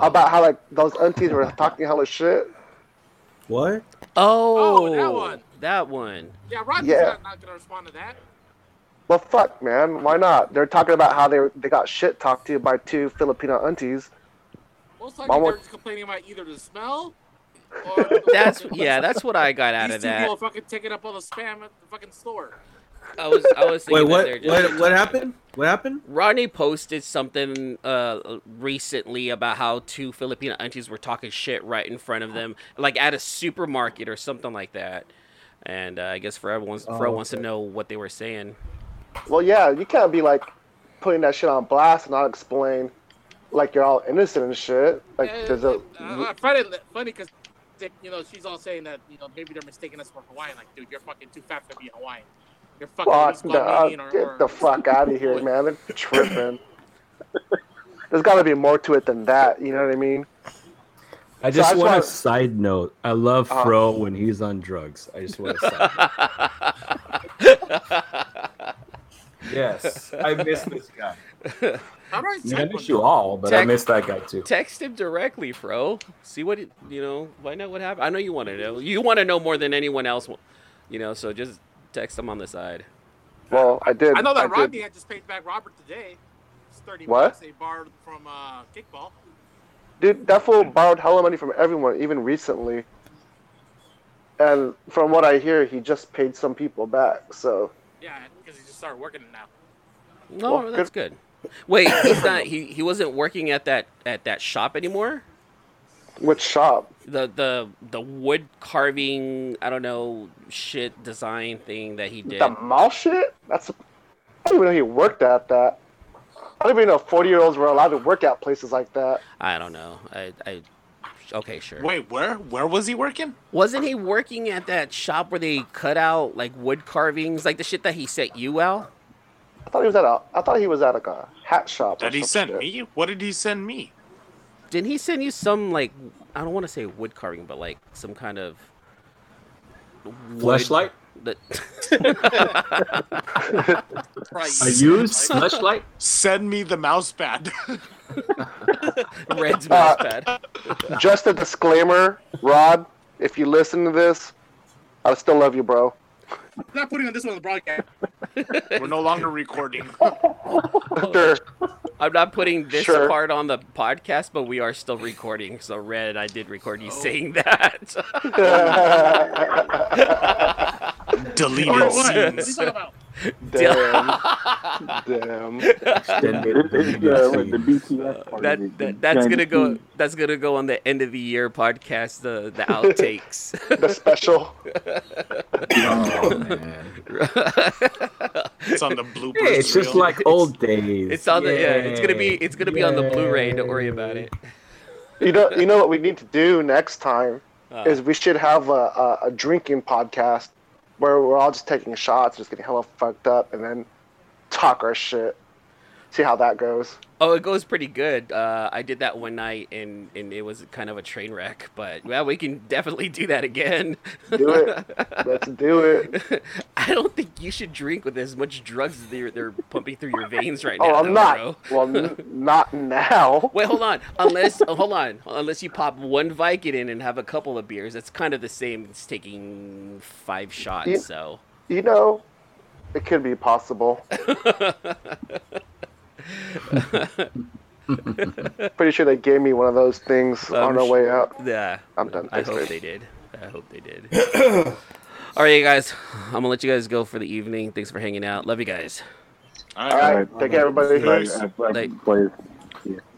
[SPEAKER 2] About how like those aunties were talking hella shit.
[SPEAKER 6] What?
[SPEAKER 1] Oh,
[SPEAKER 12] that one.
[SPEAKER 1] That one.
[SPEAKER 12] Yeah, Roger's
[SPEAKER 2] Yeah.
[SPEAKER 12] not, not going to respond to that.
[SPEAKER 2] Well, fuck, man. Why not? They're talking about how they they got shit talked to by two Filipino aunties.
[SPEAKER 12] Most
[SPEAKER 2] I
[SPEAKER 12] likely
[SPEAKER 2] want-
[SPEAKER 12] they're just complaining about either the smell
[SPEAKER 1] That's yeah. That's what I got out
[SPEAKER 12] These
[SPEAKER 1] of
[SPEAKER 12] two
[SPEAKER 1] that.
[SPEAKER 12] people fucking taking up all the spam at the fucking store.
[SPEAKER 1] I was I was
[SPEAKER 6] Wait,
[SPEAKER 1] thinking
[SPEAKER 6] what?
[SPEAKER 1] that they're
[SPEAKER 6] What?
[SPEAKER 1] just-
[SPEAKER 6] What happened? What happened?
[SPEAKER 1] Rodney posted something uh, recently about how two Filipino aunties were talking shit right in front of them, like at a supermarket or something like that. And uh, I guess Pharrell wants,
[SPEAKER 2] Oh,
[SPEAKER 1] Pharrell wants to
[SPEAKER 2] okay.
[SPEAKER 1] know what they were saying.
[SPEAKER 2] Well, yeah, you can't be like putting that shit on blast and not explain like you're all innocent and shit. Like there's a
[SPEAKER 12] Uh, I find it li- funny because, you know, she's all saying that, you know, maybe they're mistaking us for Hawaiian. Like, dude, you're fucking too fat to be Hawaiian. You're fucking
[SPEAKER 2] Well,
[SPEAKER 12] East
[SPEAKER 2] no,
[SPEAKER 12] Guamanian or,
[SPEAKER 2] uh, get
[SPEAKER 12] or
[SPEAKER 2] the fuck out of here, man. They're tripping. There's got to be more to it than that. You know what I mean? So I
[SPEAKER 11] I just
[SPEAKER 2] just
[SPEAKER 11] want
[SPEAKER 2] wanna-
[SPEAKER 11] a side note. I love
[SPEAKER 2] Uh-huh.
[SPEAKER 11] Fro when he's on drugs. I just want to side note. yes, I miss this guy.
[SPEAKER 12] How do I
[SPEAKER 11] Yeah, I
[SPEAKER 12] type
[SPEAKER 11] miss
[SPEAKER 12] on
[SPEAKER 11] you
[SPEAKER 12] this?
[SPEAKER 11] all, but I
[SPEAKER 1] Text-
[SPEAKER 11] miss that guy too.
[SPEAKER 1] Text him directly, Fro. See what it- you know. Find out what happened. I know you want to know. You want to know more than anyone else. wa- You know, so just text him on the side.
[SPEAKER 2] Well, I did.
[SPEAKER 12] I know that
[SPEAKER 2] did.
[SPEAKER 12] Rodney had just paid back Robert today. It's 30
[SPEAKER 2] What?
[SPEAKER 12] bucks they borrowed from uh, Kickball.
[SPEAKER 2] Dude, that fool borrowed hella money from everyone, even recently. And from what I hear, he just paid some people back. So
[SPEAKER 12] Yeah, because he just started working it now.
[SPEAKER 1] No,
[SPEAKER 12] Well,
[SPEAKER 1] that's good. Wait, he's not. He, he wasn't working at that at that shop anymore.
[SPEAKER 2] which shop?
[SPEAKER 1] the the the wood carving I don't know shit design thing that he did.
[SPEAKER 2] The mall shit? That's. I don't even know he worked at that. I don't even know forty year olds were allowed to work at places like that.
[SPEAKER 1] I don't know. I I okay sure.
[SPEAKER 9] Wait, where? Where was he working?
[SPEAKER 1] Wasn't he working at that shop where they cut out like wood carvings, like the shit that he sent you out?
[SPEAKER 2] I thought he was at a. I thought he was at like a hat shop. or
[SPEAKER 1] That he
[SPEAKER 2] some
[SPEAKER 1] sent
[SPEAKER 2] shit.
[SPEAKER 9] Me? What did he send me?
[SPEAKER 1] Didn't he send you some like I don't want to say wood carving, but like some kind of wood-
[SPEAKER 11] Fleshlight?
[SPEAKER 1] that-
[SPEAKER 11] A used fleshlight?
[SPEAKER 9] Send me the mouse pad.
[SPEAKER 1] Red's
[SPEAKER 2] mouse
[SPEAKER 1] pad.
[SPEAKER 2] Just a disclaimer, Rod. If you listen to this, I still love you, bro.
[SPEAKER 12] I'm not putting on this one on the broadcast.
[SPEAKER 9] We're no longer recording.
[SPEAKER 1] I'm not putting this
[SPEAKER 9] Sure.
[SPEAKER 1] part on the podcast, but we are still recording. So Red, I did record you saying that.
[SPEAKER 9] Deleted
[SPEAKER 1] Or what? What
[SPEAKER 9] scenes.
[SPEAKER 1] are you talking about?
[SPEAKER 2] Damn.
[SPEAKER 13] Extended deleted scenes. The BTS part
[SPEAKER 1] That,
[SPEAKER 13] of it,
[SPEAKER 1] that
[SPEAKER 13] the
[SPEAKER 1] that's
[SPEAKER 13] giant
[SPEAKER 1] gonna go
[SPEAKER 13] scene.
[SPEAKER 1] that's gonna go on the end of the year podcast the the outtakes
[SPEAKER 2] the special
[SPEAKER 11] Oh,
[SPEAKER 9] it's on the bloopers.
[SPEAKER 11] Hey, it's just
[SPEAKER 9] reel.
[SPEAKER 11] like old days.
[SPEAKER 1] it's on the yeah it's gonna be it's gonna be on the Blu-ray don't worry about it
[SPEAKER 2] You know, you know what we need to do next time
[SPEAKER 1] Uh.
[SPEAKER 2] is we should have a, a, a drinking podcast where we're all just taking shots, just getting hella fucked up, and then talk our shit. See how that goes.
[SPEAKER 1] Oh, it goes pretty good. Uh, I did that one night, and, and it was kind of a train wreck. But well, we can definitely do that again.
[SPEAKER 2] Do it. Let's do it.
[SPEAKER 1] I don't think you should drink with as much drugs as they're, they're pumping through your veins right
[SPEAKER 2] oh,
[SPEAKER 1] now.
[SPEAKER 2] I'm
[SPEAKER 1] though,
[SPEAKER 2] not.
[SPEAKER 1] bro.
[SPEAKER 2] Well, n- not now.
[SPEAKER 1] Wait, hold on. Unless, oh, hold on. Unless you pop one Vicodin and have a couple of beers, it's kind of the same as taking five shots.
[SPEAKER 2] You-
[SPEAKER 1] So
[SPEAKER 2] You know, it could be possible. Pretty sure they gave me one of those things on
[SPEAKER 1] I'm
[SPEAKER 2] our
[SPEAKER 1] sh-
[SPEAKER 2] way out.
[SPEAKER 1] Yeah,
[SPEAKER 2] I'm done.
[SPEAKER 1] I
[SPEAKER 2] Thanks,
[SPEAKER 1] hope
[SPEAKER 2] Rich.
[SPEAKER 1] they did. I hope they did. All right, you guys. I'm gonna let you guys go for the evening. Thanks for hanging out. Love you guys.
[SPEAKER 2] All right. Take care, everybody.
[SPEAKER 1] Peace. Later.
[SPEAKER 13] Players. Yeah.